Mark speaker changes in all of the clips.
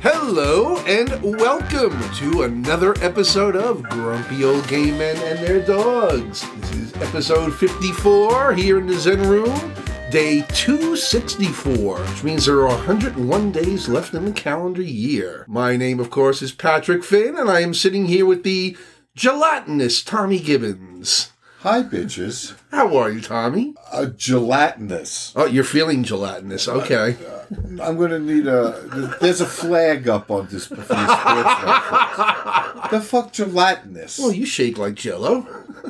Speaker 1: Hello and welcome to another episode of Grumpy Old Gay Men and Their Dogs. This is episode 54 here in the Zen Room, day 264, which means there are 101 days left in the calendar year. My name, of course, is Patrick Finn, and I am sitting here with the gelatinous Tommy Gibbons.
Speaker 2: Hi, bitches.
Speaker 1: How are you, Tommy?
Speaker 2: Uh, gelatinous.
Speaker 1: Oh, you're feeling gelatinous. Okay.
Speaker 2: I'm going to need a. There's a flag up on this. for these sports reference. the fuck gelatinous?
Speaker 1: Well, Oh, you shake like jello.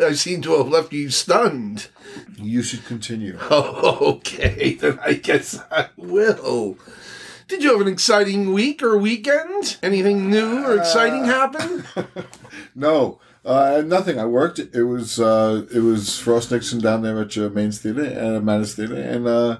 Speaker 1: I seem to have left you stunned.
Speaker 2: You should continue.
Speaker 1: Oh, okay. Then I guess I will. Did you have an exciting week or weekend? Anything new or
Speaker 2: Uh,
Speaker 1: exciting happen?
Speaker 2: No, uh, nothing. I worked. It was uh, it was Frost Nixon down there at your Mains Theater and uh, Manus Theater, and uh,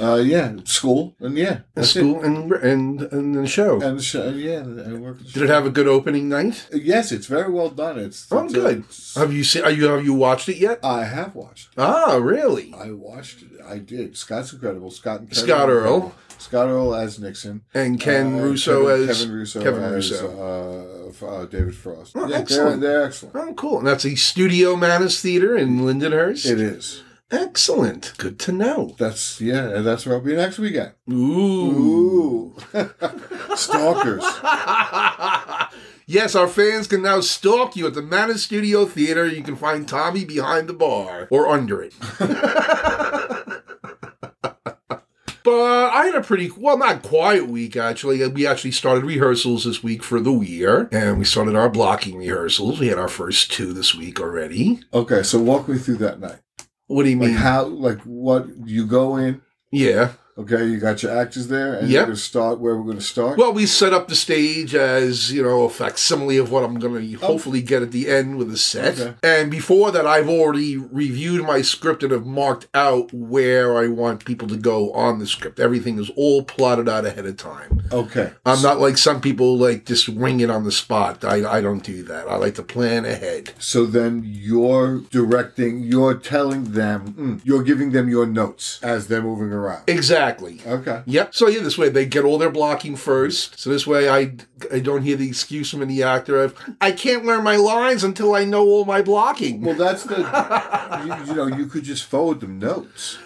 Speaker 2: uh, yeah, school, and yeah, that's it.
Speaker 1: School and and and the show.
Speaker 2: And sh- yeah, I worked.
Speaker 1: Did it have a good opening night?
Speaker 2: Yes, it's very well done. It's
Speaker 1: Oh,
Speaker 2: it's, uh,
Speaker 1: good. Have you seen? Are you have you watched it yet?
Speaker 2: I have watched.
Speaker 1: Ah, really?
Speaker 2: I watched it. I did. Scott's incredible. Scott and Kevin
Speaker 1: Scott
Speaker 2: are
Speaker 1: Earl.
Speaker 2: incredible. Scott Earl as Nixon.
Speaker 1: And Ken
Speaker 2: Uh,
Speaker 1: Russo
Speaker 2: Kevin,
Speaker 1: as
Speaker 2: Kevin Russo
Speaker 1: Kevin
Speaker 2: as
Speaker 1: Russo.
Speaker 2: Uh, f- uh, David Frost.
Speaker 1: Oh,
Speaker 2: yeah,
Speaker 1: excellent.
Speaker 2: They're, they're excellent.
Speaker 1: Oh, cool. And that's the Studio Manus Theater in Lindenhurst.
Speaker 2: It is.
Speaker 1: Excellent. Good to know.
Speaker 2: That's yeah. and That's where I'll be next weekend.
Speaker 1: Ooh.
Speaker 2: Ooh, stalkers.
Speaker 1: yes, our fans can now stalk you at the Manus Studio Theater. You can find Tommy behind the bar or under it. But I had a pretty, well, not quiet week, actually. We actually started rehearsals this week for the year, and we started our blocking rehearsals. We had our first two this week already.
Speaker 2: Okay, so walk me through that night.
Speaker 1: What do you
Speaker 2: Like
Speaker 1: mean?
Speaker 2: how? Like what? You go in.
Speaker 1: yeah.
Speaker 2: Okay, you got your actors there, and
Speaker 1: Yep.
Speaker 2: you're gonna start where we're gonna start.
Speaker 1: Well, we set up the stage as, you know, a facsimile of what I'm going to hopefully get at the end with a set.
Speaker 2: Okay.
Speaker 1: And before that, I've already reviewed my script and have marked out where I want people to go on the script. Everything is all plotted out ahead of time.
Speaker 2: okay.
Speaker 1: I'm not like some people like just wing it on the spot. I, I don't do that. I like to plan ahead.
Speaker 2: So then you're directing, you're telling them, mm, you're giving them your notes as they're moving around.
Speaker 1: Exactly.
Speaker 2: Okay.
Speaker 1: Yep. So yeah, this way they get all their blocking first. So this way I I don't hear the excuse from any actor of I can't learn my lines until I know all my blocking.
Speaker 2: Well, that's the, you, you know, you could just forward them notes.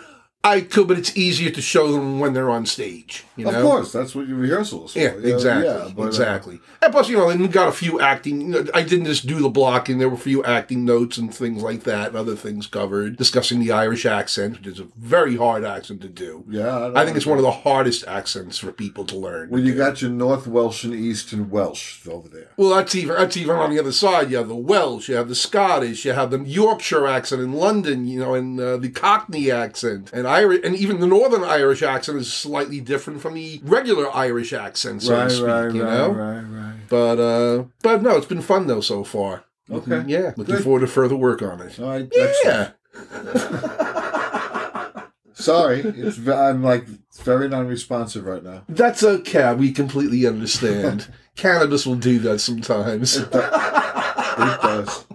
Speaker 1: I could, but it's easier to show them when they're on stage. You know?
Speaker 2: Of course, that's what your rehearsal is for.
Speaker 1: Yeah,
Speaker 2: You know,
Speaker 1: exactly.
Speaker 2: but, uh,
Speaker 1: exactly. And plus, you know, and we got a few acting. you know, I didn't just do the blocking. There were a few acting notes and things like that, and other things covered. Discussing the Irish accent, which is a very hard accent to do.
Speaker 2: yeah. don't
Speaker 1: I think it's one of the hardest accents for people to learn.
Speaker 2: Well, you got your North Welsh and East and Welsh over there.
Speaker 1: Well, that's even that's even on the other side. You have the Welsh, you have the Scottish, you have the Yorkshire accent in London, you know, and uh, the Cockney accent, and Irish, and even the Northern Irish accent is slightly different from the regular Irish accent, so to speak. you know,
Speaker 2: right, right.
Speaker 1: but uh, but no, it's been fun though so far.
Speaker 2: Okay.
Speaker 1: Looking- yeah, looking
Speaker 2: Good.
Speaker 1: forward to further work on it.
Speaker 2: All right.
Speaker 1: Yeah,
Speaker 2: excellent. Sorry, it's ve- I'm like very non-responsive right now.
Speaker 1: that's okay. We completely understand. Cannabis will do that sometimes.
Speaker 2: It does.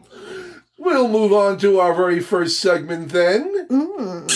Speaker 1: We'll move on to our very first segment then.
Speaker 2: Mm.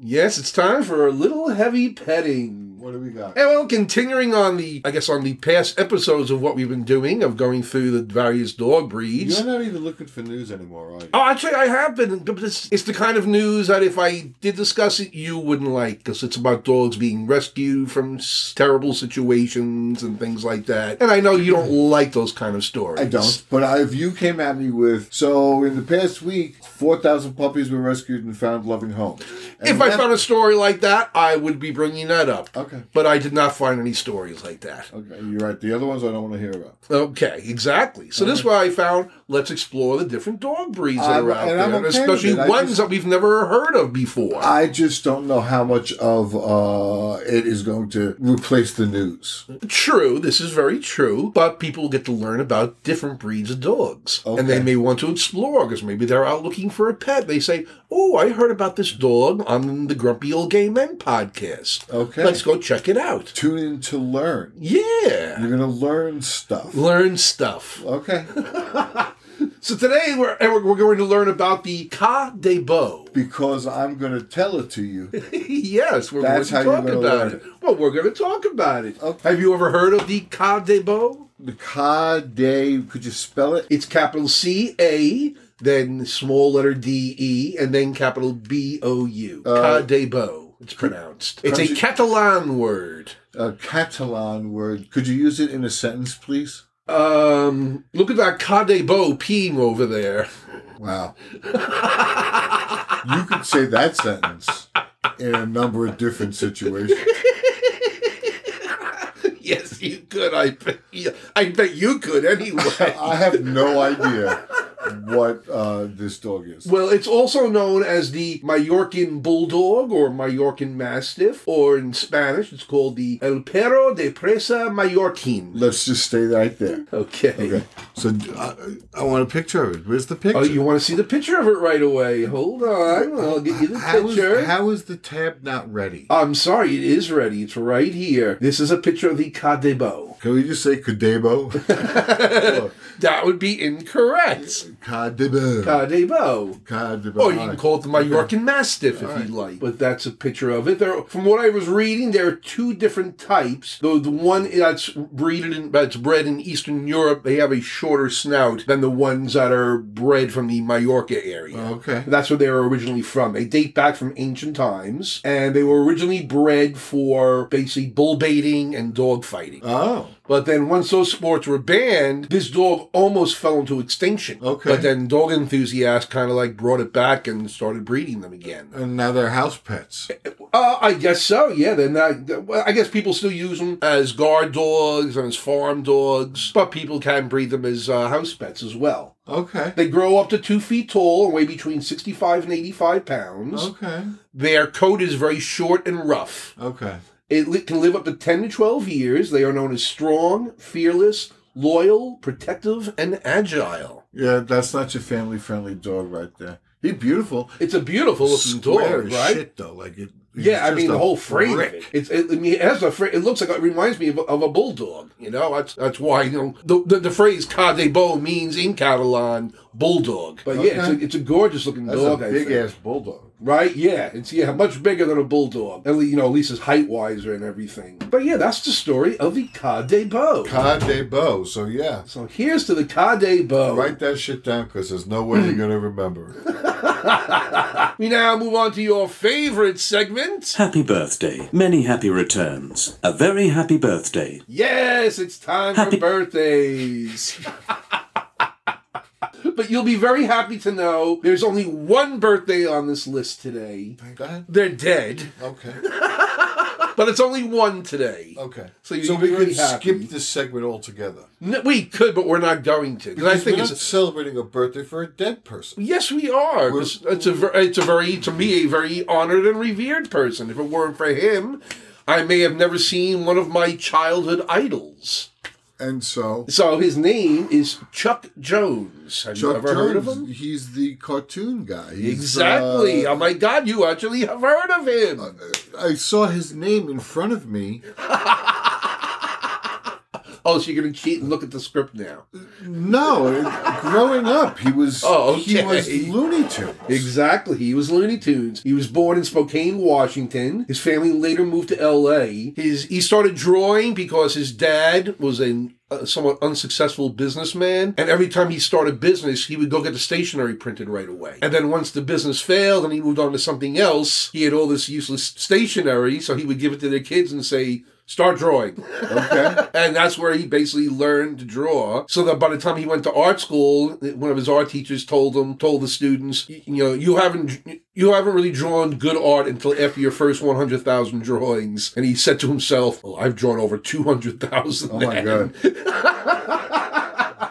Speaker 1: Yes, it's time for a little heavy petting.
Speaker 2: What do we got?
Speaker 1: And well, continuing on the, I guess, on the past episodes of what we've been doing, of going through the various dog breeds.
Speaker 2: You're not even looking for news anymore, are you?
Speaker 1: Oh, actually, I have been, but it's, it's the kind of news that if I did discuss it, you wouldn't like, because it's about dogs being rescued from s- terrible situations and things like that. And I know you don't like those kind of stories.
Speaker 2: I don't. But I, if you came at me with, so in the past week, 4,000 puppies were rescued and found loving homes. And
Speaker 1: If I
Speaker 2: that-
Speaker 1: found a story like that, I would be bringing that up.
Speaker 2: Okay.
Speaker 1: But I did not find any stories like that.
Speaker 2: Okay, you're right. The other ones I don't want to hear about.
Speaker 1: Okay, exactly. So this is why I found let's explore the different dog breeds that are
Speaker 2: I'm-
Speaker 1: out
Speaker 2: and
Speaker 1: there,
Speaker 2: I'm
Speaker 1: and
Speaker 2: okay with
Speaker 1: especially
Speaker 2: it. I
Speaker 1: ones
Speaker 2: just-
Speaker 1: that we've never heard of before.
Speaker 2: I just don't know how much of uh, it is going to replace the news.
Speaker 1: true, this is very true, but people get to learn about different breeds of dogs. And they
Speaker 2: Okay.
Speaker 1: may want to explore because maybe they're out looking for a pet. They say, Oh, I heard about this dog on the Grumpy Old Gay Men podcast.
Speaker 2: Okay.
Speaker 1: Let's go check it out.
Speaker 2: Tune in to learn.
Speaker 1: Yeah.
Speaker 2: You're going to learn stuff.
Speaker 1: Learn stuff.
Speaker 2: Okay.
Speaker 1: So today we're and we're, we're going to learn about the Ka de Bo.
Speaker 2: because I'm going to tell it to you.
Speaker 1: yes, we're
Speaker 2: That's
Speaker 1: going to
Speaker 2: how
Speaker 1: talk
Speaker 2: you're gonna
Speaker 1: about
Speaker 2: learn
Speaker 1: it. Well, we're going to talk about it.
Speaker 2: Okay.
Speaker 1: Have you ever heard of the Ka de Bo?
Speaker 2: The Ka De, could you spell it?
Speaker 1: It's capital C A, then small letter D E, and then capital B O U. Ka de Bo. It's pronounced. It's a
Speaker 2: Crunchy-
Speaker 1: Catalan word.
Speaker 2: A Catalan word. Could you use it in a sentence, please?
Speaker 1: Um, look at that Ka de Bo peeing over there.
Speaker 2: Wow. you could say that sentence in a number of different situations.
Speaker 1: yes, you could. I bet. yeah, I bet you could anyway.
Speaker 2: I have no idea what uh, this dog is.
Speaker 1: Well, it's also known as the Mallorcan Bulldog or Mallorcan Mastiff, or in Spanish, it's called the El Perro de Presa Mallorquin.
Speaker 2: Let's just stay right there.
Speaker 1: Okay.
Speaker 2: Okay. So uh, I want a picture of it. Where's the picture?
Speaker 1: Oh, you want to see the picture of it right away? Hold on. I'll get you the
Speaker 2: How is-
Speaker 1: picture.
Speaker 2: how is the tab not ready?
Speaker 1: I'm sorry, it is ready. It's right here. This is a picture of the Cadebo.
Speaker 2: Can we just say Kadebo?
Speaker 1: That would be incorrect.
Speaker 2: Kadebo.
Speaker 1: Cadebo.
Speaker 2: Kadebo.
Speaker 1: Or Oh, you can call it the Mallorcan Mastiff if you'd like. But that's a picture of it. There, from what I was reading, there are two different types. Though the one that's breeded in, that's bred in Eastern Europe, they have a shorter snout than the ones that are bred from the Mallorca area.
Speaker 2: Okay.
Speaker 1: That's where they were originally from. They date back from ancient times, and they were originally bred for basically bull baiting and dog fighting.
Speaker 2: Oh.
Speaker 1: But then once those sports were banned, this dog almost fell into extinction.
Speaker 2: Okay.
Speaker 1: But then dog enthusiasts kind of like brought it back and started breeding them again.
Speaker 2: And now they're house pets.
Speaker 1: Uh, I guess so. Yeah. Then that, well, I guess people still use them as guard dogs and as farm dogs, but people can breed them as uh, house pets as well.
Speaker 2: Okay.
Speaker 1: They grow up to two feet tall and weigh between 65 and 85 pounds.
Speaker 2: Okay.
Speaker 1: Their coat is very short and rough.
Speaker 2: Okay.
Speaker 1: It li- can live up to 10 to 12 years. They are known as strong, fearless, loyal, protective, and agile.
Speaker 2: Yeah, that's not your family friendly dog right there. He's beautiful.
Speaker 1: It's a beautiful looking
Speaker 2: Square
Speaker 1: dog,
Speaker 2: as
Speaker 1: right?
Speaker 2: Shit though, like it. he's
Speaker 1: Yeah, I
Speaker 2: just
Speaker 1: mean
Speaker 2: a
Speaker 1: the whole frame
Speaker 2: brick.
Speaker 1: of it. It's, it, I mean, it has a frame. It looks like it reminds me of, a- of a bulldog. You know, that's that's why you know the the, the phrase "ca de bo" means in Catalan bulldog. But yeah, it's a,
Speaker 2: Okay.
Speaker 1: it's a gorgeous looking
Speaker 2: That's
Speaker 1: dog.
Speaker 2: a
Speaker 1: I
Speaker 2: big
Speaker 1: think.
Speaker 2: ass bulldog.
Speaker 1: Right? Yeah, it's yeah much bigger than a bulldog. At least you know, at least it's height wiser and everything. But yeah, that's the story of the ca de bo.
Speaker 2: Cod de Beau, so yeah.
Speaker 1: So here's to the ca de bo.
Speaker 2: Write that shit down because there's no way you're going to remember it.
Speaker 1: We now move on to your favorite segment.
Speaker 3: Happy birthday. Many happy returns. A very happy birthday.
Speaker 1: Yes, it's time for birthdays. but you'll be very happy to know there's only one birthday on this list today.
Speaker 2: Thank God.
Speaker 1: They're dead,
Speaker 2: Okay.
Speaker 1: but it's only one today.
Speaker 2: Okay.
Speaker 1: So
Speaker 2: So,
Speaker 1: you-
Speaker 2: we
Speaker 1: you're
Speaker 2: could
Speaker 1: really happy.
Speaker 2: skip this segment altogether.
Speaker 1: No, we could, but we're not going to. 'Cause I
Speaker 2: Because
Speaker 1: think
Speaker 2: we're not
Speaker 1: it's
Speaker 2: celebrating a birthday for a dead person.
Speaker 1: yes, we are. 'cause It's a ver- it's a very to me a very honored and revered person. If it weren't for him, I may have never seen one of my childhood idols.
Speaker 2: And so,
Speaker 1: So his name is Chuck Jones. Have you
Speaker 2: Chuck
Speaker 1: ever
Speaker 2: Jones,
Speaker 1: heard of him?
Speaker 2: he's the cartoon guy. He's,
Speaker 1: Exactly.
Speaker 2: uh,
Speaker 1: oh my God, you actually have heard of him.
Speaker 2: I saw his name in front of me.
Speaker 1: Oh, so you're gonna cheat and look at the script now?
Speaker 2: No, it- growing up, he was
Speaker 1: Oh,
Speaker 2: he was
Speaker 1: okay.
Speaker 2: Looney Tunes.
Speaker 1: Exactly. He was Looney Tunes. He was born in Spokane, Washington. His family later moved to L.A. His he started drawing because his dad was a uh, somewhat unsuccessful businessman, and every time he started business, he would go get the stationery printed right away. And then once the business failed and he moved on to something else, he had all this useless stationery, so he would give it to their kids and say, "Start drawing."
Speaker 2: Okay.
Speaker 1: and that's where he basically learned to draw. So that by the time he went to art school, one of his art teachers told him, told the students, you know, you haven't, you haven't really drawn good art until after your first one hundred thousand drawings. And he said to himself, "Well, I've drawn over two hundred thousand.
Speaker 2: Oh my God.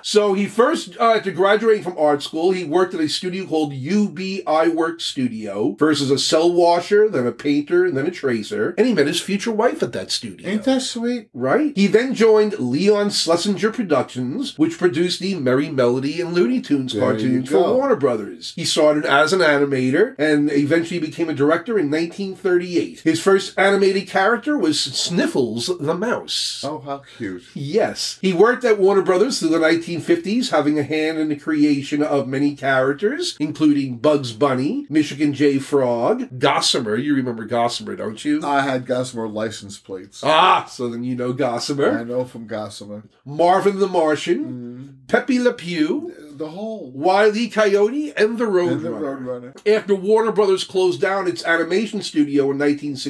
Speaker 1: So he first, uh, after graduating from art school, he worked at a studio called UBI Work Studio, first as a cell washer, then a painter, and then a tracer. And he met his future wife at that studio.
Speaker 2: Ain't that sweet?
Speaker 1: Right? He then joined Leon Schlesinger Productions, which produced the Merry Melody and Looney Tunes
Speaker 2: There
Speaker 1: cartoons
Speaker 2: you go.
Speaker 1: for Warner Brothers. He started as an animator and eventually became a director in 1938. His first animated character was Sniffles the Mouse.
Speaker 2: Oh, how cute.
Speaker 1: Yes. He worked at Warner Brothers through the 1950s, having a hand in the creation of many characters, including Bugs Bunny, Michigan J. Frog, Gossamer. You remember Gossamer, don't you?
Speaker 2: I had Gossamer license plates.
Speaker 1: ah, so then you know
Speaker 2: I
Speaker 1: Gossamer.
Speaker 2: know from Gossamer.
Speaker 1: Marvin the Martian,
Speaker 2: Mm,
Speaker 1: Pepe Le Pew,
Speaker 2: the whole
Speaker 1: Wile E. Coyote, and the
Speaker 2: and the
Speaker 1: Roadrunner.
Speaker 2: Roadrunner.
Speaker 1: After Warner Brothers closed down its animation studio in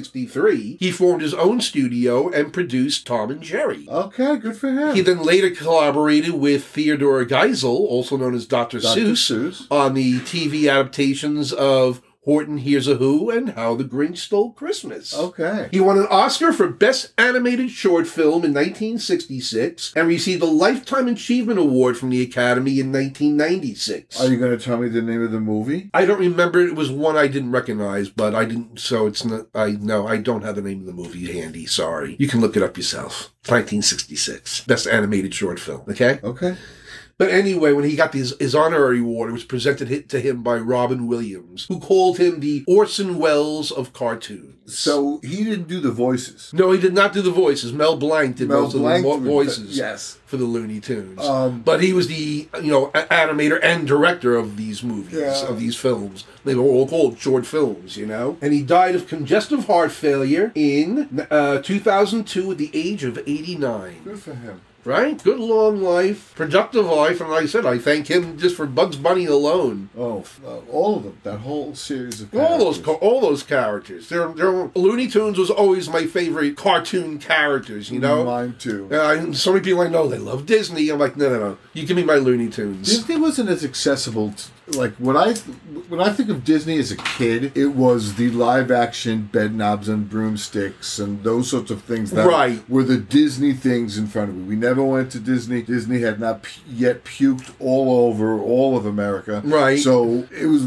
Speaker 1: 1963, he formed his own studio and produced Tom and Jerry.
Speaker 2: Okay, good for him.
Speaker 1: He then later collaborated with Theodore Geisel, also known as Dr.
Speaker 2: Dr.
Speaker 1: Seuss,
Speaker 2: Seuss.
Speaker 1: on the TV adaptations of Horton Hears a Who and How the Grinch Stole Christmas.
Speaker 2: Oh, Okay.
Speaker 1: He won an Oscar for Best Animated Short Film in 1966 and received a Lifetime Achievement Award from the Academy in 1996.
Speaker 2: Are you going to tell me the name of the movie?
Speaker 1: I don't remember. It was one I didn't recognize, but I didn't. So it's not. I no. I don't have the name of the movie handy. Sorry. You can look it up yourself. 1966, best animated short film. Okay.
Speaker 2: Okay.
Speaker 1: But anyway, when he got his, his honorary award, it was presented hi- to him by Robin Williams, who called him the Orson Welles of cartoons.
Speaker 2: So he didn't do the voices.
Speaker 1: no, he did not do the voices. Mel Blanc did most
Speaker 2: Blanc
Speaker 1: of the
Speaker 2: did
Speaker 1: vo- voices
Speaker 2: Yes.
Speaker 1: for the Looney Tunes.
Speaker 2: Um,
Speaker 1: But he was the you know a- animator and director of these movies
Speaker 2: Yeah.
Speaker 1: of these films. They were all called short films, you know. And he died of congestive heart failure in uh, 2002 at the age of 89.
Speaker 2: good for him.
Speaker 1: Right, good long life, productive life, and like I said, I thank him just for Bugs Bunny alone.
Speaker 2: Oh, f- uh, all of them. That whole series of
Speaker 1: All those,
Speaker 2: characters.
Speaker 1: ca- all those characters. They're, they're, Looney Tunes was always my favorite cartoon characters. You know,
Speaker 2: mine too.
Speaker 1: And I- so many people I know they love Disney. I'm like, no, no, no. You give me my Looney Tunes.
Speaker 2: Disney wasn't as accessible. To, like when I th- when I think of Disney as a kid, it was the live action bed knobs and broomsticks and those sorts of things that
Speaker 1: Right.
Speaker 2: were the Disney things in front of me. We never went to Disney. Disney had not pu- yet puked all over all of America.
Speaker 1: Right.
Speaker 2: So it was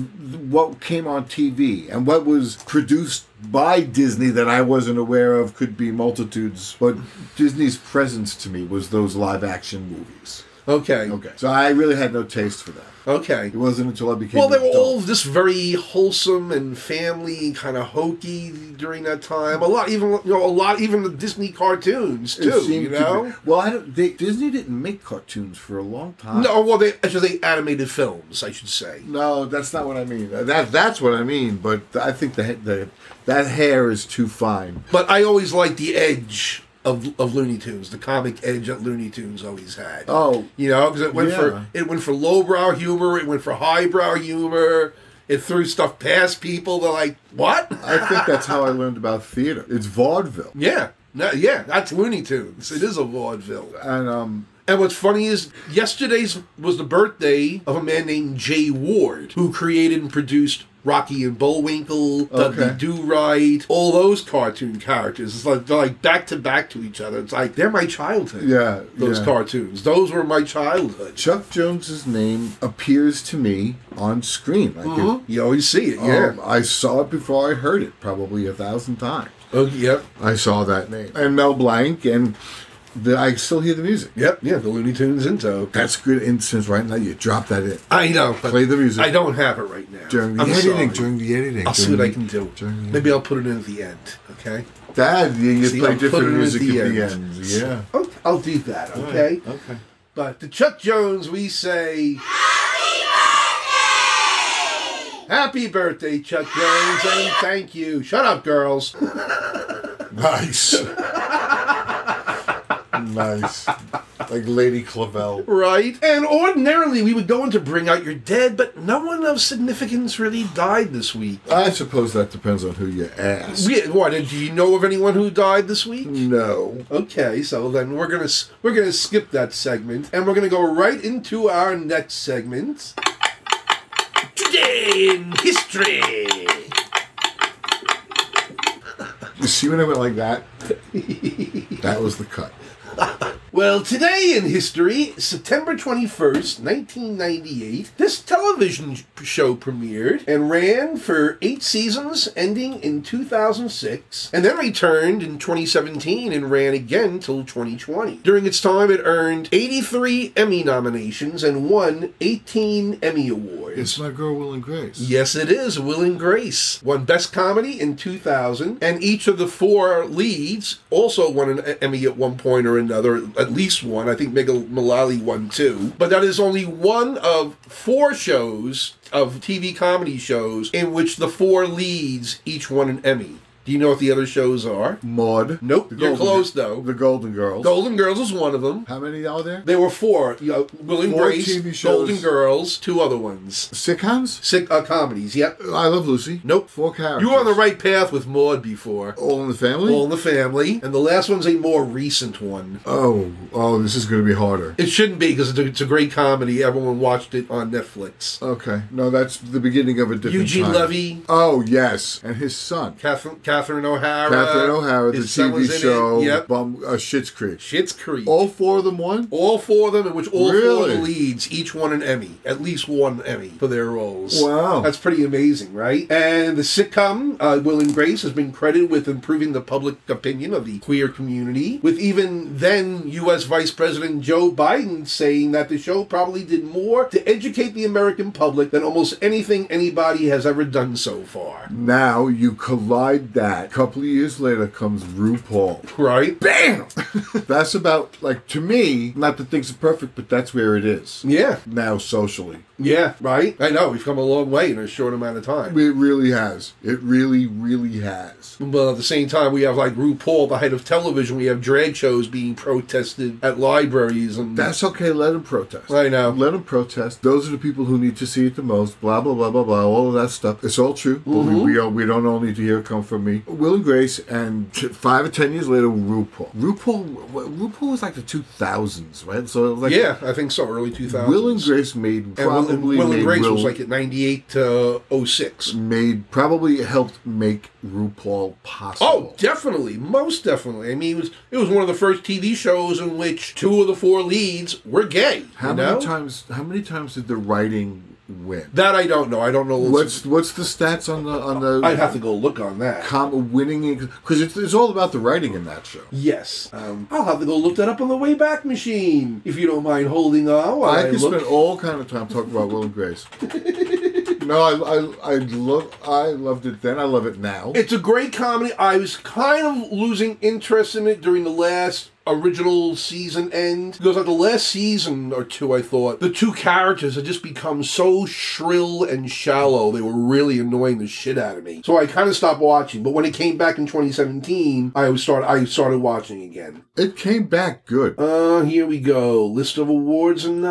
Speaker 2: what came on TV and what was produced by Disney that I wasn't aware of could be multitudes, but Disney's presence to me was those live action movies.
Speaker 1: Okay.
Speaker 2: Okay. So I really had no taste for that.
Speaker 1: Okay.
Speaker 2: It wasn't until I became
Speaker 1: Well, they
Speaker 2: an
Speaker 1: were
Speaker 2: adult.
Speaker 1: all just very wholesome and family, kind of hokey during that time. A lot, even you know, a lot, even the Disney cartoons
Speaker 2: It
Speaker 1: too.
Speaker 2: seemed
Speaker 1: You
Speaker 2: to be-
Speaker 1: know.
Speaker 2: well, I don't, they, Disney didn't make cartoons for a long time.
Speaker 1: No, well, they actually they animated films, I should say.
Speaker 2: no, that's not what I mean. That that's what I mean. But I think the the that hair is too fine.
Speaker 1: But I always liked the edge of of Looney Tunes, the comic edge that Looney Tunes always had.
Speaker 2: Oh,
Speaker 1: You know, because it went
Speaker 2: Yeah.
Speaker 1: for it went for lowbrow humor, it went for highbrow humor, it threw stuff past people. They're like, what?
Speaker 2: I think that's how I learned about theater. It's vaudeville,
Speaker 1: Yeah, no, yeah, that's Looney Tunes. It is a vaudeville.
Speaker 2: and um,
Speaker 1: And what's funny is yesterday's was the birthday of a man named Jay Ward, who created and produced Rocky and Bullwinkle, Dudley
Speaker 2: Okay.
Speaker 1: Do Right, all those cartoon characters. It's like they're like back to back to each other. It's like they're my childhood.
Speaker 2: yeah,
Speaker 1: Those
Speaker 2: yeah.
Speaker 1: cartoons. Those were my childhood.
Speaker 2: Chuck Jones's name appears to me on screen. Like it-
Speaker 1: You always see it, Mm-hmm. yeah.
Speaker 2: um, I saw it before I heard it, probably a thousand times.
Speaker 1: oh, yep.
Speaker 2: I saw that name. And Mel Blanc, and the, I still hear the music.
Speaker 1: Yep. Yeah, the Looney Tunes into.
Speaker 2: That's good instance right now. You drop that in.
Speaker 1: I know. but
Speaker 2: Play the music.
Speaker 1: I don't have it right now.
Speaker 2: During the
Speaker 1: I'm
Speaker 2: editing,
Speaker 1: sorry.
Speaker 2: during the editing.
Speaker 1: I'll see
Speaker 2: during
Speaker 1: what I
Speaker 2: the-
Speaker 1: can do.
Speaker 2: during the-
Speaker 1: Maybe I'll put it in at the end. Okay.
Speaker 2: Dad, you, you
Speaker 1: See,
Speaker 2: play
Speaker 1: I'll put
Speaker 2: different
Speaker 1: it at
Speaker 2: music
Speaker 1: the
Speaker 2: at the
Speaker 1: end.
Speaker 2: end. Yeah.
Speaker 1: Okay, Oh, I'll do that. Okay.
Speaker 2: Okay.
Speaker 1: Oh. But to Chuck Jones, we say. Happy birthday, Chuck Jones, and thank you. Shut up, girls.
Speaker 2: Nice. nice. Like Lady Clavel.
Speaker 1: Right? And ordinarily, we would go into Bring Out Your Dead, but no one of significance really died this week.
Speaker 2: I suppose that depends on who you ask.
Speaker 1: We, what, do you know of anyone who died this week?
Speaker 2: no.
Speaker 1: Okay, so then we're gonna s- we're gonna skip that segment, and we're gonna go right into our next segment. Today in history.
Speaker 2: You see when I went like that? that was the cut.
Speaker 1: Well, today in history, September twenty first, nineteen ninety eight, this television sh- show premiered and ran for eight seasons, ending in two thousand six, and then returned in twenty seventeen and ran again till twenty twenty. During its time, it earned eighty three Emmy nominations and won eighteen Emmy awards.
Speaker 2: It's my girl, Will and Grace.
Speaker 1: Yes, it is. Will and Grace won Best Comedy in 2000, and each of the four leads also won an Emmy at one point or another, at least one. I think Mega Mullally won two. But that is only one of four shows of TV comedy shows in which the four leads each won an Emmy. Do you know what the other shows are?
Speaker 2: Maud.
Speaker 1: Nope, you're close, though.
Speaker 2: The Golden Girls.
Speaker 1: Golden Girls is one of them.
Speaker 2: How many are there?
Speaker 1: There were four. You know, Willing
Speaker 2: Four
Speaker 1: Grace,
Speaker 2: TV shows.
Speaker 1: Golden Girls, two other ones.
Speaker 2: Sitcoms?
Speaker 1: Sick uh, comedies, yep.
Speaker 2: I Love Lucy.
Speaker 1: Nope.
Speaker 2: Four characters.
Speaker 1: You were on the right path with Maud before.
Speaker 2: All in the Family?
Speaker 1: All in the Family. And the last one's a more recent one.
Speaker 2: oh, oh, this is going to be harder.
Speaker 1: It shouldn't be because it's a, it's a great comedy. Everyone watched it on Netflix.
Speaker 2: Okay. No, that's the beginning of a different
Speaker 1: Eugene
Speaker 2: time.
Speaker 1: Levy,
Speaker 2: Oh, yes. And his son.
Speaker 1: Catherine, Catherine O'Hara.
Speaker 2: Catherine O'Hara, the
Speaker 1: his son was
Speaker 2: TV
Speaker 1: in it.
Speaker 2: show
Speaker 1: Yep.
Speaker 2: Bum, uh, Shit's Creek.
Speaker 1: Shit's Creek.
Speaker 2: All four of them won?
Speaker 1: All four of them, in which all four of
Speaker 2: Really?
Speaker 1: the leads each won an Emmy, at least one Emmy for their roles.
Speaker 2: Wow.
Speaker 1: that's pretty amazing, right? And the sitcom uh, Will and Grace has been credited with improving the public opinion of the queer community, with even then U.S. Vice President Joe Biden saying that the show probably did more to educate the American public than almost anything anybody has ever done so far.
Speaker 2: Now you collide that. A couple of years later comes RuPaul.
Speaker 1: Right? Bam.
Speaker 2: That's about, like, to me, not that things are perfect, but that's where it is.
Speaker 1: Yeah.
Speaker 2: Now, socially.
Speaker 1: Yeah. Right. I know we've come a long way in a short amount of time.
Speaker 2: It really has. It really, really has.
Speaker 1: But at the same time, we have like RuPaul, the height of television. We have drag shows being protested at libraries, and
Speaker 2: That's okay. Let them protest.
Speaker 1: I know.
Speaker 2: Let them protest. Those are the people who need to see it the most. Blah blah blah blah blah. All of that stuff. It's all true. But
Speaker 1: Mm-hmm.
Speaker 2: we, we, are, we don't all need to hear it come from me. Will and Grace, and t- five or ten years later, RuPaul. RuPaul. RuPaul was like the two thousands, right? So like,
Speaker 1: yeah, I think so. Early two thousand.
Speaker 2: Will and Grace made probably
Speaker 1: Will and
Speaker 2: made
Speaker 1: Grace
Speaker 2: Will-
Speaker 1: was like at ninety eight to 06.
Speaker 2: made probably helped make RuPaul possible.
Speaker 1: Oh, definitely, most definitely. I mean, it was it was one of the first TV shows in which two of the four leads were gay.
Speaker 2: how
Speaker 1: you
Speaker 2: many
Speaker 1: know?
Speaker 2: times? How many times did the writing win?
Speaker 1: That I don't know. I don't know.
Speaker 2: What's what's the stats on the on the?
Speaker 1: I'd have to go look on that.
Speaker 2: com- winning because it's, it's all about the writing in that show.
Speaker 1: Yes, um, I'll have to go look that up on the Wayback Machine if you don't mind holding on while I,
Speaker 2: I could
Speaker 1: look.
Speaker 2: spend all kind of time talking about Will and Grace. no, I, I, I love I loved it then. I love it now.
Speaker 1: It's a great comedy. I was kind of losing interest in it during the last original season end because at the last season or two I thought the two characters had just become so shrill and shallow they were really annoying the shit out of me so I kind of stopped watching but when it came back in 2017 I was start I started watching again
Speaker 2: It came back good.
Speaker 1: uh here we go list of awards and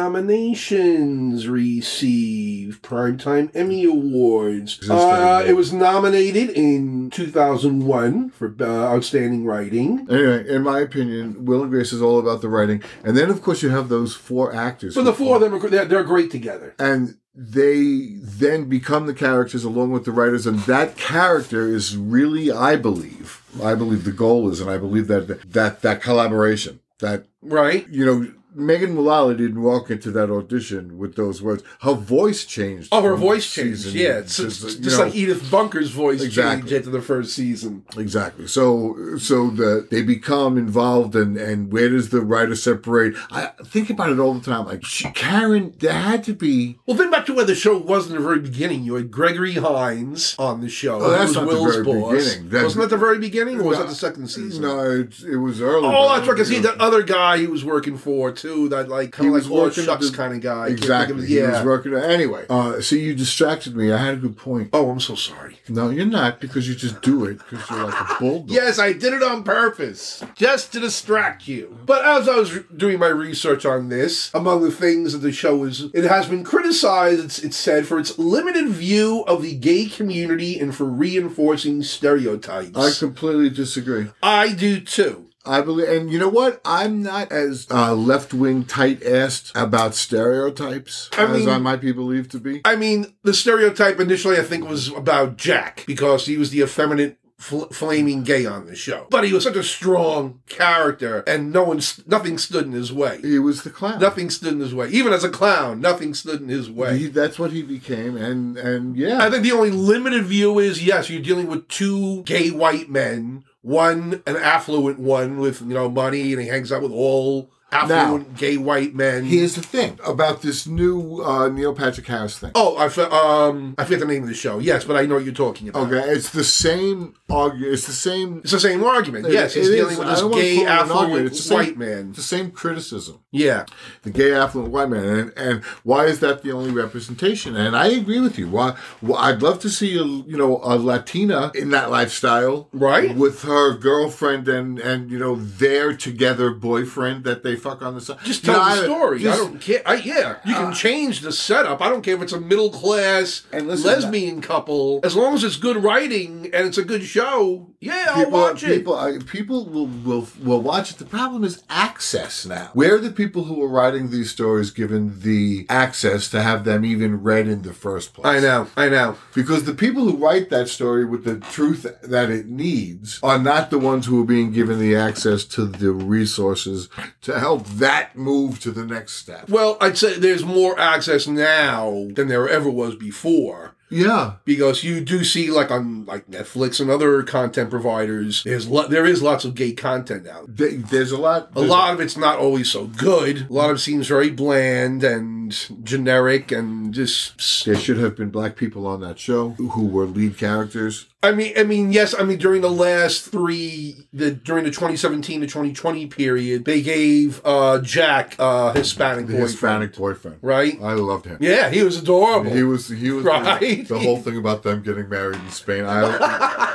Speaker 1: nominations received primetime Emmy awards
Speaker 2: Is this
Speaker 1: uh,
Speaker 2: the-
Speaker 1: it was nominated in 2001 for uh, outstanding writing
Speaker 2: Anyway, in my opinion, Will and Grace is all about the writing, and then of course you have those four actors.
Speaker 1: So
Speaker 2: who
Speaker 1: the four of them are gr- they're, they're great together.
Speaker 2: and they then become the characters along with the writers and that character is really i believe i believe the goal is and i believe that that that collaboration that
Speaker 1: Right?
Speaker 2: you know Megan Mullally didn't walk into that audition with those words. Her voice changed.
Speaker 1: Oh, her
Speaker 2: from
Speaker 1: voice changed.
Speaker 2: season-
Speaker 1: yeah, it's just,
Speaker 2: you
Speaker 1: just
Speaker 2: know,
Speaker 1: like E- Edith Bunker's voice changed
Speaker 2: Exactly.
Speaker 1: after the first season.
Speaker 2: exactly. So, so the they become involved, and and where does the writer separate? I think about it all the time. Like she, Karen, there had to be
Speaker 1: Well, think back to where the show was in the very beginning. You had Gregory Hines on the show.
Speaker 2: Oh, that's
Speaker 1: who
Speaker 2: not the very beginning. That-
Speaker 1: Wasn't that the very beginning, or was
Speaker 2: No.
Speaker 1: that the second season?
Speaker 2: No, it, it was early.
Speaker 1: Oh, that's right. Cause he, that other guy he was working for too. That like kind
Speaker 2: He
Speaker 1: of like
Speaker 2: was
Speaker 1: all
Speaker 2: working
Speaker 1: shucks
Speaker 2: the-
Speaker 1: kind of guy. I can't think of
Speaker 2: Exactly.
Speaker 1: his-
Speaker 2: He
Speaker 1: Yeah.
Speaker 2: was working. Anyway, uh, so you distracted me. I had a good point.
Speaker 1: oh, I'm so sorry.
Speaker 2: No, you're not because you just do it because you're like a bulldog.
Speaker 1: Yes, I did it on purpose, just to distract you. But as I was doing my research on this, among the things that the show is, it has been criticized, it's, it's said, for its limited view of the gay community and for reinforcing stereotypes.
Speaker 2: I completely disagree.
Speaker 1: I do too.
Speaker 2: I believe, and you know what? I'm not as uh, left wing tight assed about stereotypes
Speaker 1: I
Speaker 2: as
Speaker 1: mean-
Speaker 2: I might be believed to be.
Speaker 1: I mean, the stereotype initially, I think, was about Jack because he was the effeminate. Fl- flaming gay on the show, but he was such a strong character, and no one, st- nothing stood in his way.
Speaker 2: He was the clown.
Speaker 1: Nothing stood in his way. Even as a clown, nothing stood in his way.
Speaker 2: He, that's what he became, and and yeah,
Speaker 1: I think the only limited view is yes, you're dealing with two gay white men, one an affluent one with you know money, and he hangs out with all affluent gay white men.
Speaker 2: Here's the thing about this new uh, Neil Patrick Harris thing.
Speaker 1: oh, I fe- um I forget the name of the show. Yes, but I know what you're talking about.
Speaker 2: Okay, it's the same argument. It's the same.
Speaker 1: It's the same argument. yes, he's
Speaker 2: it
Speaker 1: dealing
Speaker 2: is.
Speaker 1: with
Speaker 2: I
Speaker 1: this
Speaker 2: don't wanna
Speaker 1: gay
Speaker 2: call it an
Speaker 1: affluent
Speaker 2: argument. It's the same-
Speaker 1: white man.
Speaker 2: It's the same criticism.
Speaker 1: Yeah.
Speaker 2: the gay affluent white man, and, and why is that the only representation? And I agree with you. Why? Well, I'd love to see a you know a Latina in that lifestyle,
Speaker 1: Right.
Speaker 2: With her girlfriend and and you know their together boyfriend that they fuck on the side.
Speaker 1: Just
Speaker 2: You
Speaker 1: tell
Speaker 2: know,
Speaker 1: the
Speaker 2: I-
Speaker 1: story.
Speaker 2: just- Ah.
Speaker 1: I don't care. I, yeah, you can change the setup. I don't care if it's a middle class
Speaker 2: And listen,
Speaker 1: lesbian couple. As long as it's good writing and it's a good show, yeah,
Speaker 2: People,
Speaker 1: I'll watch it.
Speaker 2: people, I- people will, will will watch it. The problem is access now. Where are the people who are writing these stories given the access to have them even read in the first place?
Speaker 1: I know. I know.
Speaker 2: Because the people who write that story with the truth that it needs are not the ones who are being given the access to the resources to help that move to the next step.
Speaker 1: Well, I'd say there's more access now than there ever was before.
Speaker 2: Yeah.
Speaker 1: because you do see like on like Netflix and other content providers, there's lo- there is lots of gay content out.
Speaker 2: They, there's a lot.
Speaker 1: A lot of it's not always so good. A lot of it seems very bland and generic and just.
Speaker 2: There should have been black people on that show who were lead characters.
Speaker 1: I mean, I mean, yes, I mean during the last three, the during the 2017 to 2020 period, they gave uh, Jack uh, Hispanic
Speaker 2: The
Speaker 1: boy,
Speaker 2: Hispanic boyfriend.
Speaker 1: right?
Speaker 2: I loved him.
Speaker 1: yeah, he was adorable.
Speaker 2: He was he was
Speaker 1: Right.
Speaker 2: the whole thing about them getting married in Spain. I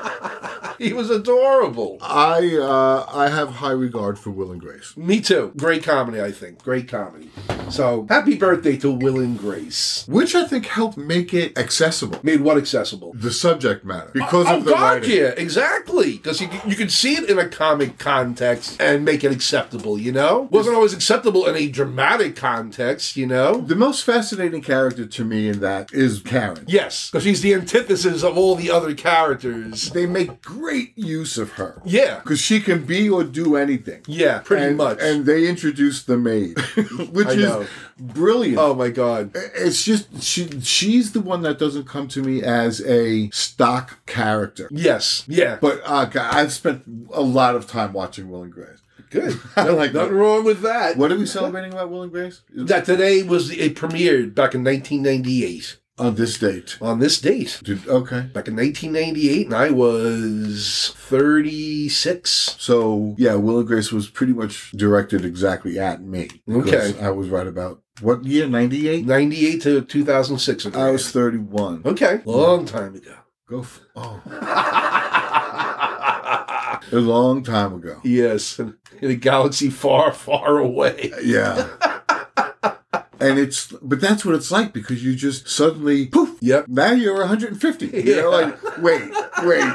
Speaker 1: he was adorable.
Speaker 2: I uh, I have high regard for Will and Grace.
Speaker 1: Me too. Great comedy, I think. Great comedy. So happy birthday to Will and Grace.
Speaker 2: Which I think helped make it accessible.
Speaker 1: made what accessible?
Speaker 2: the subject matter because
Speaker 1: oh
Speaker 2: of the
Speaker 1: God,
Speaker 2: writing.
Speaker 1: yeah, exactly. Because you, you can see it in a comic context and make it acceptable. You know, wasn't always acceptable in a dramatic context. You know.
Speaker 2: The most fascinating character to me in that is Karen.
Speaker 1: Yes, because she's the antithesis of all the other characters.
Speaker 2: They make great use of her.
Speaker 1: Yeah,
Speaker 2: Because she can be or do anything.
Speaker 1: yeah, pretty
Speaker 2: and,
Speaker 1: much.
Speaker 2: And they introduced the maid, which
Speaker 1: I
Speaker 2: is
Speaker 1: know.
Speaker 2: brilliant.
Speaker 1: oh my God,
Speaker 2: It's just she she's the one that doesn't come to me as a stock character.
Speaker 1: yes, yeah,
Speaker 2: But uh, God, I've spent a lot of time watching Will and Grace.
Speaker 1: good.
Speaker 2: I like that.
Speaker 1: Nothing wrong with that.
Speaker 2: What are we celebrating about Will and Grace?
Speaker 1: That today was it premiered back in 1998
Speaker 2: On this date.
Speaker 1: on this date.
Speaker 2: Did- okay.
Speaker 1: Back in 1998, and I was 36.
Speaker 2: So yeah, Will and Grace was pretty much directed exactly at me. because
Speaker 1: Okay.
Speaker 2: I was right about what year? Ninety eight.
Speaker 1: 98 to 2006.
Speaker 2: I was thirty one.
Speaker 1: Okay. Long time ago.
Speaker 2: Go. F- oh, a long time ago.
Speaker 1: yes. In in a galaxy far, far away.
Speaker 2: Yeah. And it's, but that's what it's like because you just suddenly poof.
Speaker 1: Yep.
Speaker 2: Now you're 150. You know,
Speaker 1: Yeah.
Speaker 2: like wait, wait,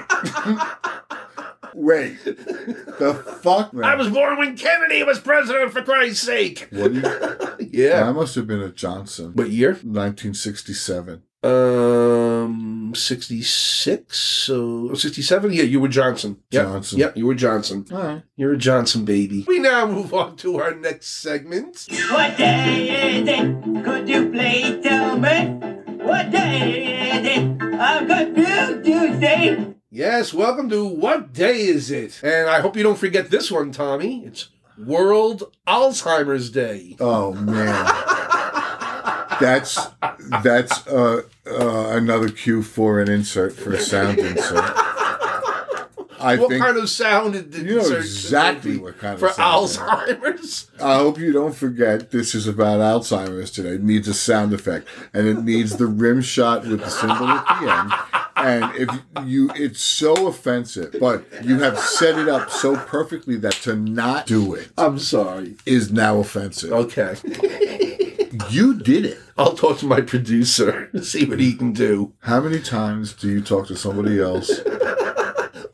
Speaker 2: wait. The fuck, man.
Speaker 1: I was born when Kennedy was president, for Christ's sake.
Speaker 2: What do you-
Speaker 1: Yeah.
Speaker 2: I must have been a Johnson.
Speaker 1: What year?
Speaker 2: 1967.
Speaker 1: Um, 66. So, 67? Yeah, you were Johnson. Yep.
Speaker 2: Johnson.
Speaker 1: Yep, you were Johnson.
Speaker 2: All right.
Speaker 1: You're a Johnson baby. We now move on to our next segment.
Speaker 4: What day is it? Could you please tell me? What day is it? I'm confused, you see.
Speaker 1: Yes, welcome to What Day Is It? And I hope you don't forget this one, Tommy. It's World Alzheimer's Day.
Speaker 2: Oh man, that's that's uh, uh, another cue for an insert for a sound insert. I
Speaker 1: what
Speaker 2: think
Speaker 1: kind of sound did
Speaker 2: you know exactly what kind of
Speaker 1: for
Speaker 2: sound that is.
Speaker 1: Alzheimer's?
Speaker 2: I hope you don't forget this is about Alzheimer's today. It needs a sound effect, and it needs the rim shot with the symbol at the end. And if you, it's so offensive, but you have set it up so perfectly that to not do it
Speaker 1: I'm sorry.
Speaker 2: is now offensive.
Speaker 1: Okay.
Speaker 2: You did it.
Speaker 1: I'll talk to my producer and see what he can do.
Speaker 2: How many times do you talk to somebody else?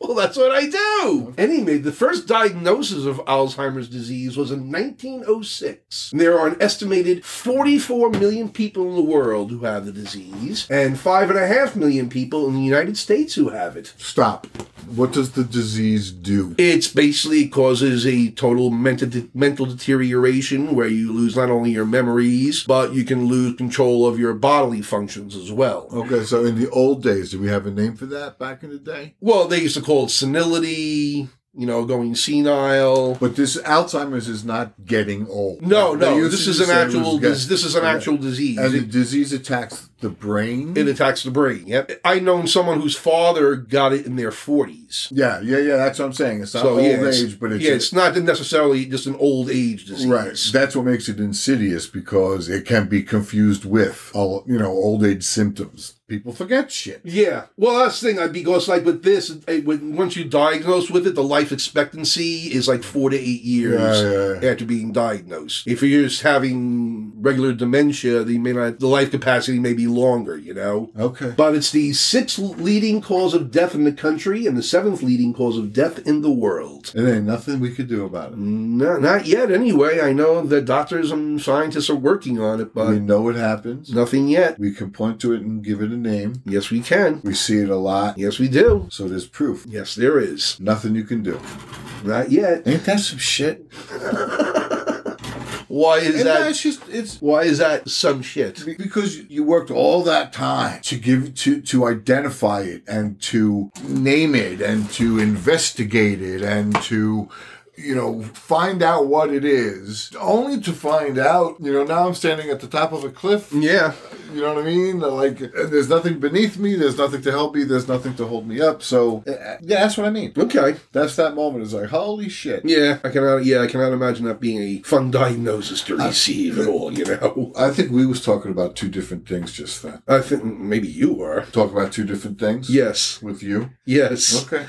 Speaker 1: Well, that's what I do. Anyway, the first diagnosis of Alzheimer's disease was in 1906. And There are an estimated 44 million people in the world who have the disease, and 5.5 million people in the United States who have it.
Speaker 2: Stop. What does the disease do?
Speaker 1: It's basically it causes a total mental, mental deterioration where you lose not only your memories, but you can lose control of your bodily functions as well.
Speaker 2: Okay, so in the old days, did we have a name for that back in the day?
Speaker 1: Well, they used to call it senility, you know, going senile.
Speaker 2: But this Alzheimer's is not getting old.
Speaker 1: No,
Speaker 2: They
Speaker 1: no,
Speaker 2: used
Speaker 1: this
Speaker 2: to
Speaker 1: is an
Speaker 2: say it was
Speaker 1: actual
Speaker 2: get-
Speaker 1: dis- this is an
Speaker 2: Yeah.
Speaker 1: actual disease.
Speaker 2: And the
Speaker 1: It,
Speaker 2: disease attacks the brain.
Speaker 1: it attacks the brain. Yep. I known someone whose father got it in their forties.
Speaker 2: yeah, yeah, yeah. That's what I'm saying. It's not
Speaker 1: So
Speaker 2: old
Speaker 1: yeah, it's-
Speaker 2: age, but it's,
Speaker 1: yeah, it's not necessarily just an old age disease.
Speaker 2: right. That's what makes it insidious because it can be confused with all you know old age symptoms. People forget shit.
Speaker 1: Yeah. Well, that's the thing. uh, Because like with this, it, when, once you diagnose with it, the life expectancy is like four to eight years
Speaker 2: Yeah, yeah.
Speaker 1: after being diagnosed. If you're just having regular dementia, the may not, the life capacity may be longer. You know.
Speaker 2: Okay.
Speaker 1: But it's the sixth leading cause of death in the country and the seventh leading cause of death in the world.
Speaker 2: And ain't nothing we could do about it.
Speaker 1: No, not yet, anyway. I know that doctors and scientists are working on it, but
Speaker 2: we know it happens.
Speaker 1: nothing yet.
Speaker 2: We can point to it and give it a name.
Speaker 1: Yes, we can.
Speaker 2: We see it a lot.
Speaker 1: Yes, we do.
Speaker 2: So there's proof.
Speaker 1: Yes, there is.
Speaker 2: Nothing you can do.
Speaker 1: Not yet.
Speaker 2: Ain't that some shit?
Speaker 1: Why is
Speaker 2: And
Speaker 1: that?
Speaker 2: that's just it's
Speaker 1: Why is that some shit?
Speaker 2: Be- because you worked all that time to give to to identify it and to name it and to investigate it and to you know find out what it is only to find out you know now i'm standing at the top of a cliff
Speaker 1: Yeah.
Speaker 2: you know what i mean like and there's nothing beneath me there's nothing to help me there's nothing to hold me up so uh, yeah that's what i mean
Speaker 1: Okay.
Speaker 2: that's that moment is like holy shit
Speaker 1: Yeah, I cannot. Yeah, I cannot imagine that being a fun diagnosis to receive at all. You know.
Speaker 2: i think we was talking about two different things just then
Speaker 1: I think maybe you were.
Speaker 2: talk about two different things
Speaker 1: Yes.
Speaker 2: with you
Speaker 1: Yes.
Speaker 2: okay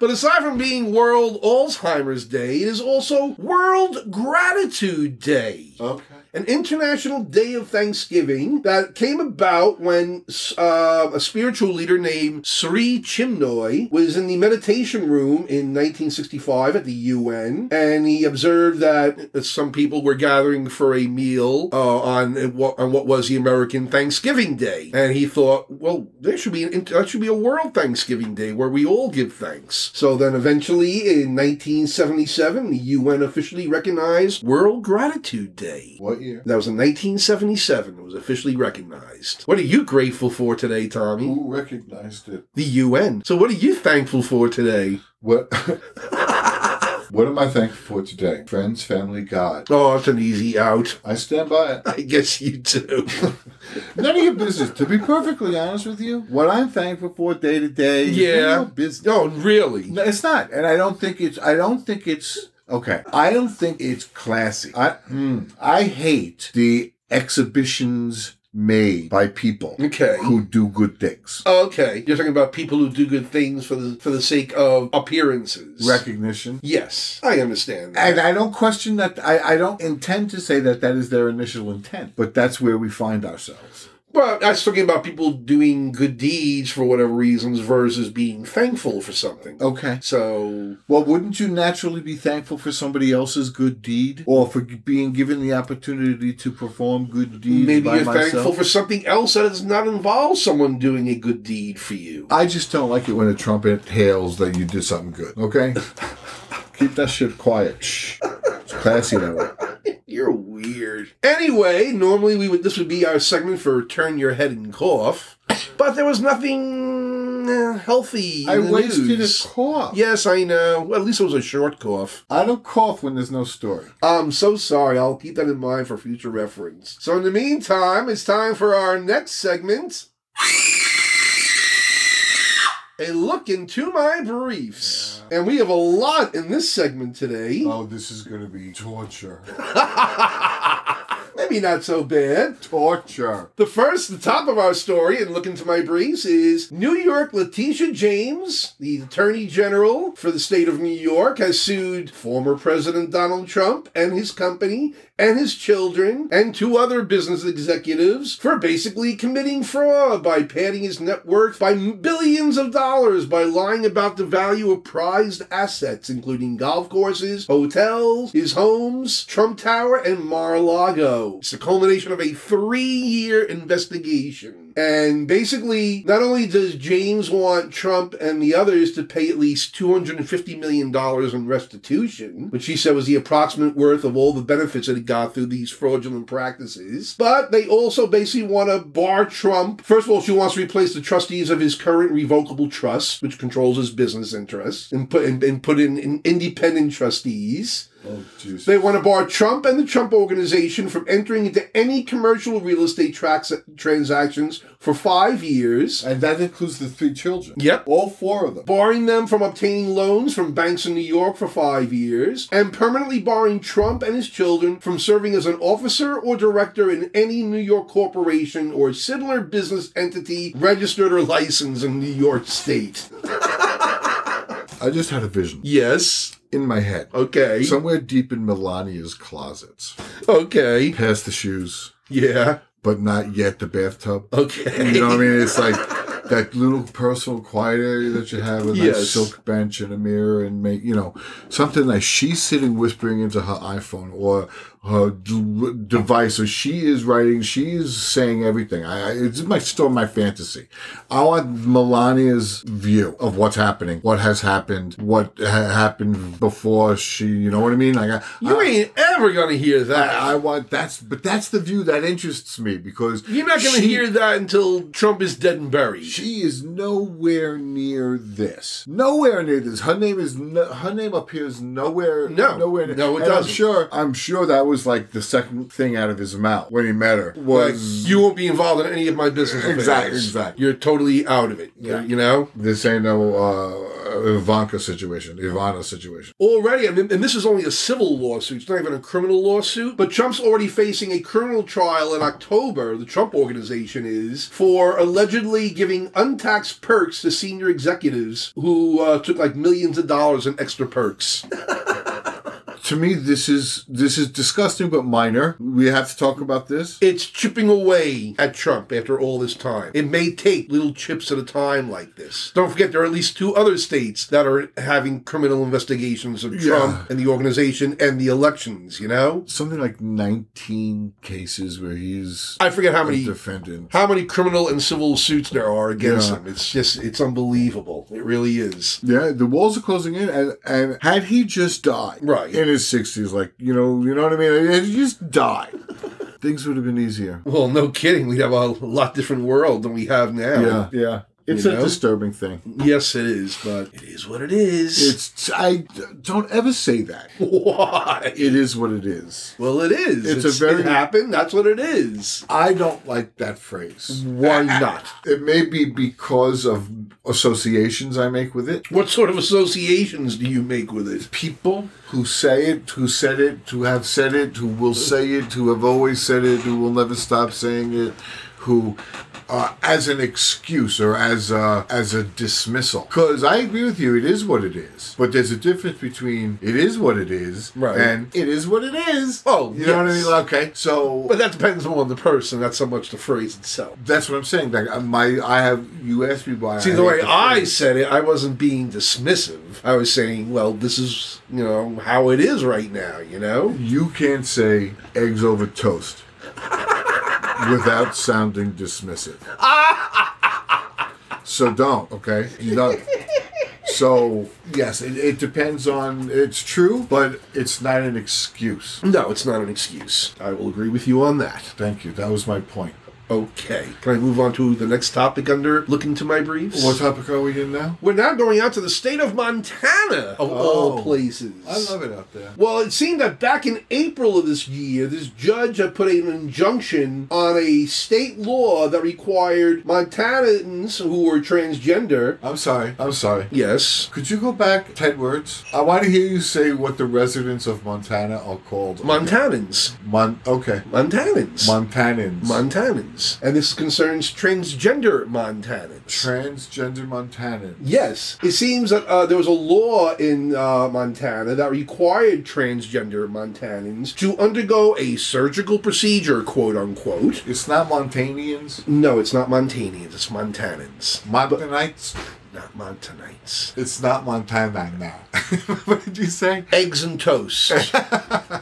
Speaker 1: But aside from being World Alzheimer's Day, it is also World Gratitude Day.
Speaker 2: okay
Speaker 1: an international day of thanksgiving that came about when uh, a spiritual leader named Sri Chimnoy was in the meditation room in 1965 at the UN, and he observed that some people were gathering for a meal uh, on what on what was the American Thanksgiving Day, and he thought, well, there should be an inter- that should be a world Thanksgiving Day where we all give thanks. So then, eventually, in 1977, the UN officially recognized World Gratitude Day.
Speaker 2: What year?
Speaker 1: That was in 1977. It was officially recognized. What are you grateful for today, Tommy?
Speaker 2: Who recognized it?
Speaker 1: The UN. So, what are you thankful for today?
Speaker 2: What? what am I thankful for today? Friends, family, God.
Speaker 1: Oh, it's an easy out.
Speaker 2: I stand by it.
Speaker 1: I guess you do.
Speaker 2: None of your business. To be perfectly honest with you, what I'm thankful for day to day, is
Speaker 1: Yeah.
Speaker 2: none of your business.
Speaker 1: no, Oh, really.
Speaker 2: No, it's not, and I don't think it's. I don't think it's okay. I don't think it's classy. I hmm, I hate the exhibitions made by people
Speaker 1: Okay.
Speaker 2: who do good things.
Speaker 1: Okay. You're talking about people who do good things for the for the sake of appearances.
Speaker 2: Recognition.
Speaker 1: Yes, I understand that.
Speaker 2: And I don't question that. I, I don't intend to say that that is their initial intent, but that's where we find ourselves.
Speaker 1: But I was talking about people doing good deeds for whatever reasons versus being thankful for something.
Speaker 2: Okay.
Speaker 1: So
Speaker 2: Well, wouldn't you naturally be thankful for somebody else's good deed or for g- being given the opportunity to perform good deeds?
Speaker 1: Maybe
Speaker 2: by
Speaker 1: you're
Speaker 2: myself?
Speaker 1: thankful for something else that does not involve someone doing a good deed for you.
Speaker 2: I just don't like it when a trumpet hails that you did something good. Okay? Keep that shit quiet. Shh. It's classy that way.
Speaker 1: You're weird. Anyway, normally we would this would be our segment for turn your head and cough, but there was nothing uh, healthy. in
Speaker 2: I
Speaker 1: the
Speaker 2: wasted a
Speaker 1: news.
Speaker 2: cough.
Speaker 1: Yes, I know. Well, at least it was a short cough.
Speaker 2: I don't cough when there's no story.
Speaker 1: I'm so sorry. I'll keep that in mind for future reference. So in the meantime, it's time for our next segment. A look into my briefs. And we have a lot in this segment today.
Speaker 2: Oh, this is going to be torture.
Speaker 1: Maybe not so bad.
Speaker 2: Torture.
Speaker 1: The first, the top of our story, and look into my briefs, is New York Letitia James, the Attorney General for the state of New York, has sued former President Donald Trump and his company and his children and two other business executives for basically committing fraud by padding his net worth by billions of dollars by lying about the value of prized assets, including golf courses, hotels, his homes, Trump Tower, and Mar-a-Lago. It's the culmination of a three-year investigation. And basically, not only does James want Trump and the others to pay at least $250 million in restitution, which he said was the approximate worth of all the benefits that he got through these fraudulent practices, but they also basically want to bar Trump. First of all, she wants to replace the trustees of his current revocable trust, which controls his business interests, and put, and, and put in, in independent trustees.
Speaker 2: Oh, jeez.
Speaker 1: They want to bar Trump and the Trump organization from entering into any commercial real estate tracks, transactions for five years,
Speaker 2: And that includes the three children.
Speaker 1: Yep.
Speaker 2: All four of them.
Speaker 1: barring them from obtaining loans from banks in New York for five years, and permanently barring Trump and his children from serving as an officer or director in any New York corporation or similar business entity registered or licensed in New York State.
Speaker 2: I just had a vision
Speaker 1: Yes.
Speaker 2: in my head.
Speaker 1: Okay.
Speaker 2: Somewhere deep in Melania's closets,
Speaker 1: okay.
Speaker 2: past the shoes,
Speaker 1: Yeah.
Speaker 2: but not yet the bathtub.
Speaker 1: Okay.
Speaker 2: You know what I mean? It's like that little personal quiet area that you have with that
Speaker 1: Yes.
Speaker 2: silk bench and a mirror and make, you know, something that she's sitting whispering into her iPhone or her d- device or she is writing, she is saying everything. I, I It's my still my fantasy. I want Melania's view of what's happening, what has happened, what ha- happened before she, you know what I mean? Like, I,
Speaker 1: You
Speaker 2: I,
Speaker 1: ain't ever gonna hear that.
Speaker 2: Uh, I, I want that's, but that's the view that interests me because
Speaker 1: You're not going to
Speaker 2: she-
Speaker 1: hear that until Trump is dead and buried.
Speaker 2: She is nowhere near this. Nowhere near this. Her name is no, her name appears nowhere.
Speaker 1: No.
Speaker 2: nowhere. Near,
Speaker 1: No, it
Speaker 2: and I'm
Speaker 1: doesn't.
Speaker 2: sure. I'm sure that was like the second thing out of his mouth when he met her was
Speaker 1: like, you won't be involved in any of my business affairs.
Speaker 2: Exactly, exactly.
Speaker 1: You're totally out of it.
Speaker 2: Yeah.
Speaker 1: You know?
Speaker 2: this ain't no uh, Ivanka situation, Ivana situation.
Speaker 1: Already, I mean, and this is only a civil lawsuit. It's not even a criminal lawsuit. But Trump's already facing a criminal trial in October, the Trump organization is, for allegedly giving untaxed perks to senior executives who uh, took like millions of dollars in extra perks.
Speaker 2: To me, this is this is disgusting but minor. We have to talk about this.
Speaker 1: It's chipping away at Trump after all this time. It may take little chips at a time like this. Don't forget, there are at least two other states that are having criminal investigations of Trump
Speaker 2: Yeah.
Speaker 1: and the organization and the elections, you know?
Speaker 2: Something like 19 cases where he's
Speaker 1: I forget how
Speaker 2: a
Speaker 1: many.
Speaker 2: defendant.
Speaker 1: How many criminal and civil suits there are against
Speaker 2: Yeah.
Speaker 1: him? It's just, it's unbelievable. It really is.
Speaker 2: Yeah, the walls are closing in, and, and had he just died,
Speaker 1: Right.
Speaker 2: in his sixties, like you know, you know what I mean, Had he just died, things would have been easier.
Speaker 1: Well, no kidding. We'd have a lot different world than we have now.
Speaker 2: Yeah, yeah, it's
Speaker 1: You
Speaker 2: a
Speaker 1: know?
Speaker 2: disturbing thing.
Speaker 1: Yes, it is, but it is what it is.
Speaker 2: It's I don't ever say that.
Speaker 1: Why?
Speaker 2: It is what it is.
Speaker 1: Well, it is.
Speaker 2: It's a very-
Speaker 1: it happened. That's what it is.
Speaker 2: I don't like that phrase.
Speaker 1: Why not?
Speaker 2: It may be because of associations I make with it.
Speaker 1: What sort of associations do you make with it?
Speaker 2: People who say it, who said it, who have said it, who will say it, who have always said it, who will never stop saying it, who, uh, as an excuse or as a, as a dismissal. Because I agree with you, it is what it is. But there's a difference between it is what it is
Speaker 1: Right.
Speaker 2: and it is what it is.
Speaker 1: Oh,
Speaker 2: you know what I
Speaker 1: yes.
Speaker 2: mean? Okay, so.
Speaker 1: But that depends more on the person, not so much the phrase itself.
Speaker 2: that's what I'm saying. Like uh, my, I have you asked me why.
Speaker 1: See,
Speaker 2: I
Speaker 1: the
Speaker 2: hate
Speaker 1: way I
Speaker 2: phrase.
Speaker 1: said it, I wasn't being dismissive. I was saying, well, this is, you know, how it is right now, you know?
Speaker 2: You can't say eggs over toast without sounding dismissive. so don't, okay? You don't. So yes, it, it depends on. It's true, but it's not an excuse.
Speaker 1: No, it's not an excuse. I will agree with you on that.
Speaker 2: Thank you. That was my point.
Speaker 1: Okay. Can I move on to the next topic under looking to my briefs?
Speaker 2: What topic are we in now?
Speaker 1: We're now going out to the state of Montana, of all
Speaker 2: Oh.
Speaker 1: places.
Speaker 2: I love it out there.
Speaker 1: Well, it seemed that back in April of this year, this judge had put an injunction on a state law that required Montanans who were transgender.
Speaker 2: I'm sorry. I'm sorry.
Speaker 1: Yes.
Speaker 2: Could you go back ten words? I want to hear you say what the residents of Montana are called.
Speaker 1: Montanans.
Speaker 2: Mon. Okay.
Speaker 1: Montanans.
Speaker 2: Montanans.
Speaker 1: Montanans. And this concerns transgender Montanans.
Speaker 2: Transgender Montanans.
Speaker 1: Yes, it seems that uh, there was a law in uh, Montana that required transgender Montanans to undergo a surgical procedure, quote unquote.
Speaker 2: It's not Montanians.
Speaker 1: No, it's not Montanans, it's Montanans,
Speaker 2: Montanites.
Speaker 1: not Montanites.
Speaker 2: It's not Montana now. what did you say?
Speaker 1: Eggs and toast.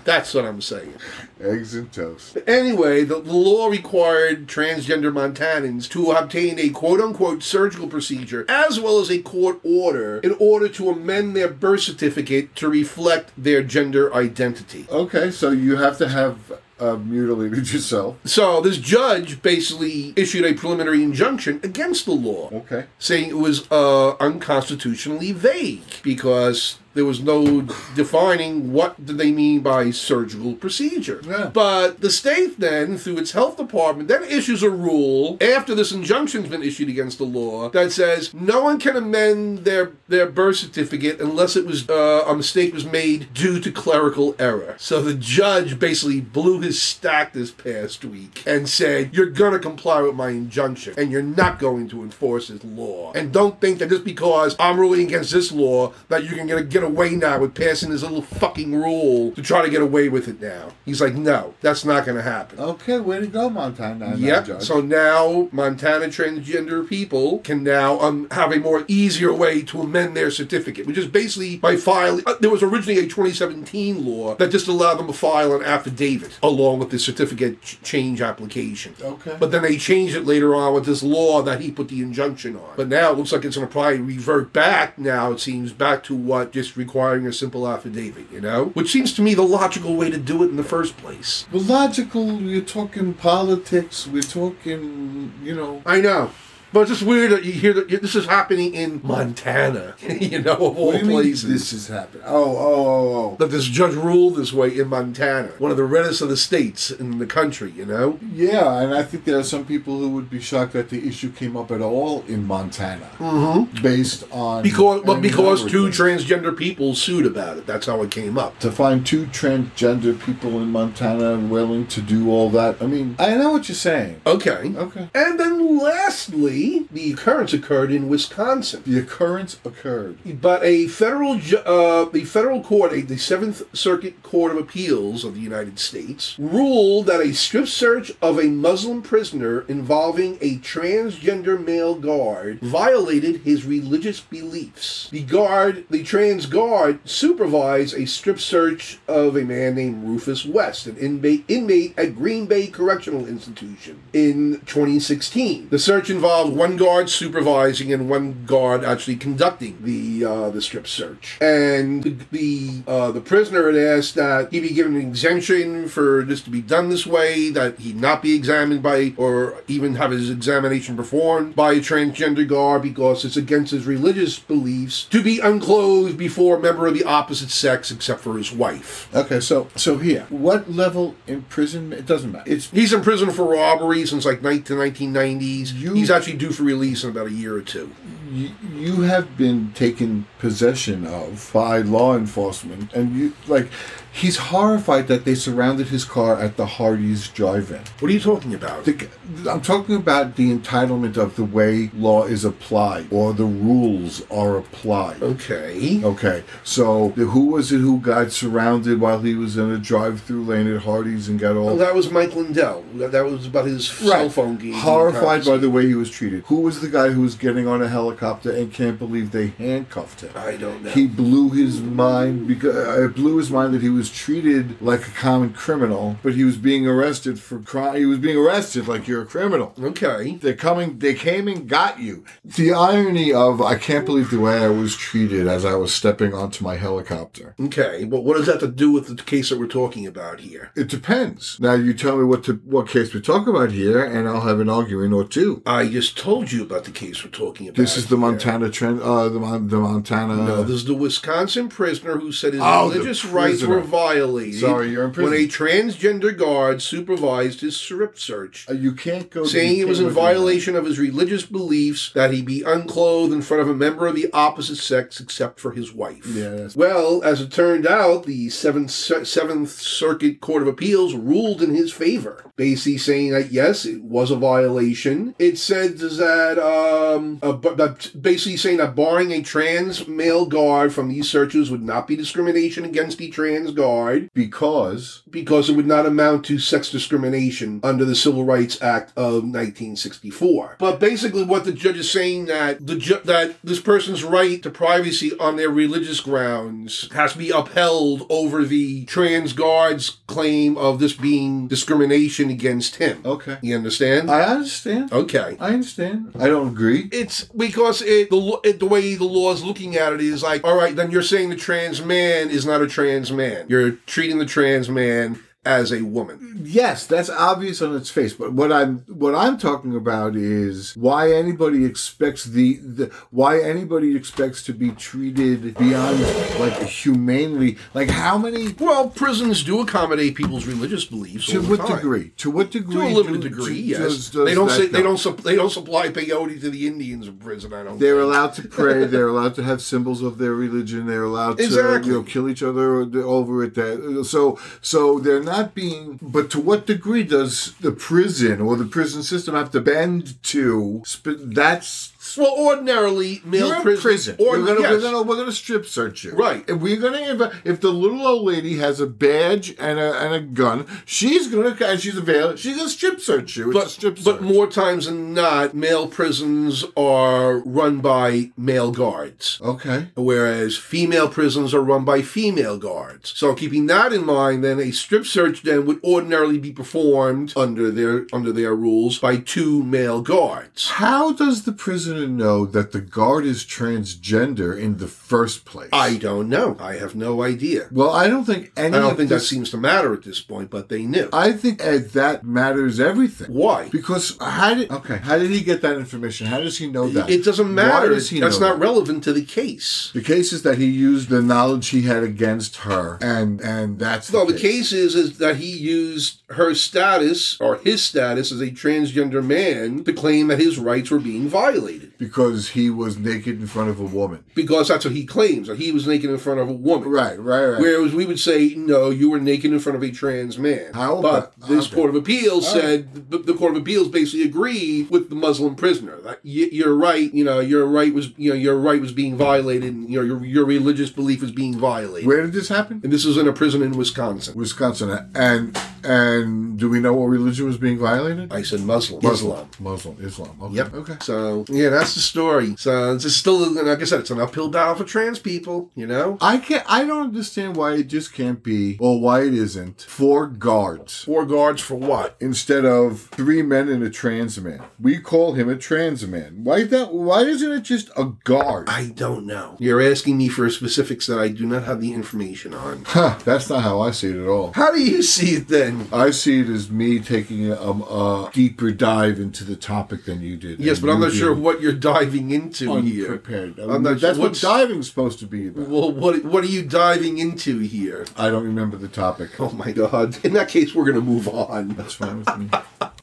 Speaker 1: That's what I'm saying.
Speaker 2: Eggs and toast.
Speaker 1: Anyway, the, the law required transgender Montanans to obtain a quote unquote surgical procedure as well as a court order in order to amend their birth certificate to reflect their gender identity.
Speaker 2: Okay, so you have to have uh, mutilated yourself.
Speaker 1: So, this judge basically issued a preliminary injunction against the law.
Speaker 2: Okay.
Speaker 1: saying it was uh, unconstitutionally vague because there was no defining what did they mean by surgical procedure.
Speaker 2: Yeah.
Speaker 1: But the state then, through its health department, then issues a rule after this injunction's been issued against the law that says no one can amend their their birth certificate unless it was uh, a mistake was made due to clerical error. So the judge basically blew his stack this past week and said you're gonna comply with my injunction and you're not going to enforce this law. And don't think that just because I'm ruling against this law that you can get get away now with passing this little fucking rule to try to get away with it now. He's like, no, that's not gonna happen.
Speaker 2: Okay, way to go, Montana. and that
Speaker 1: Yep.
Speaker 2: judge.
Speaker 1: So now Montana transgender people can now um, have a more easier way to amend their certificate, which is basically by filing. Uh, there was originally a 2017 law that just allowed them to file an affidavit along with the certificate ch- change application.
Speaker 2: Okay.
Speaker 1: But then they changed it later on with this law that he put the injunction on. But now it looks like it's going to probably revert back. Now it seems back to what just requiring a simple affidavit, you know, which seems to me the logical way to do it in the first place.
Speaker 2: Well, logical, you're talking politics, we're talking, you know.
Speaker 1: I know. But it's just weird that you hear that this is happening in Montana, you know, of all
Speaker 2: What do you mean
Speaker 1: places.
Speaker 2: this has happened? Oh, oh, oh, oh.
Speaker 1: that this judge ruled this way in Montana, one of the reddest of the states in the country, you know?
Speaker 2: Mm-hmm. Yeah, and I think there are some people who would be shocked that the issue came up at all in Montana. Mm-hmm. Based on.
Speaker 1: Because well,
Speaker 2: any
Speaker 1: because
Speaker 2: number of
Speaker 1: two
Speaker 2: things.
Speaker 1: transgender people sued about it. That's how it came up.
Speaker 2: to find two transgender people in Montana willing to do all that. I mean, I know what you're saying.
Speaker 1: Okay.
Speaker 2: Okay.
Speaker 1: And then lastly, the occurrence occurred in Wisconsin.
Speaker 2: The occurrence occurred.
Speaker 1: But a federal, ju- uh, the federal court, a, the Seventh Circuit Court of Appeals of the United States, ruled that a strip search of a Muslim prisoner involving a transgender male guard violated his religious beliefs. The guard, the trans guard, supervised a strip search of a man named Rufus West, an inmate, inmate at Green Bay Correctional Institution in 2016. The search involved one guard supervising and one guard actually conducting the uh, the strip search. And the the, uh, the prisoner had asked that he be given an exemption for this to be done this way, that he not be examined by or even have his examination performed by a transgender guard because it's against his religious beliefs to be unclothed before a member of the opposite sex except for his wife.
Speaker 2: Okay, so so here, what level imprisonment? It doesn't matter. It's
Speaker 1: He's in prison for robbery since like ni- the 1990s.
Speaker 2: You-
Speaker 1: He's actually due for release in about a year or two.
Speaker 2: you, you have been taken possession of by law enforcement, and you like. He's horrified that they surrounded his car at the Hardy's drive-in.
Speaker 1: What are you talking about?
Speaker 2: The, I'm talking about the entitlement of the way law is applied or the rules are applied.
Speaker 1: okay.
Speaker 2: Okay, so the, who was it who got surrounded while he was in a drive-through lane at Hardee's and got all
Speaker 1: Well, that was Mike Lindell. That that was about his cell phone game.
Speaker 2: horrified by the way he was treated? Who was the guy who was getting on a helicopter and can't believe they handcuffed him?
Speaker 1: I don't know.
Speaker 2: He blew his mind because uh, it blew his mind that he was treated like a common criminal, but he was being arrested for crime. He was being arrested like you're a criminal.
Speaker 1: okay.
Speaker 2: They're coming. They came and got you. The irony of I can't believe the way I was treated as I was stepping onto my helicopter.
Speaker 1: Okay. But what does that to do with the case that we're talking about here?
Speaker 2: It depends. Now you tell me what to, what case we talk about here, and I'll have an argument or two.
Speaker 1: I just told you about the case we're talking about.
Speaker 2: This is the
Speaker 1: here.
Speaker 2: Montana trend. Uh, the Mon- the Montana.
Speaker 1: No, this is the Wisconsin prisoner who said his
Speaker 2: Oh, the
Speaker 1: religious rights were
Speaker 2: prisoner.
Speaker 1: violated
Speaker 2: Sorry, you're in prison.
Speaker 1: when a transgender guard supervised his strip search.
Speaker 2: Uh, you can't go.
Speaker 1: saying
Speaker 2: you
Speaker 1: it was
Speaker 2: can't
Speaker 1: in
Speaker 2: go-
Speaker 1: violation of his religious beliefs that he be unclothed in front of a member of the opposite sex except for his wife.
Speaker 2: Yeah, that's-
Speaker 1: Well, as it turned out, the Seventh, Cir- Seventh Circuit Court of Appeals ruled in his favor, basically saying that yes, it was a violation. It said that, um, uh, bu- that basically saying that barring a trans male guard from these searches would not be discrimination against the trans disregard
Speaker 2: because
Speaker 1: because it would not amount to sex discrimination under the Civil Rights Act of 1964. But basically, what the judge is saying that the ju- that this person's right to privacy on their religious grounds has to be upheld over the trans guard's claim of this being discrimination against him. Oh,
Speaker 2: okay,
Speaker 1: You understand?
Speaker 2: I understand.
Speaker 1: okay.
Speaker 2: I understand. I don't agree.
Speaker 1: It's because it the lo- it, the way the law is looking at it is like, all right, then you're saying the trans man is not a trans man. You're treating the trans man as a woman.
Speaker 2: Yes, that's obvious on its face. But what I'm what I'm talking about is why anybody expects the, the why anybody expects to be treated beyond like humanely. Like how many
Speaker 1: Well, prisons do accommodate people's religious beliefs.
Speaker 2: to
Speaker 1: all the
Speaker 2: what
Speaker 1: time.
Speaker 2: degree? To what degree?
Speaker 1: To a limited
Speaker 2: do-
Speaker 1: degree,
Speaker 2: do-
Speaker 1: yes.
Speaker 2: does- does
Speaker 1: they don't
Speaker 2: that
Speaker 1: say, they
Speaker 2: go?
Speaker 1: don't sup- they don't supply peyote to the Indians in prison. I don't.
Speaker 2: They're
Speaker 1: think.
Speaker 2: allowed to pray. They're allowed to have symbols of their religion. They're allowed to
Speaker 1: Exactly.
Speaker 2: you know, kill each other over it. That so so they're not being. But to what degree does the prison or the prison system have to bend to? sp- That's
Speaker 1: well, ordinarily male
Speaker 2: you're in
Speaker 1: prison.
Speaker 2: prison.
Speaker 1: Or,
Speaker 2: we're, gonna,
Speaker 1: yes.
Speaker 2: we're gonna we're gonna strip search you.
Speaker 1: Right.
Speaker 2: If we're gonna inv- if the little old lady has a badge and a and a gun, she's gonna and she's available. She's gonna strip search you. It's a
Speaker 1: but,
Speaker 2: strip search.
Speaker 1: but more times than not, male prisons are run by male guards.
Speaker 2: okay.
Speaker 1: whereas female prisons are run by female guards. So keeping that in mind, then a strip search then would ordinarily be performed under their under their rules by two male guards.
Speaker 2: How does the prisoner know that the guard is transgender in the first place?
Speaker 1: I don't know. I have no idea.
Speaker 2: well, I don't think any.
Speaker 1: I don't
Speaker 2: of
Speaker 1: think that
Speaker 2: this,
Speaker 1: seems to matter at this point, but they knew.
Speaker 2: I think uh, that matters everything.
Speaker 1: Why?
Speaker 2: Because how did okay? How did he get that information? How does he know that?
Speaker 1: It doesn't matter.
Speaker 2: Why does he
Speaker 1: That's
Speaker 2: know
Speaker 1: not
Speaker 2: that?
Speaker 1: relevant to the case.
Speaker 2: The case is that he used the knowledge he had against her, and and that's
Speaker 1: No, the case is, is that he used her status or his status as a transgender man to claim that his rights were being violated.
Speaker 2: because he was naked in front of a woman.
Speaker 1: because that's what he claims that he was naked in front of a woman.
Speaker 2: Right, right, right.
Speaker 1: Whereas we would say, no, you were naked in front of a trans man.
Speaker 2: How
Speaker 1: but
Speaker 2: about-
Speaker 1: this
Speaker 2: okay.
Speaker 1: Court of Appeals
Speaker 2: All
Speaker 1: said, the, the Court of Appeals basically agreed with the Muslim prisoner that y- your right, you know, your right was, you know, your right was being violated and your, your, your religious belief was being violated.
Speaker 2: Where did this happen?
Speaker 1: and this was in a prison in Wisconsin.
Speaker 2: Wisconsin, and and do we know what religion was being violated?
Speaker 1: I said Muslim. Islam.
Speaker 2: Muslim, Islam. Okay.
Speaker 1: Yep.
Speaker 2: Okay.
Speaker 1: So, yeah, that's the story. So, it's still, like I said, it's an uphill battle for trans people, you know?
Speaker 2: I can't. I don't understand why it just can't be, or why it isn't, four guards
Speaker 1: Four guards for what?
Speaker 2: instead of three men and a trans man. We call him a trans man. Why that? Why isn't it just a guard?
Speaker 1: I don't know. You're asking me for specifics that I do not have the information on.
Speaker 2: Huh, that's not how I see it at all.
Speaker 1: How do you see it then?
Speaker 2: I see it as me taking a, um, a deeper dive into the topic than you did.
Speaker 1: Yes,
Speaker 2: and
Speaker 1: but I'm
Speaker 2: you
Speaker 1: not sure
Speaker 2: being
Speaker 1: what you're diving into here.
Speaker 2: Unprepared. I
Speaker 1: I'm not
Speaker 2: that's
Speaker 1: sure
Speaker 2: what
Speaker 1: what's-
Speaker 2: diving's supposed to be about.
Speaker 1: Well, what what are you diving into here?
Speaker 2: I don't remember the topic.
Speaker 1: Oh my God! In that case, we're gonna move on.
Speaker 2: That's fine with me.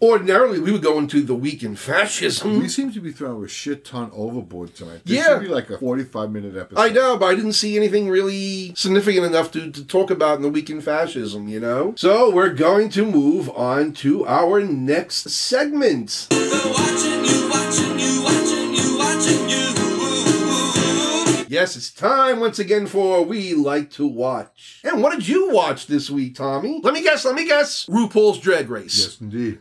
Speaker 1: Ordinarily, we would go into the week in
Speaker 2: We
Speaker 1: fascism.
Speaker 2: seem to be throwing a shit ton overboard tonight. This
Speaker 1: Yeah.
Speaker 2: should be like a 45 minute episode.
Speaker 1: I know, but I didn't see anything really significant enough to, to talk about in the week in fascism, you know? So we're going to move on to our next segment.
Speaker 5: Watching you, watching you, watching you, watching you.
Speaker 1: Yes, it's time once again for We Like to Watch. And what did you watch this week, Tommy? Let me guess, let me guess. RuPaul's Drag Race.
Speaker 2: Yes, indeed.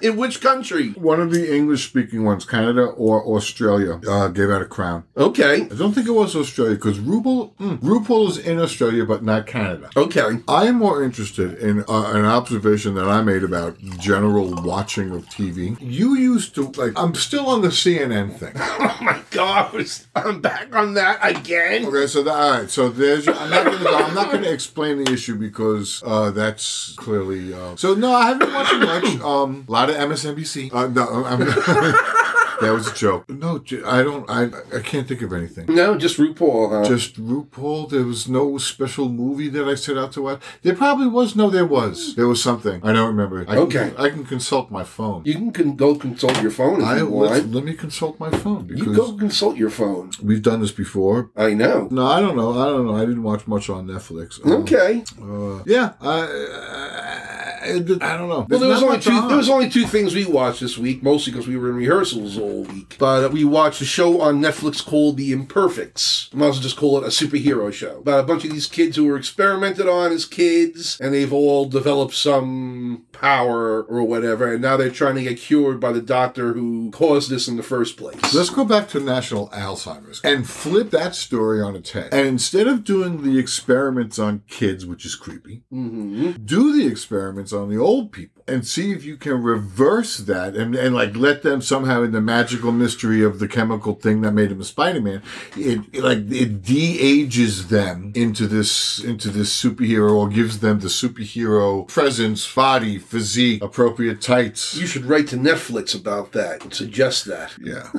Speaker 1: In which country?
Speaker 2: One of the English speaking ones, Canada or Australia, uh, gave out a crown.
Speaker 1: Okay.
Speaker 2: I don't think it was Australia because RuPaul, mm, RuPaul is in Australia, but not Canada.
Speaker 1: Okay.
Speaker 2: I am more interested in uh, an observation that I made about general watching of TV. You used to, like, I'm still on the CNN thing.
Speaker 1: Oh my god, I'm back on that again.
Speaker 2: Okay, so that, all right, so there's. I'm not gonna. I'm not gonna explain the issue because uh, that's clearly. Uh, so no, I haven't watched much. Um, a lot of MSNBC. Uh, no, I'm. that was a joke. No, j- I don't. I I can't think of anything.
Speaker 1: No, just RuPaul, huh?
Speaker 2: Just RuPaul. There was no special movie that I set out to watch. There probably was. No, there was. There was something. I don't remember. I
Speaker 1: Okay.
Speaker 2: Can, I can consult my phone.
Speaker 1: you can con- go consult your phone if
Speaker 2: I
Speaker 1: you
Speaker 2: let,
Speaker 1: want.
Speaker 2: let me consult my phone
Speaker 1: You go
Speaker 2: because
Speaker 1: consult your phone.
Speaker 2: we've done this before.
Speaker 1: I know.
Speaker 2: No, I don't Mm. know. I don't know. I didn't watch much on Netflix. Um,
Speaker 1: Okay.
Speaker 2: Uh, yeah, I, I, I don't know.
Speaker 1: Well, there was
Speaker 2: not
Speaker 1: only
Speaker 2: much
Speaker 1: two.
Speaker 2: on.
Speaker 1: There was only two things we watched this week, mostly because we were in rehearsals all week. But uh, we watched a show on Netflix called The Imperfects. I might as well just call it a superhero show about a bunch of these kids who were experimented on as kids, and they've all developed some power or whatever, and now they're trying to get cured by the doctor who caused this in the first place.
Speaker 2: Let's go back to National Alzheimer's and flip that story on its head. And instead of doing the experiments on kids, which is creepy, do the experiments on the old people and see if you can reverse that and, and like let them somehow in the magical mystery of the chemical thing that made him a Spider-Man, it, it like it de-ages them into this into this superhero or gives them the superhero presence, body, physique, appropriate tights.
Speaker 1: you should write to Netflix about that and suggest that.
Speaker 2: Yeah.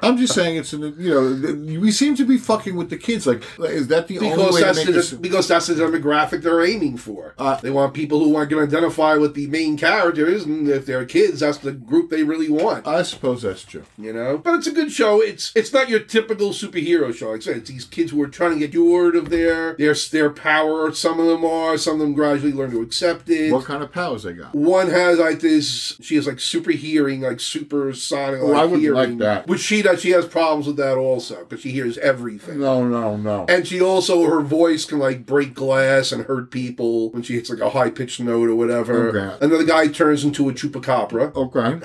Speaker 2: I'm just saying it's an you know th- we seem to be fucking with the kids like like, is that the only
Speaker 1: Because
Speaker 2: way to
Speaker 1: that's,
Speaker 2: make
Speaker 1: the,
Speaker 2: this
Speaker 1: because that's the demographic they're aiming for.
Speaker 2: Uh,
Speaker 1: they want people who aren't going to identify with the main characters, and if they're kids, that's the group they really want.
Speaker 2: I suppose that's true.
Speaker 1: you know, but it's a good show. It's it's not your typical superhero show. Like I said, it's these kids who are trying to get cured of their their their power. Some of them are. Some of them gradually learn to accept it.
Speaker 2: What kind of powers they got?
Speaker 1: One has like this. She has like super hearing, like super sonic.
Speaker 2: Oh, I would like that.
Speaker 1: Which she does. She has problems with that also because she hears everything.
Speaker 2: No, no, no.
Speaker 1: And she also her voice can like break glass and hurt people when she hits like a high pitched note or whatever.
Speaker 2: Okay.
Speaker 1: Another guy turns into a chupacabra,
Speaker 2: Okay.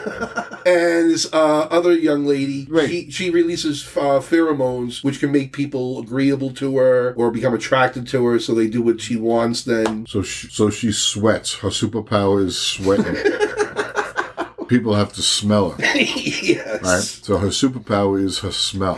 Speaker 1: and this uh, other young lady,
Speaker 2: Right.
Speaker 1: she, she releases uh, pheromones which can make people agreeable to her or become attracted to her, so they do what she wants. Then
Speaker 2: So she, so she sweats. Her superpower is sweating. People have to smell her,
Speaker 1: yes.
Speaker 2: right? So her superpower is her smell.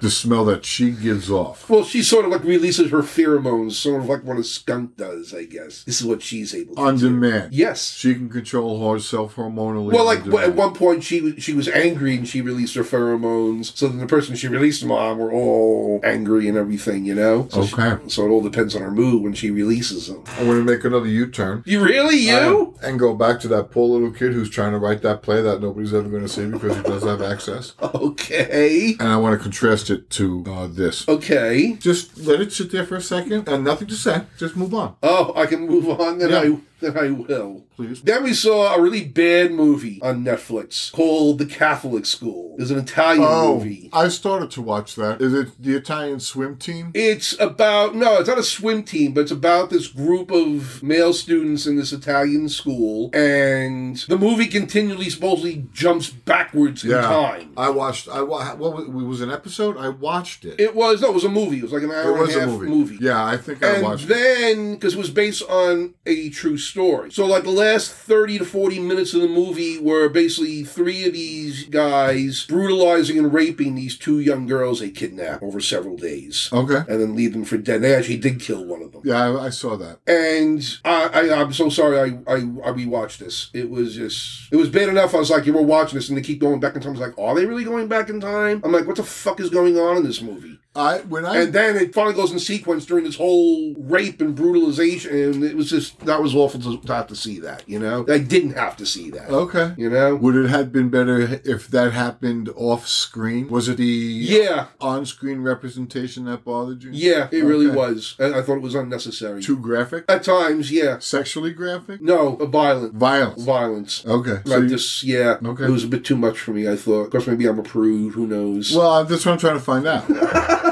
Speaker 2: The smell that she gives off.
Speaker 1: Well, she sort of like releases her pheromones, sort of like what a skunk does, I guess. This is what she's able to
Speaker 2: On
Speaker 1: do.
Speaker 2: demand.
Speaker 1: Yes.
Speaker 2: She can control herself hormonally.
Speaker 1: Well,
Speaker 2: on
Speaker 1: like w- at
Speaker 2: demand.
Speaker 1: one point, she was she was angry and she released her pheromones. So then the person she released them on were all angry and everything, you know. So she-
Speaker 2: Okay.
Speaker 1: so it all depends on her mood when she releases them.
Speaker 2: I'm going to make another U-turn.
Speaker 1: You really you?
Speaker 2: And, and go back to that poor little kid who's trying to write that play that nobody's ever going to see because he does have access.
Speaker 1: okay.
Speaker 2: And I want to contrast it to uh, this.
Speaker 1: Okay.
Speaker 2: Just let it sit there for a second and nothing to say. Just move on.
Speaker 1: Oh, I can move on. Then
Speaker 2: Yeah.
Speaker 1: I then I will.
Speaker 2: Please.
Speaker 1: Then we saw a really bad movie on Netflix called The Catholic School. It's an Italian movie.
Speaker 2: Oh, I started to watch that. Is it the Italian swim team?
Speaker 1: It's about no, it's not a swim team, but it's about this group of male students in this Italian school, and the movie continually supposedly jumps backwards in time.
Speaker 2: I watched. I wa- what was, it was an episode. I watched it.
Speaker 1: It was no, it was a movie. It was like an hour
Speaker 2: It was
Speaker 1: and
Speaker 2: a
Speaker 1: a half
Speaker 2: movie.
Speaker 1: movie.
Speaker 2: Yeah, I think I
Speaker 1: And
Speaker 2: watched. it.
Speaker 1: then, because it was based on a true story. So, like, the last 30 to 40 minutes of the movie were basically three of these guys brutalizing and raping these two young girls they kidnapped over several days.
Speaker 2: Okay.
Speaker 1: And then leave them for dead. They actually did kill one of them.
Speaker 2: Yeah, I, I saw that.
Speaker 1: And I, I, I'm so sorry I, I, I rewatched this. It was just, it was bad enough. I was like, you were watching this and they keep going back in time. I was like, are they really going back in time? I'm like, what the fuck is going on in this movie?
Speaker 2: I when I
Speaker 1: And then it finally goes in sequence during this whole rape and brutalization. And it was just, that was awful to, to have to see that, you know? I didn't have to see that,
Speaker 2: okay.
Speaker 1: you know?
Speaker 2: Would it have been better if that happened off screen? Was it the
Speaker 1: Yeah,
Speaker 2: on screen representation that bothered you?
Speaker 1: yeah, it really
Speaker 2: Okay.
Speaker 1: was. I, I thought it was unnecessary.
Speaker 2: Too graphic?
Speaker 1: At times, yeah.
Speaker 2: Sexually graphic?
Speaker 1: No, violent.
Speaker 2: Violence.
Speaker 1: Violence.
Speaker 2: okay. So
Speaker 1: Like
Speaker 2: you-
Speaker 1: this, yeah.
Speaker 2: Okay.
Speaker 1: It was a bit too much for me, I thought. Of course, maybe I'm a prude, who knows?
Speaker 2: well, uh, that's what I'm trying to find out.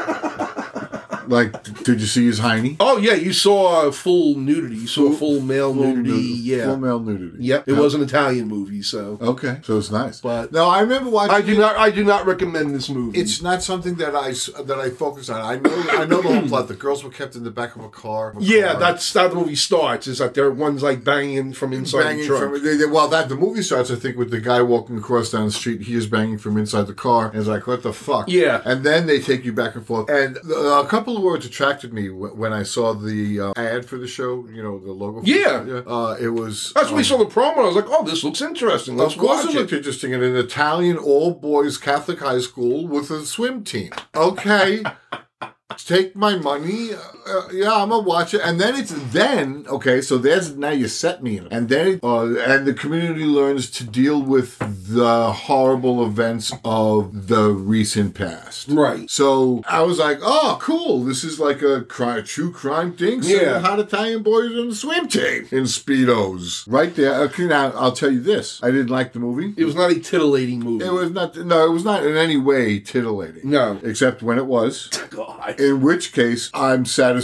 Speaker 2: like, d- did you see his hiney?
Speaker 1: oh, yeah, you saw uh, full nudity. You saw full male nudity, yeah.
Speaker 2: Full male nudity.
Speaker 1: Yep, it
Speaker 2: Yeah.
Speaker 1: was an Italian movie, so.
Speaker 2: Okay. So it's nice.
Speaker 1: But-
Speaker 2: no, I remember watching.
Speaker 1: I do not. I do not recommend this movie.
Speaker 2: It's not something that I s- that I focus on. I know I know the whole plot. The girls were kept in the back of a car. of a
Speaker 1: Yeah,
Speaker 2: car.
Speaker 1: that's how the movie starts. Is that there are ones like banging from inside
Speaker 2: banging
Speaker 1: the trunk.
Speaker 2: from they, they, well that the movie starts I think with the guy walking across down the street he is banging from inside the car and it's like what the fuck
Speaker 1: Yeah.
Speaker 2: and then they take you back and forth and uh, a couple of words attracted me wh- when I saw the uh, ad for the show you know the logo for the
Speaker 1: Yeah.
Speaker 2: show, uh, it was
Speaker 1: That's when we
Speaker 2: um,
Speaker 1: saw the promo. I was like, "Oh, this looks interesting. Let's
Speaker 2: of course
Speaker 1: watch
Speaker 2: it
Speaker 1: it."
Speaker 2: looked interesting in an Italian all boys Catholic high school with a swim team okay take my money uh, yeah, I'm gonna watch it, and then it's then okay. So there's now you set me in, and then it, uh, and the community learns to deal with the horrible events of the recent past.
Speaker 1: Right.
Speaker 2: So I was like, oh, cool. This is like a crime, true crime thing. So
Speaker 1: Yeah.
Speaker 2: hot Italian boys on the swim team in speedos, right there. Okay, now I'll tell you this. I didn't like the movie.
Speaker 1: It was not a titillating movie.
Speaker 2: It was not. No, it was not in any way titillating.
Speaker 1: No.
Speaker 2: except when it was.
Speaker 1: God.
Speaker 2: In which case, I'm satisfied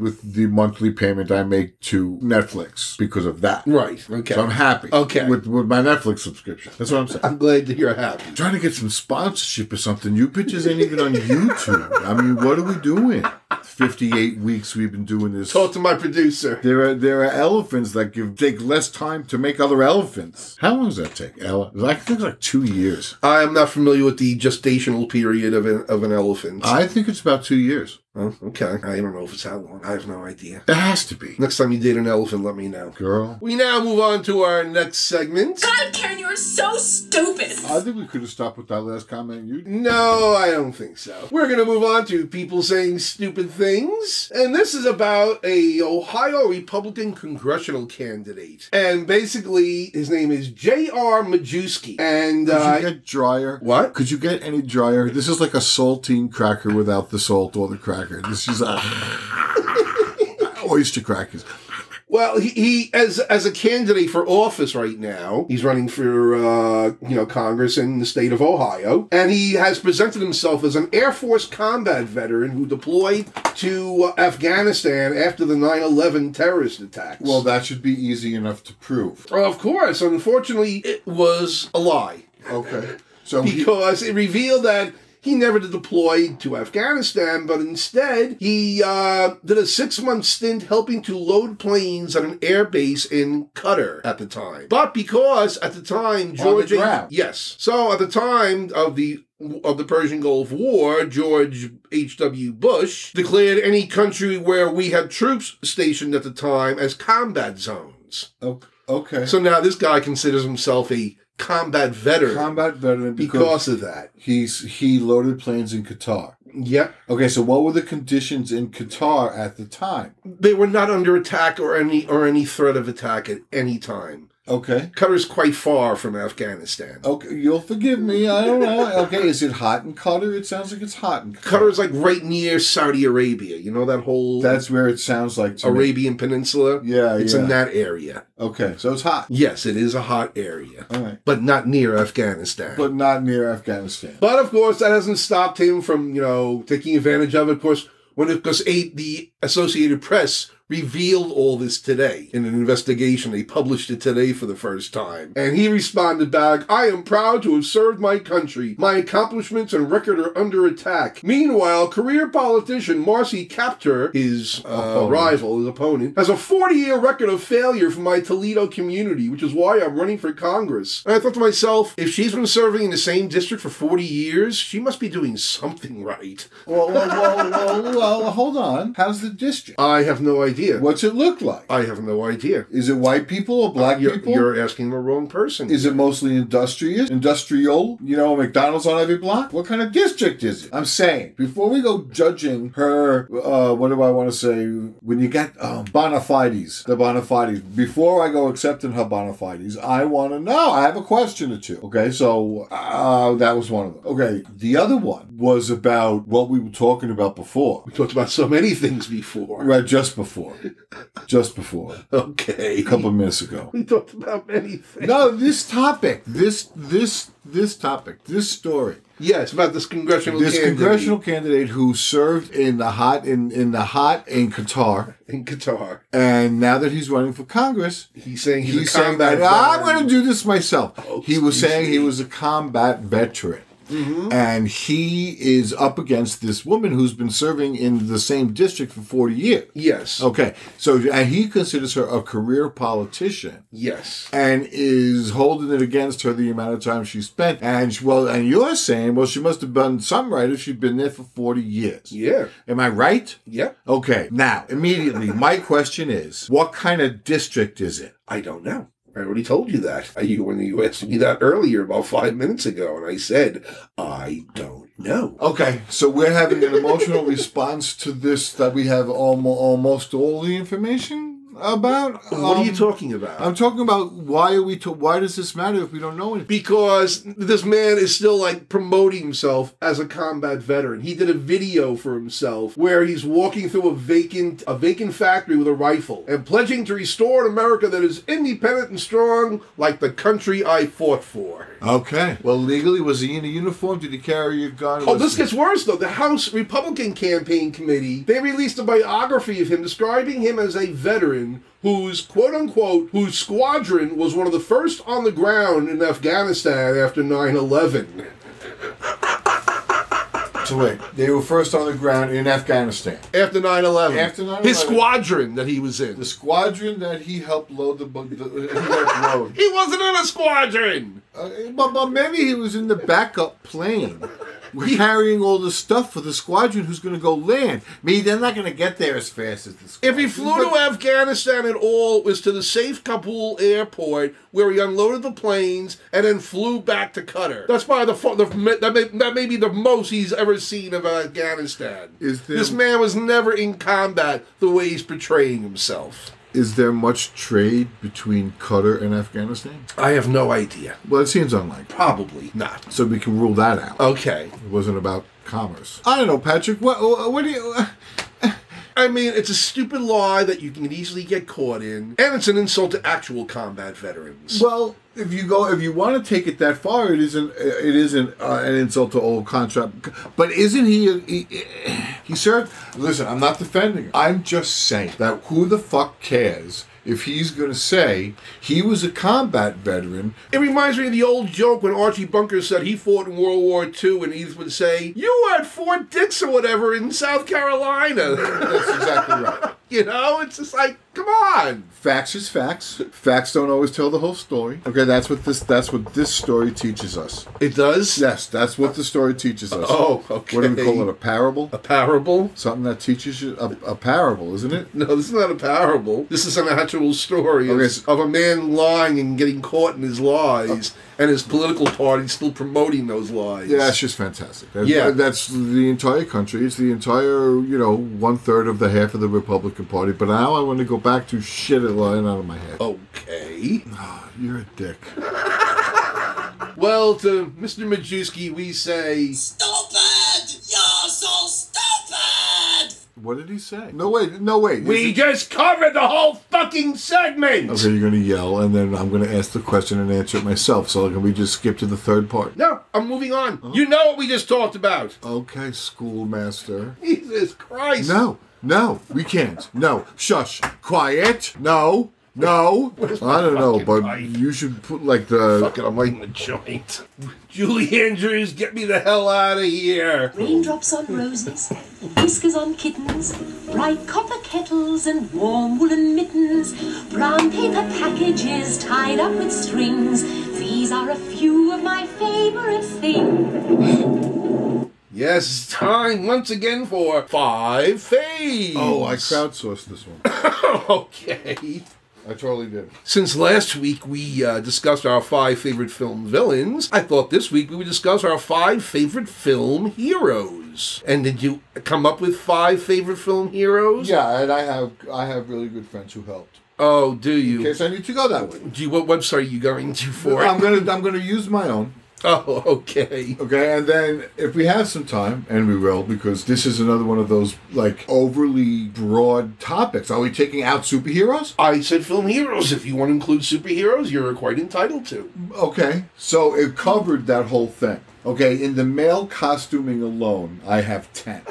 Speaker 2: with the monthly payment I make to Netflix because of that.
Speaker 1: Right. Okay.
Speaker 2: So I'm happy.
Speaker 1: Okay.
Speaker 2: With with my Netflix subscription. That's what I'm saying.
Speaker 1: I'm glad that you're happy.
Speaker 2: Trying to get some sponsorship or something. You bitches ain't even on YouTube. I mean, what are we doing? 58 weeks we've been doing this.
Speaker 1: Talk to my producer.
Speaker 2: There are there are elephants that give take less time to make other elephants. How long does that take? Ele- like, I think it's like two years.
Speaker 1: I am not familiar with the gestational period of an, of an elephant.
Speaker 2: I think it's about two years.
Speaker 1: oh, okay. I don't know if it's that long. I have no idea.
Speaker 2: It has to be.
Speaker 1: Next time you date an elephant, let me know.
Speaker 2: Girl.
Speaker 1: We now move on to our next segment.
Speaker 6: God, Karen, you are so stupid.
Speaker 2: I think we could have stopped with that last comment. You
Speaker 1: No, I don't think so. We're going to move on to people saying stupid things. And this is about a Ohio Republican congressional candidate. And basically, his name is J.R. Majewski. And,
Speaker 2: could
Speaker 1: uh,
Speaker 2: you get drier?
Speaker 1: What?
Speaker 2: Could you get any drier? This is like a saltine cracker without the salt or the cracker. This is a oyster crackers.
Speaker 1: well, he, he as as a candidate for office right now, he's running for uh, you know Congress in the state of Ohio, and he has presented himself as an Air Force combat veteran who deployed to Afghanistan after the 9/11 terrorist attacks.
Speaker 2: Well, that should be easy enough to prove.
Speaker 1: Well, Of course. Unfortunately, it was a lie
Speaker 2: Okay. So he-
Speaker 1: because it revealed that he never deployed to Afghanistan, but instead he uh, did a six month stint helping to load planes at an air base in Qatar at the time. But because at the time George,
Speaker 2: ground.
Speaker 1: yes, so at the time of the of the Persian Gulf War, George H.W. Bush declared any country where we had troops stationed at the time as combat zones.
Speaker 2: o- okay.
Speaker 1: So now this guy considers himself a combat veteran
Speaker 2: combat veteran because,
Speaker 1: because of that.
Speaker 2: he's he loaded planes in Qatar.
Speaker 1: Yep.
Speaker 2: Okay, so what were the conditions in Qatar at the time?
Speaker 1: They were not under attack or any or any threat of attack at any time.
Speaker 2: Okay.
Speaker 1: Qatar's quite far from Afghanistan.
Speaker 2: Okay, you'll forgive me. I don't know. Okay, is it hot in Qatar? It sounds like it's hot in Qatar.
Speaker 1: Qatar's like right near Saudi Arabia. You know that whole
Speaker 2: That's where it sounds like to me.
Speaker 1: Arabian Peninsula?
Speaker 2: Yeah,
Speaker 1: It's
Speaker 2: yeah.
Speaker 1: in that area.
Speaker 2: Okay, so it's hot.
Speaker 1: Yes, it is a hot area.
Speaker 2: All right.
Speaker 1: But not near Afghanistan.
Speaker 2: But not near Afghanistan.
Speaker 1: But of course, that hasn't stopped him from you know taking advantage of it. Of course, when of course eight, the Associated Press revealed all this today in an investigation. They published it today for the first time, and he responded back, "I am proud to have served my country. My accomplishments and record are under attack. Meanwhile, career politician Marcy Kaptur, his uh,
Speaker 2: Opponent.
Speaker 1: rival, his opponent, has a 40-year record of failure for my Toledo community, which is why I'm running for Congress." And I thought to myself, if she's been serving in the same district for 40 years, she must be doing something right.
Speaker 2: well, well, well, well, well, hold on. How's the district?
Speaker 1: I have no idea.
Speaker 2: What's it look like?
Speaker 1: I have no idea.
Speaker 2: Is it white people or black
Speaker 1: Uh, You're,
Speaker 2: people?
Speaker 1: you're asking the wrong person.
Speaker 2: Is it mostly industrious? Industrial? You know, McDonald's on every block? What kind of district is it? I'm saying, before we go judging her, uh, what do I want to say? When you get um, bona fides, the bona fides, before I go accepting her bona fides, I want to know. I have a question or two. Okay, so uh, that was one of them. Okay, the other one was about what we were talking about before.
Speaker 1: we talked about so many things before.
Speaker 2: Right, just before. Just before.
Speaker 1: Okay.
Speaker 2: A couple of minutes ago.
Speaker 1: We talked about many things.
Speaker 2: No, this topic, this this this topic, this story,
Speaker 1: Yes, about this congressional
Speaker 2: this
Speaker 1: candidate
Speaker 2: congressional candidate who served in the hot in in the hot in Qatar,
Speaker 1: in Qatar.
Speaker 2: and now that he's running for Congress,
Speaker 1: He's saying he's,
Speaker 2: he's
Speaker 1: a
Speaker 2: saying
Speaker 1: combat
Speaker 2: that "Ah, I'm
Speaker 1: veteran."
Speaker 2: going to do this myself.
Speaker 1: Oh,
Speaker 2: he was
Speaker 1: excuse
Speaker 2: saying
Speaker 1: me. Mm-hmm.
Speaker 2: he was a combat veteran. And he is up against this woman who's been serving in the same district for 40 years.
Speaker 1: Yes.
Speaker 2: Okay. So and he considers her a career politician
Speaker 1: Yes.
Speaker 2: and is holding it against her the amount of time she spent. And she, well, and you're saying, well, she must have done some right if she'd been there for 40 years.
Speaker 1: Yeah.
Speaker 2: Am I right?
Speaker 1: Yeah.
Speaker 2: Okay. Now, immediately, my question is, what kind of district is it?
Speaker 1: I don't know. I already told you that. You when you asked me that earlier about five minutes ago, and I said I don't know.
Speaker 2: Okay, so we're having an emotional response to this that we have almo- almost all the information about.
Speaker 1: what are you
Speaker 2: Um,
Speaker 1: talking about?
Speaker 2: I'm talking about why are we? To- why does this matter if we don't know anything?
Speaker 1: because this man is still like promoting himself as a combat veteran. He did a video for himself where he's walking through a vacant a vacant factory with a rifle and pledging to restore an America that is independent and strong like the country I fought for.
Speaker 2: Okay. Well, legally, was he in a uniform? Did he carry a gun?
Speaker 1: Oh,
Speaker 2: Was
Speaker 1: this
Speaker 2: he-
Speaker 1: gets worse though. The House Republican Campaign Committee, they released a biography of him describing him as a veteran whose quote unquote whose squadron was one of the first on the ground in Afghanistan after 9/11.
Speaker 2: So wait, they were first on the ground in Afghanistan.
Speaker 1: After 9 11.
Speaker 2: After 9/11.
Speaker 1: His squadron that he was in.
Speaker 2: The squadron that he helped load the, bu- the uh, he helped load.
Speaker 1: He wasn't in a squadron!
Speaker 2: Uh, but, but maybe he was in the backup plane. We're carrying all the stuff for the squadron who's going to go land. Me, they're not going to get there as fast as the
Speaker 1: If
Speaker 2: squadron.
Speaker 1: he flew to Afghanistan at all, it was to the safe Kabul airport where he unloaded the planes and then flew back to Qatar. That's probably the, fu- the that, may, that may be the most he's ever seen of Afghanistan.
Speaker 2: Is there-
Speaker 1: this man was never in combat the way he's portraying himself.
Speaker 2: Is there much trade between Qatar and Afghanistan?
Speaker 1: I have no idea.
Speaker 2: Well, it seems unlikely.
Speaker 1: Probably not.
Speaker 2: So we can rule that out.
Speaker 1: Okay.
Speaker 2: It wasn't about commerce. I don't know, Patrick. What? What do you?
Speaker 1: I mean, it's a stupid lie that you can easily get caught in, and it's an insult to actual combat veterans.
Speaker 2: Well, if you go, if you want to take it that far, it isn't. It isn't uh, an insult to old contract. But isn't he? He, he served. Listen, I'm not defending him. I'm just saying that who the fuck cares if he's going to say he was a combat veteran?
Speaker 1: It reminds me of the old joke when Archie Bunker said he fought in World War II, and he would say, "You were at Fort Dix or whatever in South Carolina."
Speaker 2: That's exactly right.
Speaker 1: you know, it's just like, come on.
Speaker 2: Facts is facts. Facts don't always tell the whole story. Okay, that's what this. That's what this story teaches us.
Speaker 1: It does.
Speaker 2: Yes, that's what the story teaches us.
Speaker 1: Oh, okay.
Speaker 2: What do we call it? A parable?
Speaker 1: A parable?
Speaker 2: Something that teaches you a, a parable, isn't it?
Speaker 1: No, this is not a parable. This is an actual story of-
Speaker 2: Okay, so-
Speaker 1: of a man lying and getting caught in his lies, and his political party still promoting those lies.
Speaker 2: Oh. Yeah, it's just fantastic. That's,
Speaker 1: Yeah.
Speaker 2: that's the entire country. It's the entire, you know, one third of the half of the Republican Party. But now I want to go back to shit it lying out of my head. Ah,
Speaker 1: Okay.
Speaker 2: You're a dick.
Speaker 1: Well, to Mr. Majewski, we say.
Speaker 5: Stupid! You're so stupid!
Speaker 2: What did he say? No wait, no wait.
Speaker 1: We just covered the whole fucking segment!
Speaker 2: Okay, you're gonna yell, and then I'm gonna ask the question and answer it myself. So can we just skip to the third part?
Speaker 1: No, I'm moving on. You know what we just talked about.
Speaker 2: Okay, schoolmaster.
Speaker 1: Jesus Christ.
Speaker 2: No, no, we can't. No, shush, quiet. No, no. I don't know, but
Speaker 1: mic?
Speaker 2: you should put like the.
Speaker 1: Fuck it, I'm lighting the joint. Julie Andrews, get me the hell out of here.
Speaker 7: Raindrops on roses, whiskers on kittens, bright copper kettles and warm woolen mittens, brown paper packages tied up with strings. These are a few of my favorite things.
Speaker 1: Yes, it's time once again for Five Faves.
Speaker 2: Oh, I crowdsourced this one.
Speaker 1: Okay.
Speaker 2: I totally did.
Speaker 1: Since last week we uh, discussed our five favorite film villains, I thought this week we would discuss our five favorite film heroes. And did you come up with five favorite film heroes?
Speaker 2: Yeah, and I have I have really good friends who helped.
Speaker 1: Oh, do you?
Speaker 2: Okay, so I need to go that way.
Speaker 1: Do you, what website are you going to for
Speaker 2: I'm
Speaker 1: it?
Speaker 2: gonna I'm gonna use my own.
Speaker 1: Oh, okay.
Speaker 2: Okay, and then if we have some time, and we will, because this is another one of those like overly broad topics. Are we taking out superheroes?
Speaker 1: I said film heroes. If you want to include superheroes, you're quite entitled to.
Speaker 2: Okay, so it covered that whole thing. Okay, in the male costuming alone, I have ten.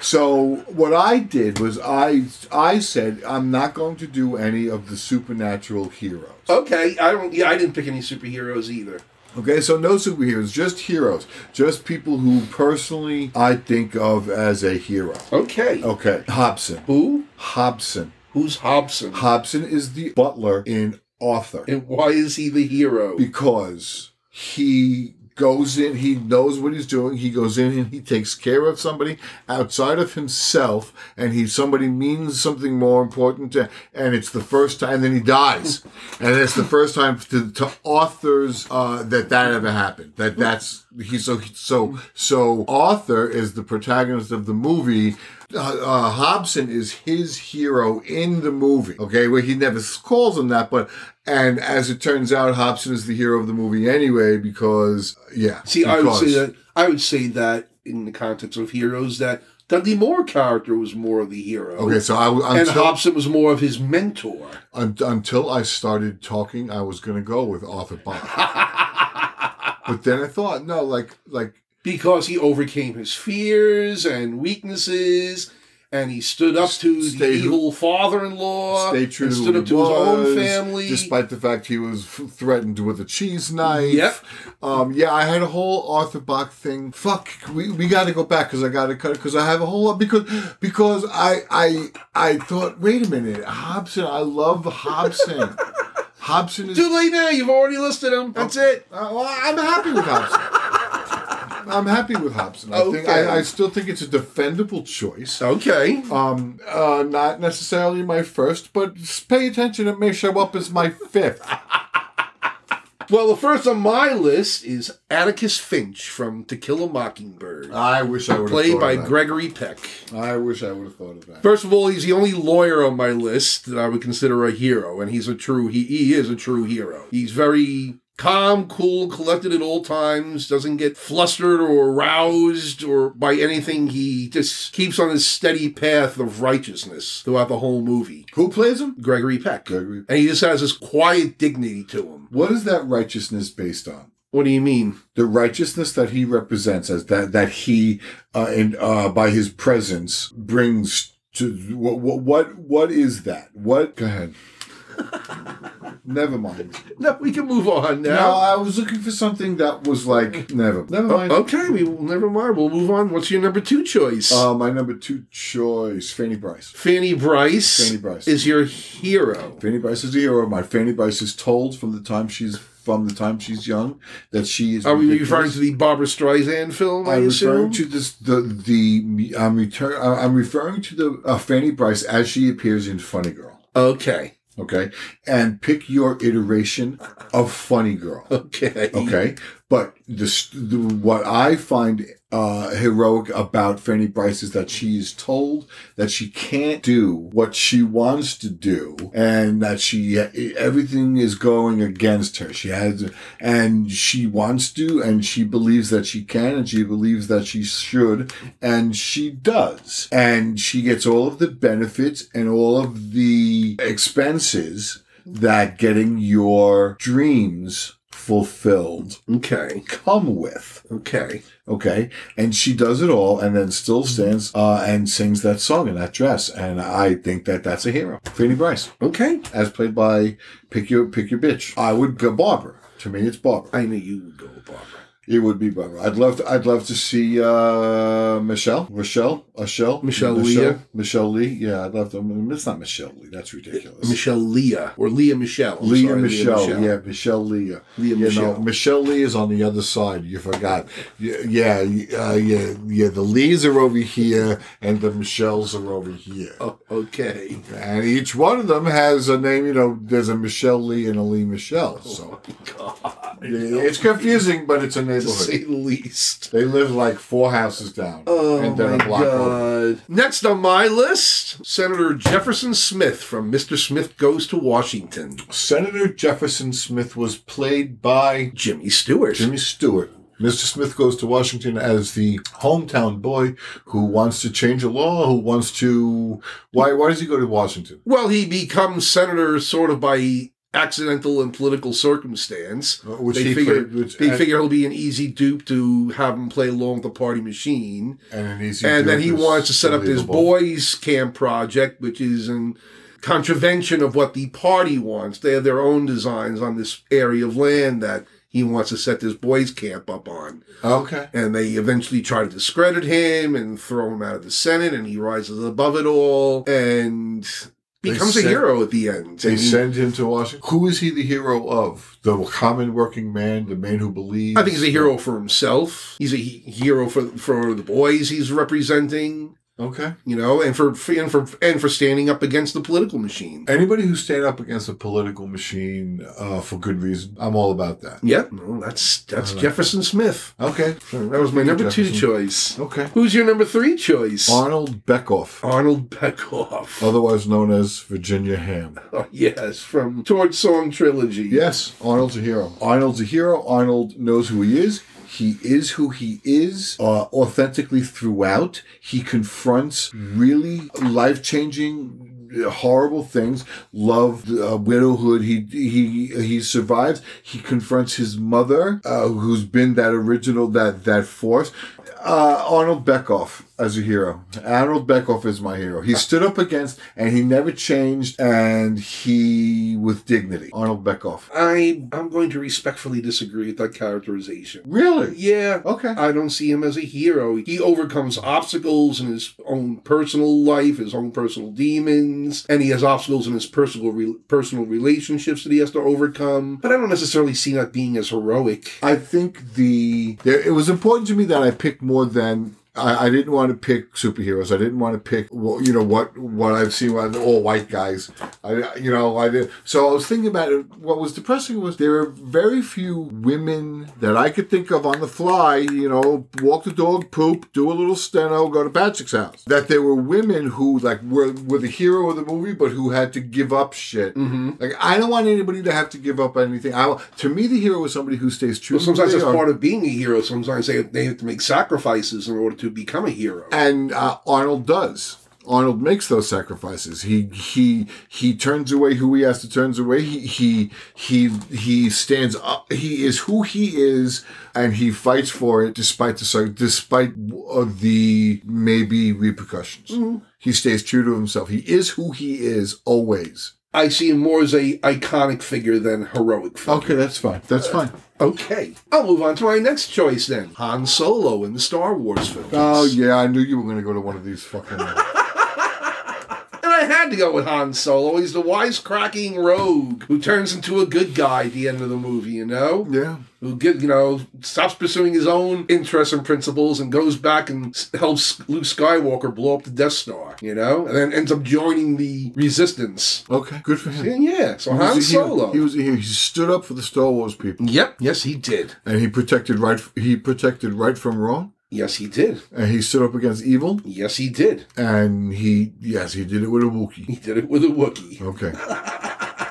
Speaker 2: So what I did was I I said I'm not going to do any of the supernatural heroes.
Speaker 1: Okay, I don't. Yeah, I didn't pick any superheroes either.
Speaker 2: Okay, so no superheroes, just heroes, just people who personally I think of as a hero.
Speaker 1: Okay.
Speaker 2: Okay, Hobson.
Speaker 1: Who?
Speaker 2: Hobson.
Speaker 1: Who's Hobson?
Speaker 2: Hobson is the butler in Arthur
Speaker 1: and why is he the hero?
Speaker 2: because he goes in, he knows what he's doing. He goes in and he takes care of somebody outside of himself, and he somebody means something more important to, and it's the first time. Then he dies, and it's the first time to, to authors uh, that that ever happened. That that's he so so so Arthur is the protagonist of the movie. Uh, uh, Hobson is his hero in the movie. Okay, well he never calls him that, but and as it turns out, Hobson is the hero of the movie anyway because uh, yeah.
Speaker 1: See, I would say
Speaker 2: because-
Speaker 1: that I would say that in the context of heroes that Dudley Moore character was more of the hero.
Speaker 2: Okay, so I w-
Speaker 1: and
Speaker 2: until,
Speaker 1: Hobson was more of his mentor.
Speaker 2: un- until I started talking, I was gonna go with Arthur Bond. but then I thought, no, like like
Speaker 1: because he overcame his fears and weaknesses and he stood up to the
Speaker 2: Stay-
Speaker 1: evil father-in-law
Speaker 2: stay true
Speaker 1: and
Speaker 2: to
Speaker 1: stood
Speaker 2: who
Speaker 1: up
Speaker 2: he
Speaker 1: to
Speaker 2: was,
Speaker 1: his own family
Speaker 2: despite the fact he was f- threatened with a cheese knife.
Speaker 1: Yep.
Speaker 2: Um, yeah, I had a whole Arthur Bach thing. Fuck, we, we got to go back because I got to cut it because I have a whole lot because because I I I thought wait a minute Hobson I love Hobson Hobson is
Speaker 1: too late now you've already listed him that's it
Speaker 2: Uh, well, I'm happy with Hobson. I'm happy with Hobson. I think
Speaker 1: Okay.
Speaker 2: I, I still think it's a defendable choice.
Speaker 1: okay
Speaker 2: Um, uh, not necessarily my first, but just pay attention. It may show up as my fifth.
Speaker 1: well the first on my list is atticus finch from to kill a mockingbird
Speaker 2: I wish I would have
Speaker 1: played
Speaker 2: thought
Speaker 1: by
Speaker 2: of that.
Speaker 1: gregory peck
Speaker 2: I wish I would have thought of that.
Speaker 1: first of all he's the only lawyer on my list that i would consider a hero and he's a true he, he is a true hero he's very calm cool collected at all times doesn't get flustered or aroused or by anything he just keeps on his steady path of righteousness throughout the whole movie
Speaker 2: Who plays him?
Speaker 1: gregory peck
Speaker 2: Gregory.
Speaker 1: and he just has this quiet dignity to him
Speaker 2: What is that righteousness based on?
Speaker 1: what do you mean
Speaker 2: The righteousness that he represents, as that that he uh, and uh, by his presence brings to what what what is that? What? Go ahead. Never mind.
Speaker 1: no we can move on
Speaker 2: No, Oh,
Speaker 1: now
Speaker 2: I was looking for something that was like never. Never mind.
Speaker 1: okay we will never mind we'll move on what's your number two choice
Speaker 2: Uh, my number two choice, Fanny Bryce.
Speaker 1: Fanny Bryce,
Speaker 2: Fanny Bryce.
Speaker 1: is your hero.
Speaker 2: Fanny Bryce is a hero. My Fanny Bryce is told from the time she's from the time she's young that she is.
Speaker 1: Are we
Speaker 2: ridiculous.
Speaker 1: referring to the Barbara Streisand film? I
Speaker 2: I'm
Speaker 1: assume.
Speaker 2: referring to this the the I'm return I'm referring to the uh, Fanny Bryce as she appears in Funny Girl.
Speaker 1: okay,
Speaker 2: Okay, and pick your iteration of Funny Girl.
Speaker 1: okay,
Speaker 2: Okay, but the, s- the what I find uh, heroic about Fanny Bryce is that she is told that she can't do what she wants to do, and that she e, everything is going against her. She has, and she wants to, and she believes that she can, and she believes that she should, and she does, and she gets all of the benefits and all of the expenses that getting your dreams fulfilled
Speaker 1: okay,
Speaker 2: come with.
Speaker 1: okay.
Speaker 2: Okay. And she does it all and then still stands uh, and sings that song in that dress. And I think that that's a hero. Fanny Bryce,
Speaker 1: Okay.
Speaker 2: as played by Pick Your Pick Your Bitch. I would go Barbara. To me, it's Barbara.
Speaker 1: I knew you would go, with Barbara.
Speaker 2: It would be Barbara. I'd love to. I'd love to see uh, Michelle, Rochelle, Michelle,
Speaker 1: Michelle Leah.
Speaker 2: Michelle Lee. Yeah, I'd love to. It's not Michelle Lee. That's ridiculous.
Speaker 1: Michelle Leah or Leah Michelle. I'm
Speaker 2: Leah
Speaker 1: sorry,
Speaker 2: Michelle, yeah, Michelle Leah.
Speaker 1: Leah
Speaker 2: you
Speaker 1: Michelle.
Speaker 2: Know, Michelle Lee is on the other side. You forgot. Yeah, yeah, uh, yeah, yeah. The Lees are over here, and the Michelles are over here.
Speaker 1: Oh, okay.
Speaker 2: And each one of them has a name. You know, there's a Michelle Lee and a Lee Michelle.
Speaker 1: Oh
Speaker 2: So Yeah, it's confusing, but it's a
Speaker 1: To
Speaker 2: neighborhood.
Speaker 1: say the least.
Speaker 2: They live like four houses down,
Speaker 1: Oh
Speaker 2: and then
Speaker 1: my
Speaker 2: a block over.
Speaker 1: God. Next on my list, Senator Jefferson Smith from Mr. Smith Goes to Washington.
Speaker 2: Senator Jefferson Smith was played by
Speaker 1: Jimmy Stewart.
Speaker 2: Jimmy Stewart. Mr. Smith goes to Washington as the hometown boy who wants to change a law, who wants to. Why? Why does he go to Washington?
Speaker 1: Well, he becomes senator sort of by accidental and political circumstance.
Speaker 2: Uh, Which
Speaker 1: they
Speaker 2: he
Speaker 1: figure,
Speaker 2: played- which,
Speaker 1: they
Speaker 2: and,
Speaker 1: figure he'll be an easy dupe to have him play along with the party machine.
Speaker 2: and, an easy
Speaker 1: and then
Speaker 2: joke
Speaker 1: he
Speaker 2: is
Speaker 1: wants to set up this
Speaker 2: unbelievable.
Speaker 1: boys camp project, which is in contravention of what the party wants. They have their own designs on this area of land that he wants to set this boys camp up on.
Speaker 2: Okay.
Speaker 1: And they eventually try to discredit him and throw him out of the Senate, and he rises above it all. And becomes
Speaker 2: sent-
Speaker 1: a hero at the end.
Speaker 2: They
Speaker 1: and-
Speaker 2: send him to Washington. Who is he the hero of? The common working man, the man who believes.
Speaker 1: I think he's a hero for himself. He's a he- hero for for the boys he's representing,
Speaker 2: Okay.
Speaker 1: you know, and for, for and for and for standing up against the political machine.
Speaker 2: Anybody who stand up against a political machine uh, for good reason, I'm all about that.
Speaker 1: Yep, well, that's that's
Speaker 2: I like
Speaker 1: Jefferson Smith.
Speaker 2: Okay. Sure.
Speaker 1: That was my number two
Speaker 2: Jefferson.
Speaker 1: choice.
Speaker 2: Okay.
Speaker 1: Who's your number three choice?
Speaker 2: Arnold Beckoff,
Speaker 1: Arnold Beckhoff.
Speaker 2: otherwise known as Virginia Ham.
Speaker 1: Oh, yes, from Torch Song Trilogy.
Speaker 2: Yes, Arnold's a hero. Arnold's a hero. Arnold knows who he is. He is who he is uh, authentically throughout. He confronts really life changing, horrible things. Love, uh, widowhood. He he he survives. He confronts his mother, uh, who's been that original that that force. Uh, Arnold Beckoff as a hero. Arnold Beckoff is my hero. He stood up against, and he never changed, and he with dignity. Arnold Beckoff.
Speaker 1: I I'm going to respectfully disagree with that characterization.
Speaker 2: Really?
Speaker 1: Yeah.
Speaker 2: Okay.
Speaker 1: I don't see him as a hero. He overcomes obstacles in his own personal life, his own personal demons, and he has obstacles in his personal re- personal relationships that he has to overcome. But I don't necessarily see that being as heroic.
Speaker 2: I think the there, it was important to me that I picked more than I, I didn't want to pick superheroes. I didn't want to pick well, you know what what I've seen with all white guys. I you know I did so I was thinking about it. What was depressing was there are very few women that I could think of on the fly. You know, walk the dog, poop, do a little steno, go to Patrick's house. That there were women who like were were the hero of the movie, but who had to give up shit.
Speaker 1: Mm-hmm.
Speaker 2: Like I don't want anybody to have to give up anything. I to me the hero is somebody who stays true.
Speaker 1: Well, sometimes
Speaker 2: to who
Speaker 1: that's
Speaker 2: they are.
Speaker 1: part of being a hero. Sometimes they they have to make sacrifices in order to become a hero.
Speaker 2: and uh, Arnold does. Arnold makes those sacrifices. He he he turns away who he has to turns away. He he he he stands up. He is who he is, and he fights for it despite the sar- despite uh, the maybe repercussions. He stays true to himself. He is who he is always.
Speaker 1: I see him more as a iconic figure than heroic figure.
Speaker 2: Okay, that's fine. Uh, That's fine.
Speaker 1: Okay. I'll move on to my next choice then. Han Solo in the Star Wars films.
Speaker 2: Oh yeah, I knew you were going to go to one of these fucking.
Speaker 1: And I had to go with Han Solo. He's the wisecracking rogue who turns into a good guy at the end of the movie, you know?
Speaker 2: yeah.
Speaker 1: Who get, you know, stops pursuing his own interests and principles and goes back and s- helps Luke Skywalker blow up the Death Star, you know? And then ends up joining the resistance.
Speaker 2: Okay. Good for him.
Speaker 1: And yeah, so
Speaker 2: He was
Speaker 1: Han
Speaker 2: a hero.
Speaker 1: Solo.
Speaker 2: He was a hero. He stood up for the Star Wars people.
Speaker 1: Yep, yes he did.
Speaker 2: and he protected right he protected right from wrong
Speaker 1: Yes he did.
Speaker 2: and he stood up against evil
Speaker 1: Yes he did.
Speaker 2: and he yes he did it with a
Speaker 1: He
Speaker 2: Wookiee.
Speaker 1: did it with a Wookiee.
Speaker 2: okay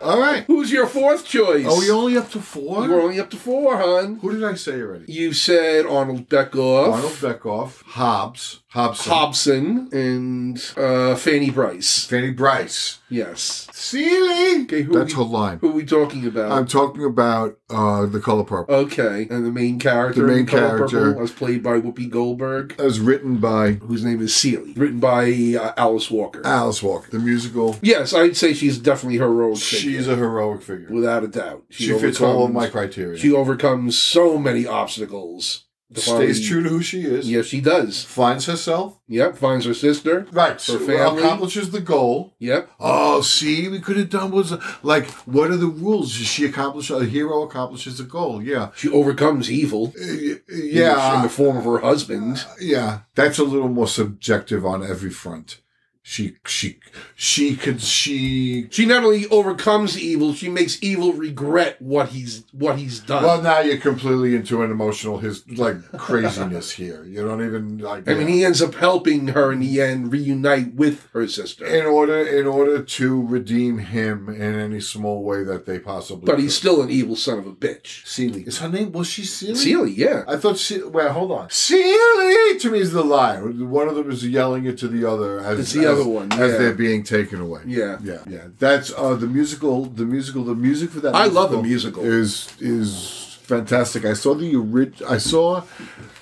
Speaker 2: all right
Speaker 1: Who's your fourth choice?
Speaker 2: are Oh, we only up to four
Speaker 1: We're only up to four, hon.
Speaker 2: who did i say already
Speaker 1: You said Arnold Beckoff.
Speaker 2: arnold beckoff hobbs hobson
Speaker 1: Hobson and uh, Fanny Bryce.
Speaker 2: fanny bryce
Speaker 1: Yes.
Speaker 2: Seeley.
Speaker 1: Okay, who
Speaker 2: that's
Speaker 1: we-
Speaker 2: her line
Speaker 1: Who are we talking about?
Speaker 2: i'm talking about uh the color purple
Speaker 1: okay, and the main character,
Speaker 2: The main
Speaker 1: in Color Purple
Speaker 2: character.
Speaker 1: was played by Whoopi Goldberg,
Speaker 2: as written by
Speaker 1: whose name is Seely, written by uh, Alice Walker.
Speaker 2: alice walker the musical
Speaker 1: yes, I'd say she's definitely her role.
Speaker 2: she's a heroic figure
Speaker 1: without a doubt.
Speaker 2: she fits all of
Speaker 1: overcomes-
Speaker 2: my criteria
Speaker 1: She overcomes so many obstacles.
Speaker 2: stays
Speaker 1: finally-
Speaker 2: true to who she is
Speaker 1: Yes, she does.
Speaker 2: finds herself
Speaker 1: Yep, finds her sister.
Speaker 2: Right.
Speaker 1: Her
Speaker 2: so
Speaker 1: family.
Speaker 2: accomplishes the goal.
Speaker 1: Yep.
Speaker 2: Oh, see, we could have done was like, what are the rules? She accomplishes a hero accomplishes a goal. Yeah,
Speaker 1: She overcomes evil.
Speaker 2: Uh,
Speaker 1: in the, in
Speaker 2: yeah,
Speaker 1: the form of her husband.
Speaker 2: yeah. That's a little more subjective on every front. She, she, she could. She.
Speaker 1: She not only overcomes evil, she makes evil regret what he's what he's done.
Speaker 2: Well, now you're completely into an emotional his like craziness here. You don't even like.
Speaker 1: I mean, he ends up helping her in the end reunite with her sister,
Speaker 2: in order in order to redeem him in any small way that they possibly.
Speaker 1: but he's
Speaker 2: could.
Speaker 1: still an evil son of a bitch.
Speaker 2: Seeley. Is her name? Was she Seeley?
Speaker 1: Celia, yeah,
Speaker 2: I thought she. Wait, hold on. Sealy to me is the liar. One of them is yelling it to the other as
Speaker 1: It's the
Speaker 2: as-
Speaker 1: other one,
Speaker 2: as
Speaker 1: yeah.
Speaker 2: they're being taken away.
Speaker 1: Yeah.
Speaker 2: yeah, yeah. That's uh, the musical. The musical. The music for that.
Speaker 1: I love the musical.
Speaker 2: Is is fantastic. I saw the orig- I saw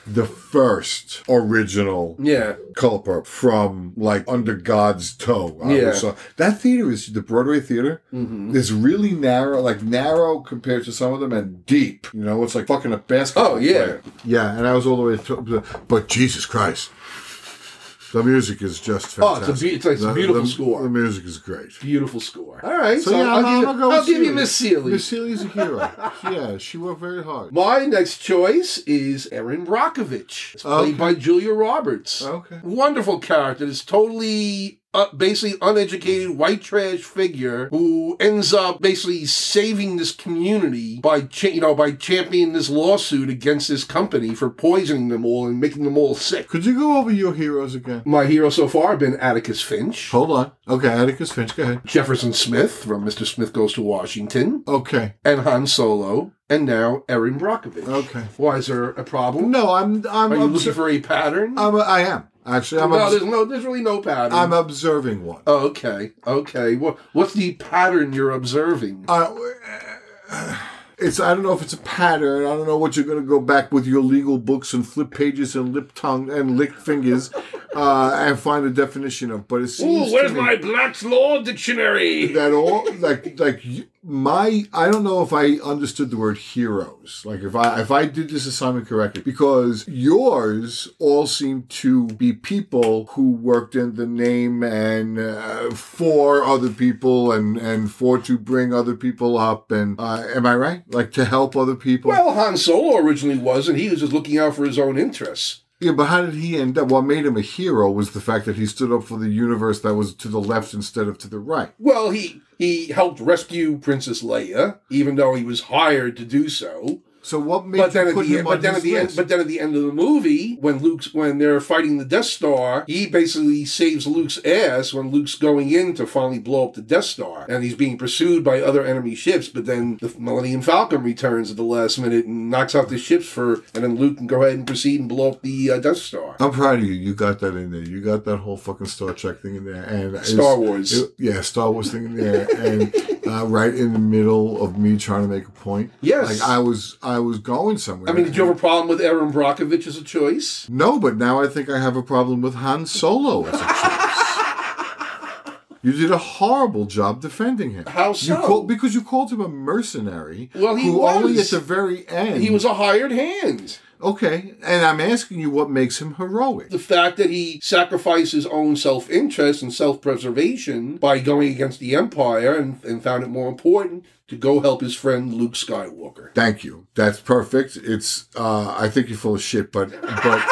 Speaker 2: the first original
Speaker 1: yeah.
Speaker 2: culper from like under god's toe I
Speaker 1: Yeah. Mm-hmm.
Speaker 2: was- so that theater is the broadway theater is really narrow like narrow compared to some of them and deep you know it's like fucking a basketball
Speaker 1: Oh, yeah.
Speaker 2: player. yeah and i was all the way to, but jesus christ The music is just
Speaker 1: Oh, it's a
Speaker 2: fantastic.
Speaker 1: beau- it's- it's a
Speaker 2: The-
Speaker 1: beautiful
Speaker 2: the-
Speaker 1: score.
Speaker 2: The music is great.
Speaker 1: Beautiful score. All right, so,
Speaker 2: So, yeah,
Speaker 1: I'll,
Speaker 2: I'll,
Speaker 1: give, you-
Speaker 2: I'll go
Speaker 1: I'll
Speaker 2: with
Speaker 1: give you Miss Seeley.
Speaker 2: Miss Seeley's a hero. yeah, she worked very hard.
Speaker 1: My next choice is Erin Brockovich. It's played
Speaker 2: Okay.
Speaker 1: by Julia Roberts.
Speaker 2: Okay.
Speaker 1: Wonderful character. This totally, uh, basically uneducated white trash figure who ends up basically saving this community by, cha- you know, by championing this lawsuit against this company for poisoning them all and making them all sick.
Speaker 2: Could you go over your heroes again?
Speaker 1: My heroes so far have been Atticus Finch,
Speaker 2: Hold on. Okay, Atticus Finch, go ahead.
Speaker 1: Jefferson Smith from Mr. Smith Goes to Washington,
Speaker 2: Okay.
Speaker 1: and Han Solo, and now Erin Brockovich.
Speaker 2: Okay.
Speaker 1: Why is there a problem?
Speaker 2: No, I'm. I'm.
Speaker 1: Are you
Speaker 2: I'm,
Speaker 1: looking for a pattern?
Speaker 2: I'm I am actually. I'm.
Speaker 1: no,
Speaker 2: obs-
Speaker 1: there's no, there's really no pattern.
Speaker 2: I'm observing one.
Speaker 1: oh, okay, okay. What what's the pattern you're observing?
Speaker 2: Uh, it's I don't know if it's a pattern. I don't know what you're going to go back with your legal books and flip pages and lip tongue and lick fingers uh, and find a definition of. But it seems to me
Speaker 1: Black's Law Dictionary?
Speaker 2: that all like like you- my I don't know if I understood the word heroes. Like if I if I did this assignment correctly because yours all seem to be people who worked in the name and uh, for other people and and for to bring other people up and uh, am I right? Like to help other people.
Speaker 1: Well, Han Solo originally was, and he was just looking out for his own interests.
Speaker 2: yeah, but how did he end up? What made him a hero was the fact that he stood up for the universe that was to the left instead of to the right.
Speaker 1: Well, he he helped rescue Princess Leia, even though he was hired to do so.
Speaker 2: So what made
Speaker 1: But
Speaker 2: you
Speaker 1: then at
Speaker 2: put
Speaker 1: the
Speaker 2: him
Speaker 1: end,
Speaker 2: on
Speaker 1: but then
Speaker 2: his
Speaker 1: at the end,
Speaker 2: list?
Speaker 1: but then at the end of the movie, when Luke's when they're fighting the Death Star, he basically saves Luke's ass when Luke's going in to finally blow up the Death Star, and he's being pursued by other enemy ships. But then the Millennium Falcon returns at the last minute and knocks out the ships for, and then Luke can go ahead and proceed and blow up the uh, Death Star.
Speaker 2: I'm proud of you. You got that in there. You got that whole fucking Star Trek thing in there, and it's-
Speaker 1: Star Wars.
Speaker 2: it- yeah, Star Wars thing in there, and uh, right in the middle of me trying to make a point.
Speaker 1: Yes.
Speaker 2: like I was, I was going somewhere.
Speaker 1: I mean, did you have a problem with Aaron Brockovich as a choice?
Speaker 2: No, but now I think I have a problem with Han Solo as a choice. You did a horrible job defending him.
Speaker 1: How so?
Speaker 2: You called, because you called him a mercenary.
Speaker 1: Well, he
Speaker 2: who only at
Speaker 1: was.
Speaker 2: the very end.
Speaker 1: He was a hired hand.
Speaker 2: okay, and I'm asking you what makes him heroic.
Speaker 1: the fact that he sacrificed his own self interest and self preservation by going against the Empire and, and found it more important to go help his friend Luke Skywalker.
Speaker 2: Thank you. That's perfect. It's uh, I think you're full of shit, but but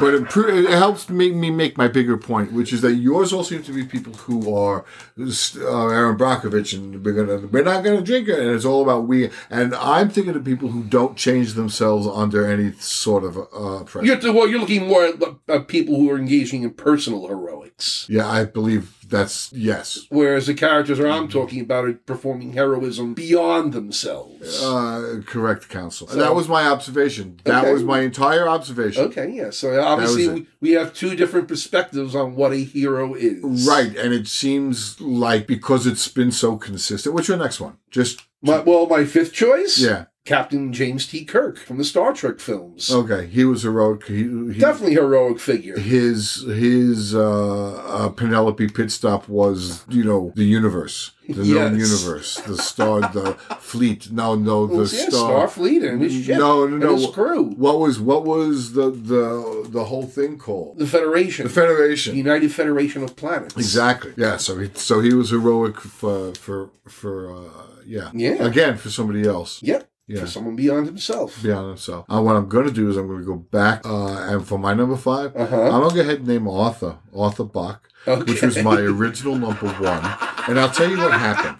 Speaker 2: but it, pro- it helps make me make my bigger point, which is that yours all seem to be people who are uh, Aaron Brockovich, and we're gonna we're not gonna drink it, and it's all about we. And I'm thinking of people who don't change themselves under any sort of uh, pressure.
Speaker 1: You're, well, you're looking more at uh, people who are engaging in personal heroics.
Speaker 2: yeah, I believe that's yes.
Speaker 1: Whereas the characters that
Speaker 2: Mm-hmm.
Speaker 1: I'm talking about are performing heroism beyond themselves.
Speaker 2: Uh, correct, counsel. that was my observation. That
Speaker 1: Okay.
Speaker 2: was my entire observation.
Speaker 1: okay, yeah. So obviously,
Speaker 2: it.
Speaker 1: we, we have two different perspectives on what a hero is.
Speaker 2: Right, and it seems like because it's been so consistent. What's your next one? Just
Speaker 1: My, well, my fifth choice?
Speaker 2: yeah, Oh,
Speaker 1: Captain James T. Kirk from the Star Trek films.
Speaker 2: okay. He was heroic. He, he
Speaker 1: Definitely heroic figure.
Speaker 2: his his uh, uh, Penelope pit stop was you know the universe, the known
Speaker 1: Yes.
Speaker 2: universe, the star, the fleet. No, no, the
Speaker 1: Well, yeah,
Speaker 2: star. Mm,
Speaker 1: Starfleet and his ship.
Speaker 2: No, no,
Speaker 1: and
Speaker 2: no.
Speaker 1: his crew.
Speaker 2: What was what was the the the whole thing called?
Speaker 1: The Federation.
Speaker 2: The
Speaker 1: The
Speaker 2: Federation.
Speaker 1: United Federation of Planets.
Speaker 2: Exactly. Yeah. So he so he was heroic for for for uh, yeah
Speaker 1: Yeah.
Speaker 2: again for somebody else.
Speaker 1: Yep.
Speaker 2: Yeah.
Speaker 1: For someone beyond himself.
Speaker 2: Beyond himself. Uh, what I'm going to do is I'm going to go back uh, and for my number 5 i
Speaker 1: Uh-huh.
Speaker 2: I'm going to go ahead and name Arthur Arthur Bach,
Speaker 1: Okay.
Speaker 2: which was my original number one. And I'll tell you what happened.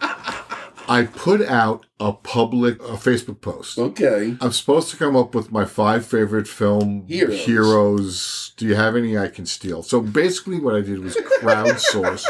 Speaker 2: I put out a public a Facebook post.
Speaker 1: Okay.
Speaker 2: I'm supposed to come up with my five favorite film
Speaker 1: Heroes.
Speaker 2: heroes. Do you have any I can steal? So basically, what I did was crowdsource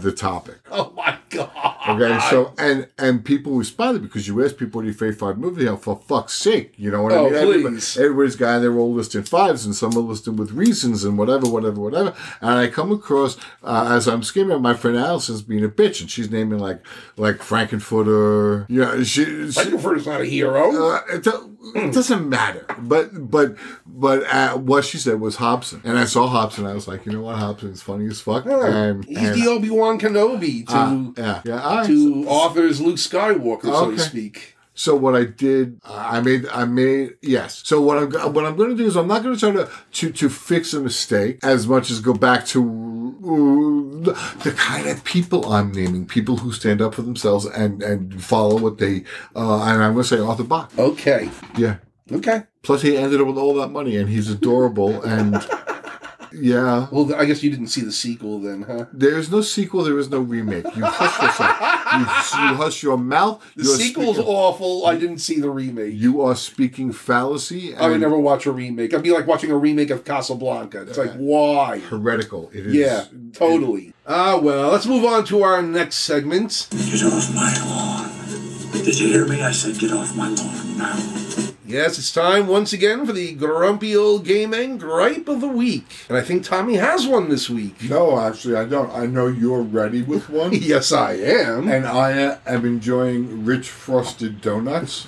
Speaker 2: the topic.
Speaker 1: Oh my god.
Speaker 2: Okay, so and and people responded because you asked people what your favorite five movie are. For fuck's sake, you know what
Speaker 1: Oh,
Speaker 2: I mean? Everybody-
Speaker 1: please.
Speaker 2: everybody's got their all listed fives, and some are listed with reasons and whatever, whatever, whatever. And I come across uh, as I'm skimming, my friend Allison's being a bitch, and she's naming like like Frankenfooter. Yeah, she. she
Speaker 1: Frankenfurter's is not a hero.
Speaker 2: uh, it, do-
Speaker 1: Hmm.
Speaker 2: it doesn't matter, but but but uh, what she said was Hobson, and I saw Hobson. I was like, you know what, Hobson's funny as fuck. And,
Speaker 1: He's
Speaker 2: and-
Speaker 1: the Obi Wan Kenobi to
Speaker 2: ah, yeah, yeah. I-
Speaker 1: to authors Luke Skywalker, so to
Speaker 2: Okay.
Speaker 1: speak.
Speaker 2: So what I did, I made, I made, yes. So what I'm, go- what I'm going to do is I'm not going to try to, to, to fix a mistake as much as go back to ooh, the kind of people I'm naming, people who stand up for themselves and, and follow what they, uh, and I'm going to say Arthur Bach.
Speaker 1: Okay.
Speaker 2: Yeah.
Speaker 1: Okay.
Speaker 2: Plus he ended up with all that money and he's adorable and yeah.
Speaker 1: Well, I guess you didn't see the sequel then, huh?
Speaker 2: There is no sequel. There is no remake. You hush yourself. You, you hush your mouth.
Speaker 1: The
Speaker 2: you are
Speaker 1: sequel's
Speaker 2: speaking-
Speaker 1: awful. I didn't see the remake.
Speaker 2: You are speaking fallacy
Speaker 1: I would
Speaker 2: and
Speaker 1: never watch a remake. I'd be like watching a remake of Casablanca. It's like, why?
Speaker 2: heretical. It is.
Speaker 1: Yeah, totally. Ah, well, let's move on to our next segment.
Speaker 8: Get off my lawn. Did you hear me? I said get off my lawn now.
Speaker 1: Yes, it's time once again for the grumpy old gay man gripe of the week. And I think Tommy has one this week.
Speaker 2: No, actually, I don't. I know you're ready with one.
Speaker 1: Yes, I am.
Speaker 2: And I uh, am enjoying rich frosted donuts.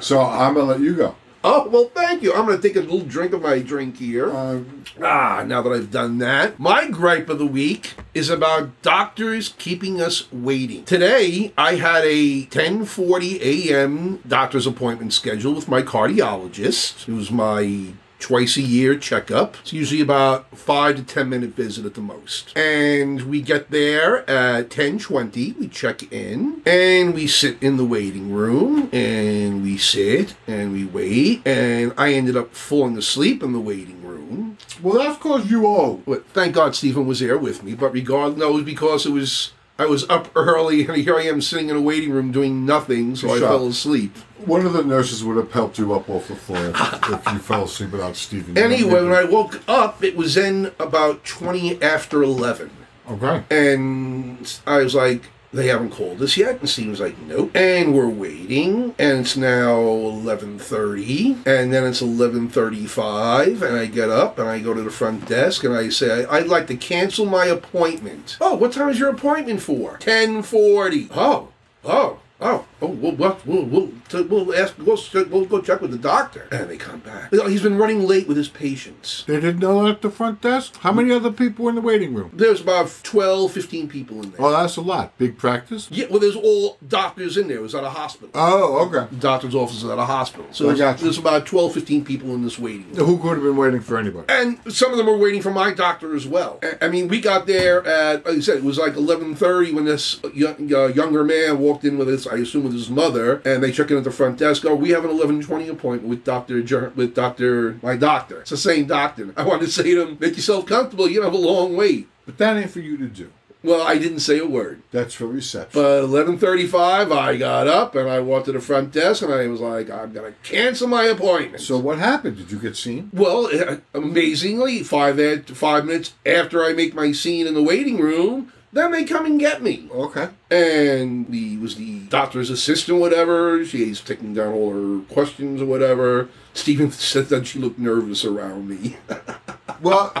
Speaker 2: so I'm going to let you go.
Speaker 1: Oh, well, thank you. I'm going to take a little drink of my drink here. ah, now that I've done that, my gripe of the week is about doctors keeping us waiting. Today, I had a 10:40 a.m. doctor's appointment scheduled with my cardiologist. It was my twice a year checkup. It's usually about five to ten minute visit at the most. And we get there at ten twenty. We check in and we sit in the waiting room and we sit and we wait. And I ended up falling asleep in the waiting room.
Speaker 2: Well, that's because you owe.
Speaker 1: But thank God Stephen was there with me. But regardless, no, it was because it was. I was up early, and here I am sitting in a waiting room doing nothing, so I
Speaker 2: Sure.
Speaker 1: fell asleep.
Speaker 2: One of the nurses would have helped you up off the floor if, if you fell asleep without Stephen.
Speaker 1: Anyway, when I woke up, it was then about 20 after 11.
Speaker 2: Okay.
Speaker 1: And I was like, they haven't called us yet. And Steve was like, nope. And we're waiting. And it's now 11.30. And then it's 11.35. And I get up and I go to the front desk and I say, I'd like to cancel my appointment. Oh, what time is your appointment for? 10.40. Oh, oh. Oh, oh, we'll, we'll, we'll, we'll, t- we'll ask, we'll, ch- we'll go check with the doctor. And they come back. Oh, He's been running late with his patients.
Speaker 2: They didn't know that at the front desk? How many other people were in the waiting room?
Speaker 1: There's about 12, 15 people in there.
Speaker 2: Oh, that's a lot. Big practice?
Speaker 1: Yeah, well, there's all doctors in there. It was at a hospital.
Speaker 2: Oh, okay.
Speaker 1: Uh, Doctor's office is at a hospital. So
Speaker 2: I
Speaker 1: there's,
Speaker 2: got you.
Speaker 1: there's about 12, 15 people in this waiting room.
Speaker 2: Who could have been waiting for anybody?
Speaker 1: And some of them were waiting for my doctor as well. I- I mean, we got there at, like I said, it was like 11.30 when this young, uh, younger man walked in with his, I assume with his mother, and they check in at the front desk. Oh, we have an 11.20 appointment with Dr. Jer- with Dr. my doctor. It's the same doctor. I wanted to say to him, make yourself comfortable. You don't have a long wait.
Speaker 2: But that ain't for you to do.
Speaker 1: Well, I didn't say a word.
Speaker 2: That's for reception.
Speaker 1: But eleven thirty-five, I got up and I walked to the front desk and I was like, "I'm gonna cancel my appointment."
Speaker 2: so what happened? Did you get seen?
Speaker 1: well, eh, amazingly, five at five minutes after I make my scene in the waiting room, then they come and get me.
Speaker 2: Okay.
Speaker 1: And the was the doctor's assistant, whatever. She's taking down all her questions or whatever. Stephen said that she looked nervous around me.
Speaker 2: Well,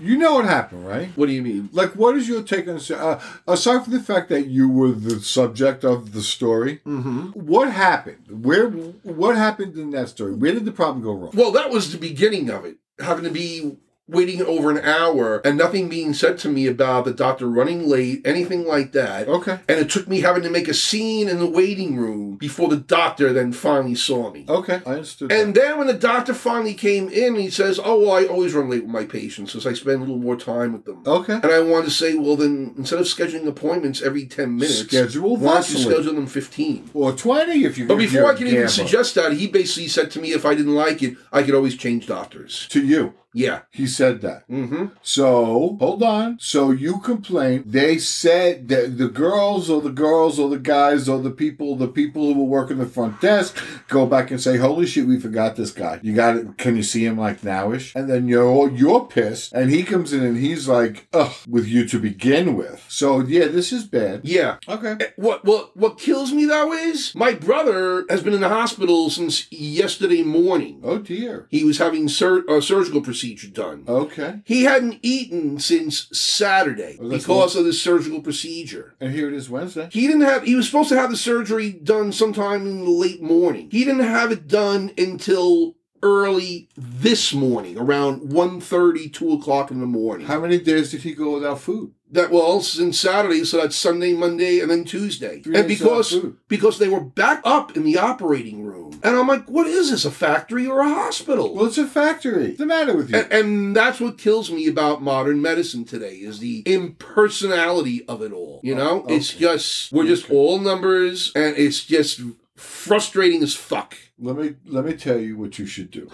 Speaker 2: you know what happened, right?
Speaker 1: what do you mean?
Speaker 2: Like, what is your take on uh, aside from the fact that you were the subject of the story? Mm-hmm. What happened? Where? What happened in that story? Where did the problem go wrong?
Speaker 1: Well, that was the beginning of it. Having to be waiting over an hour and nothing being said to me about the doctor running late, anything like that.
Speaker 2: Okay.
Speaker 1: And it took me having to make a scene in the waiting room before the doctor then finally saw me.
Speaker 2: Okay, I understood.
Speaker 1: And then when the doctor finally came in, he says, "Oh, well, I always run late with my patients because I spend a little more time with them."
Speaker 2: that. okay.
Speaker 1: And I want to say, well, then instead of scheduling appointments every ten minutes,
Speaker 2: Schedule
Speaker 1: why don't you
Speaker 2: virtually.
Speaker 1: schedule them fifteen?
Speaker 2: Or twenty, if you.
Speaker 1: But before I can even suggest
Speaker 2: suggest
Speaker 1: that, he basically said to me, if I didn't like it, I could always change doctors.
Speaker 2: to you,
Speaker 1: Yeah.
Speaker 2: he said that.
Speaker 1: Mm-hmm.
Speaker 2: So hold on. So you complained. They said that the girls or the girls or the guys or the people, the people who were working the front desk, go back and say, "Holy shit, we forgot this guy. You got it. Can you see him like nowish?" And then you're you're pissed, and he comes in and he's like, "Ugh," with you to begin with. So yeah, this is bad.
Speaker 1: Yeah.
Speaker 2: Okay.
Speaker 1: What what what kills me though is my brother has been in the hospital since yesterday morning.
Speaker 2: Oh dear.
Speaker 1: He was having sur- a surgical procedure done.
Speaker 2: Okay.
Speaker 1: He hadn't eaten since Saturday
Speaker 2: Oh, that's
Speaker 1: because of the surgical procedure.
Speaker 2: And here it is Wednesday.
Speaker 1: He didn't have. He was supposed to have the surgery done sometime in the late morning. He didn't have it done until early this morning, around 1.30, 2 o'clock in the morning.
Speaker 2: How many days did he go without food?
Speaker 1: That well, since Saturday, so that's Sunday, Monday, and then Tuesday.
Speaker 2: Three
Speaker 1: and
Speaker 2: days
Speaker 1: because
Speaker 2: without food.
Speaker 1: because they were back up in the operating room, and I'm like, what is this? A factory or a hospital?
Speaker 2: Well, it's a factory. What's the matter with you?
Speaker 1: and, and that's what kills me about modern medicine today is the impersonality of it all. You know, it's
Speaker 2: okay.
Speaker 1: just we're just all numbers, and it's just frustrating as fuck.
Speaker 2: Let me let me tell you what you should do.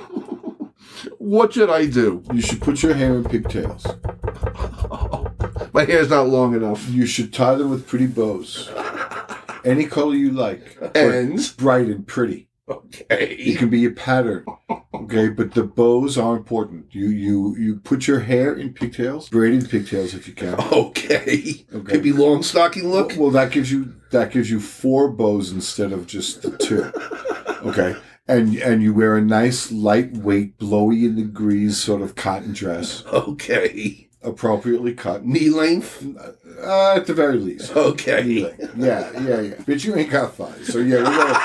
Speaker 1: What should I do?
Speaker 2: You should put your hair in pigtails.
Speaker 1: My hair's not long enough.
Speaker 2: You should tie them with pretty bows. Any color you like. but
Speaker 1: And
Speaker 2: bright and pretty. It
Speaker 1: okay,
Speaker 2: can be a pattern. Okay, but the bows are important. You you you put your hair in pigtails, braided pigtails if you can.
Speaker 1: okay,
Speaker 2: Okay.
Speaker 1: could be long stocking look.
Speaker 2: Well, that gives you that gives you four bows instead of just the two. Okay. And and you wear a nice lightweight, blowy in the grease sort of cotton dress,
Speaker 1: Okay,
Speaker 2: appropriately cut.
Speaker 1: knee length.
Speaker 2: Uh, at the very least.
Speaker 1: Okay.
Speaker 2: Yeah, yeah, yeah, yeah. But you ain't got thighs, so yeah, we're going.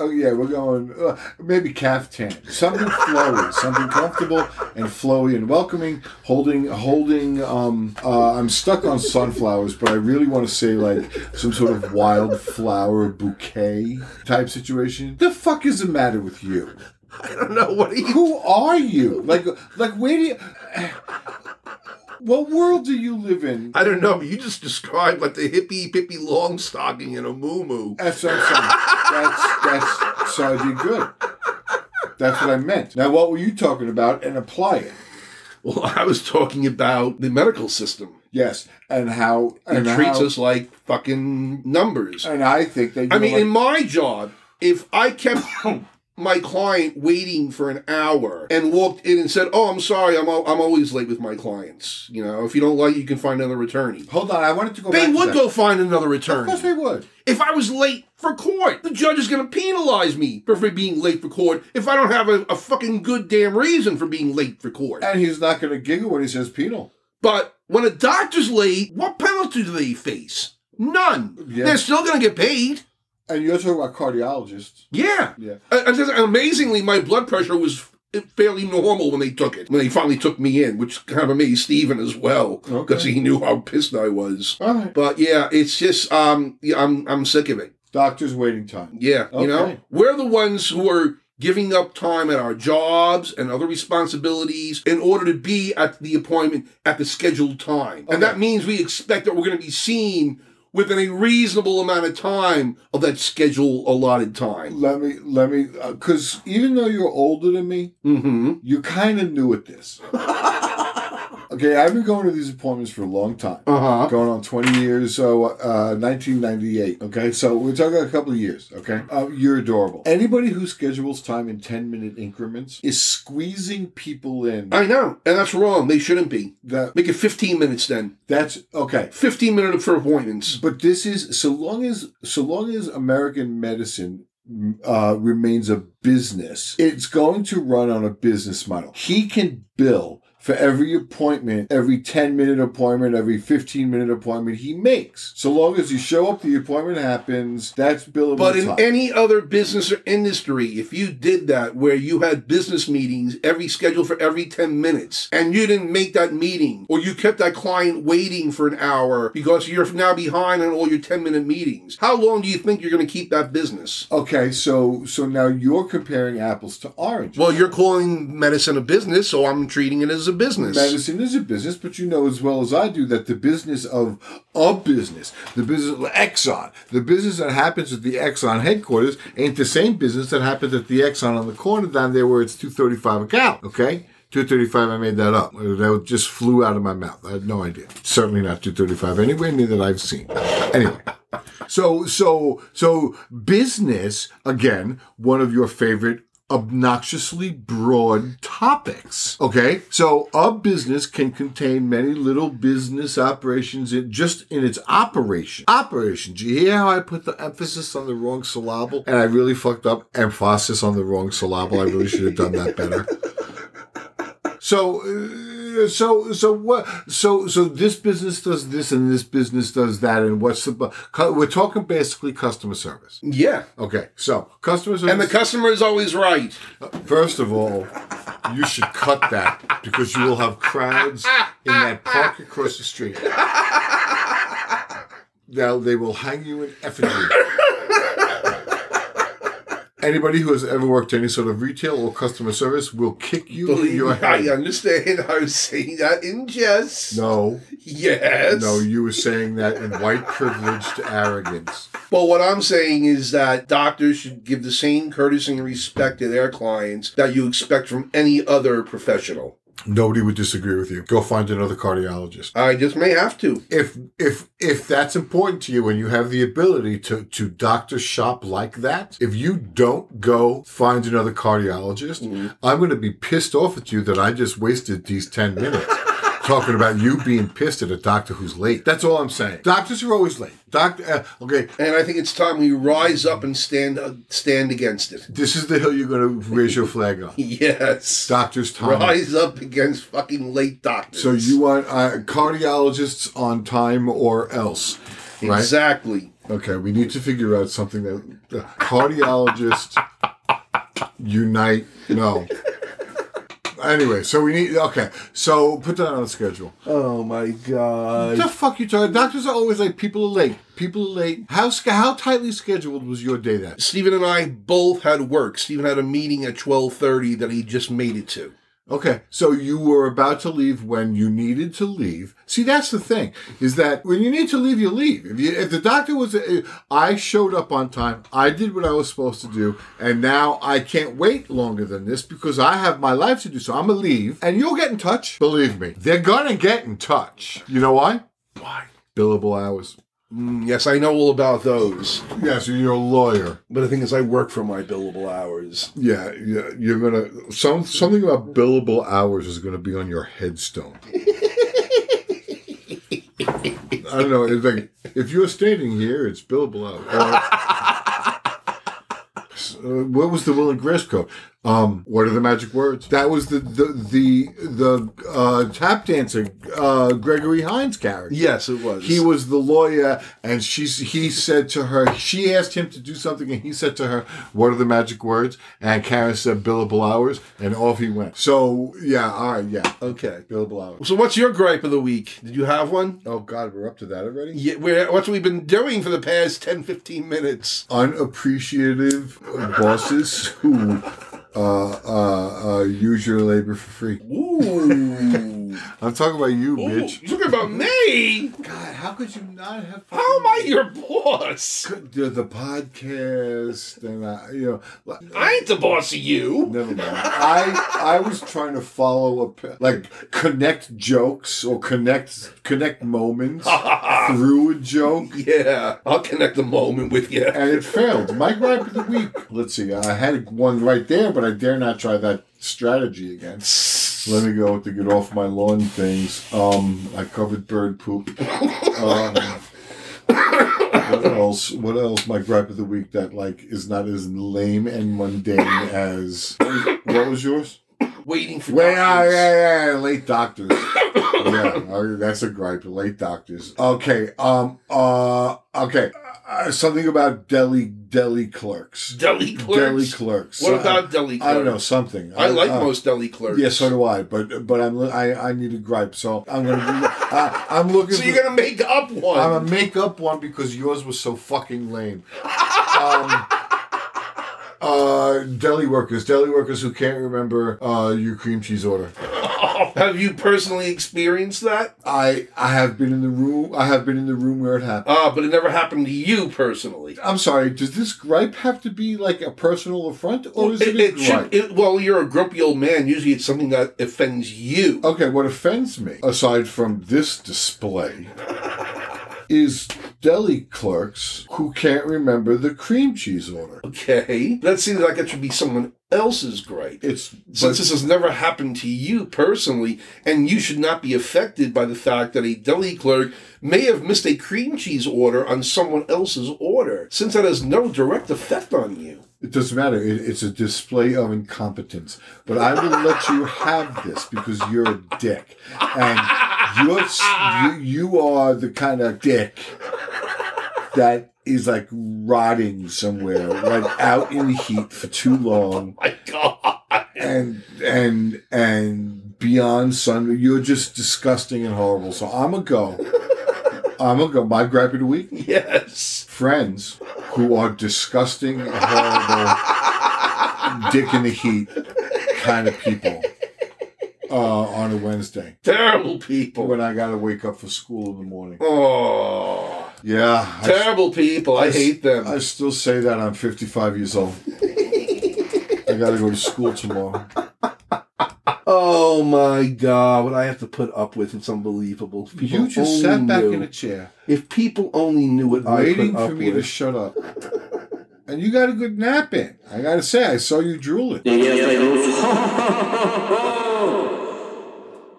Speaker 2: Oh yeah, we're going. Uh, maybe calf tan, something flowy, something comfortable and flowy and welcoming. Holding, holding. Um, uh, I'm stuck on sunflowers, but I really want to say like some sort of wildflower bouquet type situation. The fuck is the matter with you?
Speaker 1: I don't know what he.
Speaker 2: Who are you? Like, like where do you? What world do you live in?
Speaker 1: I don't know. You just described like the hippie pippy long stocking and a moo moo.
Speaker 2: That's what I'm saying. That's that's so you good. That's what I meant. Now, what were you talking about? And apply it.
Speaker 1: Well, I was talking about the medical system.
Speaker 2: Yes, and how
Speaker 1: It
Speaker 2: and
Speaker 1: treats
Speaker 2: how-
Speaker 1: us like fucking numbers.
Speaker 2: And I think that you
Speaker 1: I mean,
Speaker 2: know,
Speaker 1: in my job, if I kept my client waiting for an hour and walked in and said, "Oh, I'm sorry, I'm al- I'm always late with my clients. You know, if you don't like, you can find another attorney."
Speaker 2: like- hold on. I wanted to go.
Speaker 1: They
Speaker 2: back
Speaker 1: would
Speaker 2: to that.
Speaker 1: go find another
Speaker 2: Of course,
Speaker 1: attorney.
Speaker 2: they would.
Speaker 1: If I was late for court, the judge is going to penalize me for, for being late for court if I don't have a, a fucking good damn reason for being late for court.
Speaker 2: And he's not going to giggle when he says penal.
Speaker 1: But when a doctor's late, what penalty do they face? None.
Speaker 2: Yeah.
Speaker 1: They're still going to get paid.
Speaker 2: And you're talking about cardiologists.
Speaker 1: Yeah.
Speaker 2: Yeah.
Speaker 1: Uh, and just- amazingly, my blood pressure was fairly normal when they took it, when they finally took me in, which kind of amazed Steven as well,
Speaker 2: Okay.
Speaker 1: because he knew how pissed I was.
Speaker 2: All right.
Speaker 1: But yeah, it's just, um, yeah, I'm, I'm sick of it.
Speaker 2: Doctors waiting time.
Speaker 1: Yeah, you know,
Speaker 2: Okay.
Speaker 1: we're the ones who are giving up time at our jobs and other responsibilities in order to be at the appointment at the scheduled time.
Speaker 2: Okay.
Speaker 1: And that means we expect that we're going to be seen within a reasonable amount of time of that schedule allotted time.
Speaker 2: Let me let me because even though you're older than me,
Speaker 1: hmm
Speaker 2: you're kind of new at this. okay, I've been going to these appointments for a long time.
Speaker 1: Uh huh.
Speaker 2: going on 20 years so uh 1998 okay so we're talking a couple of years okay uh, you're adorable anybody who schedules time in 10 minute increments is squeezing people in
Speaker 1: I know, and that's wrong. They shouldn't be.
Speaker 2: that
Speaker 1: Make it 15 minutes then.
Speaker 2: that's okay
Speaker 1: 15 minutes for appointments.
Speaker 2: but this is so long as so long as american medicine uh, remains a business it's going to run on a business model he can bill for every appointment every 10 minute appointment every 15 minute appointment he makes so long as you show up the appointment happens that's billable
Speaker 1: But in
Speaker 2: time.
Speaker 1: any other business or industry, if you did that where you had business meetings every scheduled for every 10 minutes and you didn't make that meeting or you kept that client waiting for an hour because you're now behind on all your 10 minute meetings, how long do you think you're going to keep that business?
Speaker 2: Okay, so so now you're comparing apples to oranges.
Speaker 1: Well, you're calling medicine a business, so I'm treating it as a business.
Speaker 2: Medicine is a business, but you know as well as I do that the business of a business, the business of Exxon, the business that happens at the Exxon headquarters ain't the same business that happens at the Exxon on the corner down there where it's two thirty five a gallon. Okay, two thirty five. I made that up. That just flew out of my mouth. I had no idea. Certainly not two thirty five anywhere near that I've seen. Anyway. So so so business again, one of your favorite obnoxiously broad topics. Okay? So a business can contain many little business operations in just in its operation. Operations. You hear how I put the emphasis on the wrong syllable? And I really fucked up emphasis on the wrong syllable. I really should have done that better. So, uh, so, so what? So, so this business does this, and this business does that, and what's the? bu- cu- We're talking basically customer service.
Speaker 1: Yeah.
Speaker 2: Okay, so customer service.
Speaker 1: And the customer is always right.
Speaker 2: First of all, you should cut that because you will have crowds in that park across the street. Now they will hang you in effigy. Anybody who has ever worked any sort of retail or customer service will kick you in your
Speaker 1: I
Speaker 2: head.
Speaker 1: understand. I was saying that in jest.
Speaker 2: No,
Speaker 1: Yes.
Speaker 2: no, you were saying that in white privileged arrogance.
Speaker 1: But what I'm saying is that doctors should give the same courtesy and respect to their clients that you expect from any other professional.
Speaker 2: Nobody would disagree with you. Go find another cardiologist.
Speaker 1: I just may have to.
Speaker 2: if if if that's important to you and you have the ability to to doctor shop like that if you don't go find another cardiologist i'm going to be pissed off at you that i just wasted these 10 minutes talking about you being pissed at a doctor who's late that's all i'm saying doctors are always late doctor uh, okay
Speaker 1: And I think it's time we rise up and stand uh, stand against it.
Speaker 2: this is the hill you're going to raise your flag on
Speaker 1: Yes.
Speaker 2: doctors time
Speaker 1: Rise up against fucking late doctors.
Speaker 2: so you want uh, cardiologists on time or else right
Speaker 1: Exactly.
Speaker 2: Okay, we need to figure out something that the cardiologists unite. No. Anyway, so we need. Okay, so put that on the schedule.
Speaker 1: Oh my god.
Speaker 2: the fuck you talking? Doctors are always late. People are late. People are late. How sca- how tightly scheduled was your day that?
Speaker 1: Stephen and I both had work. Stephen had a meeting at 12:30 that he just made it to.
Speaker 2: Okay, so you were about to leave when you needed to leave. See, that's the thing is that when you need to leave, you leave. If, you, if the doctor was, uh, I showed up on time. I did what I was supposed to do, and now I can't wait longer than this because I have my life to do. So I'm gonna leave, and you'll get in touch. Believe me, they're gonna get in touch. You know why?
Speaker 1: Why?
Speaker 2: Billable hours.
Speaker 1: Yes, I know all about those.
Speaker 2: Yeah, so you're a lawyer.
Speaker 1: But the thing is I work for my billable hours.
Speaker 2: Yeah, yeah you're gonna some something about billable hours is gonna be on your headstone. I don't know. It's like if you're standing here, it's billable hours. Or, Uh, what was the Will and Grace code? Um, what are the magic words? That was the the the, the uh, tap dancer uh, Gregory Hines character.
Speaker 1: Yes, it was.
Speaker 2: He was the lawyer, and she's. He said to her, she asked him to do something, and he said to her, "What are the magic words?" And Karen said, "Billable hours," and off he went. So yeah, all right, yeah,
Speaker 1: okay.
Speaker 2: billable hours.
Speaker 1: So what's your gripe of the week? Did you have one?
Speaker 2: Oh God, we're up to that already.
Speaker 1: Yeah, where what's we been doing for the past 10 15 minutes?
Speaker 2: Unappreciative bosses who. Uh, uh, uh, use your labor for free.
Speaker 1: Ooh.
Speaker 2: I'm talking about you, bitch.
Speaker 1: You're talking about me?
Speaker 2: God, how could you not have?
Speaker 1: How am I your boss?
Speaker 2: The, the podcast, and I, you know, like-
Speaker 1: I ain't the boss of you.
Speaker 2: Never mind. I I was trying to follow up, like connect jokes or connect connect moments through a joke,
Speaker 1: Yeah, I'll connect the moment with you.
Speaker 2: and it failed. My gripe of the week. Let's see. I had one right there, but I dare not try that strategy again. Let me go with the get off my lawn things. Um, I covered bird poop. Um, what else? What else? My gripe of the week that like is not as lame and mundane as what was yours?
Speaker 1: Waiting for
Speaker 2: Well, yeah,
Speaker 1: documents.
Speaker 2: yeah, yeah, late doctors. yeah, uh, that's a gripe. Late doctors. Okay. Um. Uh. Okay. Uh, something about deli deli clerks.
Speaker 1: Deli clerks.
Speaker 2: Deli clerks.
Speaker 1: What
Speaker 2: Uh,
Speaker 1: about deli
Speaker 2: I
Speaker 1: clerks?
Speaker 2: don't know something.
Speaker 1: I like
Speaker 2: uh,
Speaker 1: most deli clerks.
Speaker 2: Yeah, so do I. But but I'm li- I I need a gripe. So I'm gonna. Be, I, I'm looking.
Speaker 1: So
Speaker 2: for-
Speaker 1: you're gonna make up one.
Speaker 2: I'm gonna make up one because yours was so fucking lame. Um, uh, deli workers, deli workers who can't remember uh, your cream cheese order.
Speaker 1: Have you personally experienced that?
Speaker 2: I I have been in the room. I have been in the room where it happened. Uh,
Speaker 1: Ah, but it never happened to you personally.
Speaker 2: I'm sorry. Does this gripe have to be like a personal affront, or is it, a
Speaker 1: it
Speaker 2: gripe?
Speaker 1: should, it, well, you're a grumpy old man. Usually, it's something that offends you.
Speaker 2: okay, what offends me aside from this display is deli clerks who can't remember the cream cheese order.
Speaker 1: Okay, that seems like it should be someone else's gripe.
Speaker 2: It's
Speaker 1: Since
Speaker 2: but-
Speaker 1: this has never happened to you personally, and you should not be affected by the fact that a deli clerk may have missed a cream cheese order on someone else's order, since that has no direct effect on you.
Speaker 2: It doesn't matter. It, it's a display of incompetence. But I will let you have this because you're a dick, and you're s- you, you are the kind of dick that is like rotting somewhere, like out in the heat for too long,
Speaker 1: My God.
Speaker 2: and and and beyond sun. You're just disgusting and horrible. So I'm a go. I'm a go. My gripe of the week
Speaker 1: Yes.
Speaker 2: friends who are disgusting, horrible, dick in the heat kind of people uh, on a Wednesday
Speaker 1: Terrible people.
Speaker 2: when I got to wake up for school in the morning.
Speaker 1: Oh.
Speaker 2: Yeah. I-
Speaker 1: Terrible people. I hate them.
Speaker 2: I still say that I'm 55 years old. I got to go to school tomorrow.
Speaker 1: Oh my God! What I have to put up with? It's unbelievable. If People
Speaker 2: you just
Speaker 1: only
Speaker 2: sat back
Speaker 1: knew,
Speaker 2: in a chair
Speaker 1: If people only knew what I put
Speaker 2: waiting
Speaker 1: up
Speaker 2: for me to
Speaker 1: with.
Speaker 2: shut up. And you got a good nap in. I got to say, I saw you drooling.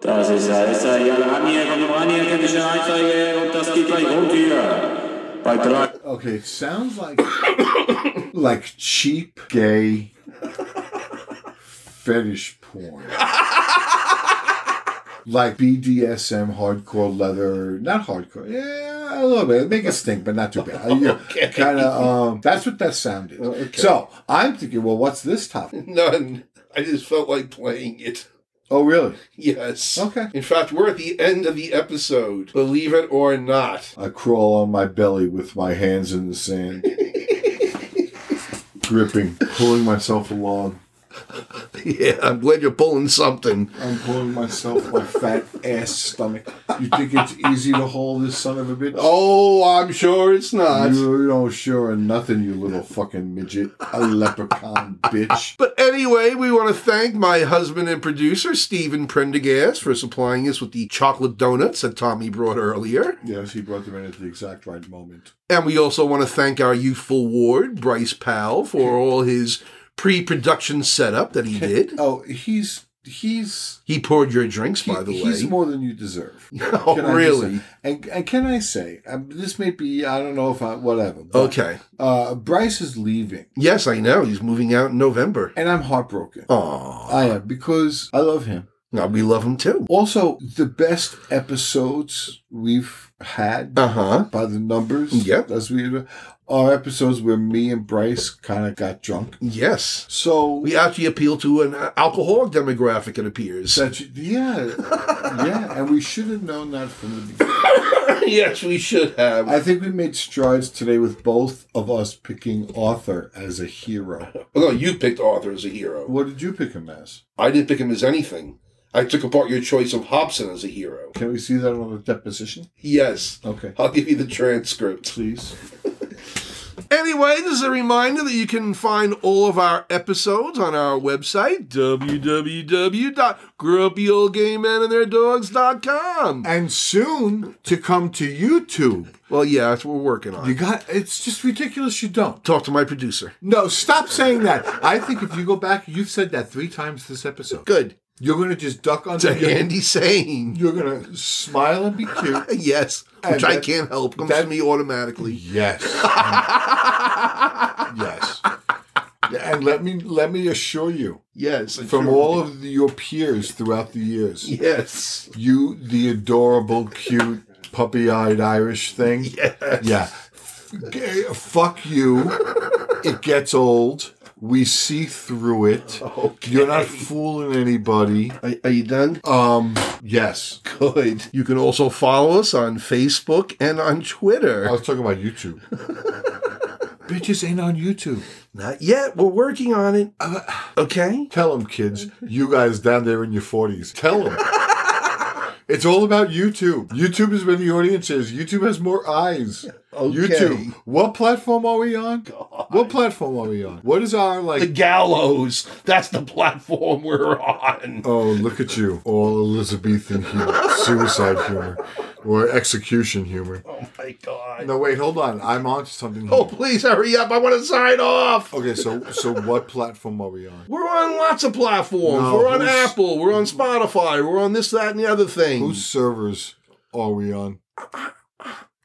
Speaker 9: Das ist ja, ist ja hier Anhänger und anhängerische Einzeige und das geht gleich rund hier. Bei drei.
Speaker 2: Okay, it sounds like like cheap gay fetish porn. like BDSM hardcore leather, not hardcore. Yeah, a little bit. Make it stink, but not too bad. Kind of um that's what that sounded. So, I'm thinking, well, what's this topic?
Speaker 1: None. I just felt like playing it.
Speaker 2: Oh, really?
Speaker 1: Yes.
Speaker 2: Okay.
Speaker 1: In fact, we're at the end of the episode. Believe it or not.
Speaker 2: I crawl on my belly with my hands in the sand. gripping, pulling myself along.
Speaker 1: Yeah, I'm glad you're pulling something.
Speaker 2: I'm pulling myself my fat ass stomach. You think it's easy to hold this son of a bitch?
Speaker 1: Oh, I'm sure it's not.
Speaker 2: you don't sure and nothing, you little fucking midget, a leprechaun bitch.
Speaker 1: But anyway, we want to thank my husband and producer, Stephen Prendergast, for supplying us with the chocolate donuts that Tommy brought earlier.
Speaker 2: Yes, he brought them in at the exact right moment.
Speaker 1: And we also want to thank our youthful ward, Bryce Powell, for all his pre production setup that he did.
Speaker 2: Oh, he's he's
Speaker 1: He poured your drinks, by the
Speaker 2: he-
Speaker 1: way.
Speaker 2: he's more than you deserve.
Speaker 1: Oh,
Speaker 2: Can I just
Speaker 1: really?
Speaker 2: say- and, and can I say, um, this may be I don't know if I whatever. but,
Speaker 1: Okay.
Speaker 2: uh, Bryce is leaving,
Speaker 1: Yes, I know. He's moving out in November.
Speaker 2: and I'm heartbroken.
Speaker 1: Oh. Aw.
Speaker 2: I am because I love him.
Speaker 1: Now we love him too.
Speaker 2: Also, the best episodes we've had
Speaker 1: Uh huh.
Speaker 2: by the numbers.
Speaker 1: Yep.
Speaker 2: As we are episodes where me and Bryce kind of got drunk.
Speaker 1: Yes.
Speaker 2: So
Speaker 1: We actually appeal to an uh, alcoholic demographic, it appears.
Speaker 2: that you- yeah, yeah, and we should have known that from the beginning.
Speaker 1: yes, we should have.
Speaker 2: I think we made strides today with both of us picking Arthur as a hero.
Speaker 1: Well, no, you picked Arthur as a hero.
Speaker 2: What did you pick him as?
Speaker 1: I didn't pick him as anything. I took apart your choice of Hobson as a hero.
Speaker 2: Can we see that on the deposition?
Speaker 1: Yes.
Speaker 2: Okay,
Speaker 1: I'll give you the transcript.
Speaker 2: please.
Speaker 1: Anyway, this is a reminder that you can find all of our episodes on our website, www.grumpyoldgaymenandtheirdogs.com.
Speaker 2: And soon to come to YouTube.
Speaker 1: Well, yeah, that's what we're working
Speaker 2: You
Speaker 1: on.
Speaker 2: got it's just ridiculous. You don't.
Speaker 1: Talk to my producer.
Speaker 2: No, stop saying that. I think if you go back, you've said that three times this episode.
Speaker 1: Good.
Speaker 2: You're gonna just duck
Speaker 1: It's
Speaker 2: under.
Speaker 1: a
Speaker 2: Your,
Speaker 1: handy saying.
Speaker 2: you're gonna smile and be cute.
Speaker 1: Yes,
Speaker 2: And
Speaker 1: which I
Speaker 2: that-
Speaker 1: can't help. Comes
Speaker 2: that-
Speaker 1: to me automatically.
Speaker 2: Yes. yes. And let me let me assure you,
Speaker 1: Yes.
Speaker 2: from all of your peers throughout the years,
Speaker 1: Yes.
Speaker 2: you the adorable, cute, puppy-eyed Irish thing.
Speaker 1: Yes.
Speaker 2: Yeah. G- Eh, Fuck you. It gets old. We see through it. You're not fooling anybody.
Speaker 1: Are, are you done?
Speaker 2: Um, yes.
Speaker 1: Good. You can also follow us on Facebook and on Twitter.
Speaker 2: I was talking about YouTube. Bitches ain't on YouTube.
Speaker 1: Not yet. We're working on it. okay.
Speaker 2: Tell them, kids. You guys down there in your 40s. Tell them. It's all about YouTube. YouTube is where the audience is. YouTube has more eyes.
Speaker 1: Okay.
Speaker 2: YouTube. What platform are we on? What platform are we on? What is our like?
Speaker 1: The gallows. That's the platform we're on.
Speaker 2: Oh, look at you. All Elizabethan humor, suicide humor, or execution humor.
Speaker 1: Oh my god.
Speaker 2: No, wait, hold on. I'm on to something.
Speaker 1: Oh,
Speaker 2: here.
Speaker 1: please hurry up. I want to sign off.
Speaker 2: Okay, so so what platform are we on?
Speaker 1: We're on lots of platforms.
Speaker 2: No,
Speaker 1: we're on
Speaker 2: who's-
Speaker 1: Apple. We're on Spotify. We're on this, that, and the other thing.
Speaker 2: Whose servers are we on?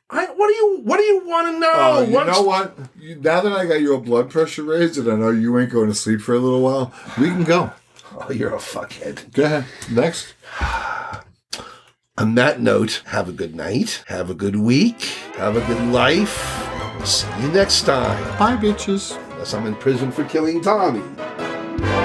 Speaker 1: I, what do you What do you want to know?
Speaker 2: Oh, you
Speaker 1: What's-
Speaker 2: know what? You, now that I got your blood pressure raised and I know you ain't going to sleep for a little while, we can go.
Speaker 1: Oh, you're a fuckhead.
Speaker 2: Go ahead. Next.
Speaker 1: On that note, have a good night. Have a good week. Have a good life. See you next time.
Speaker 2: Bye, bitches.
Speaker 1: Unless I'm in prison for killing Tommy.
Speaker 2: Bye.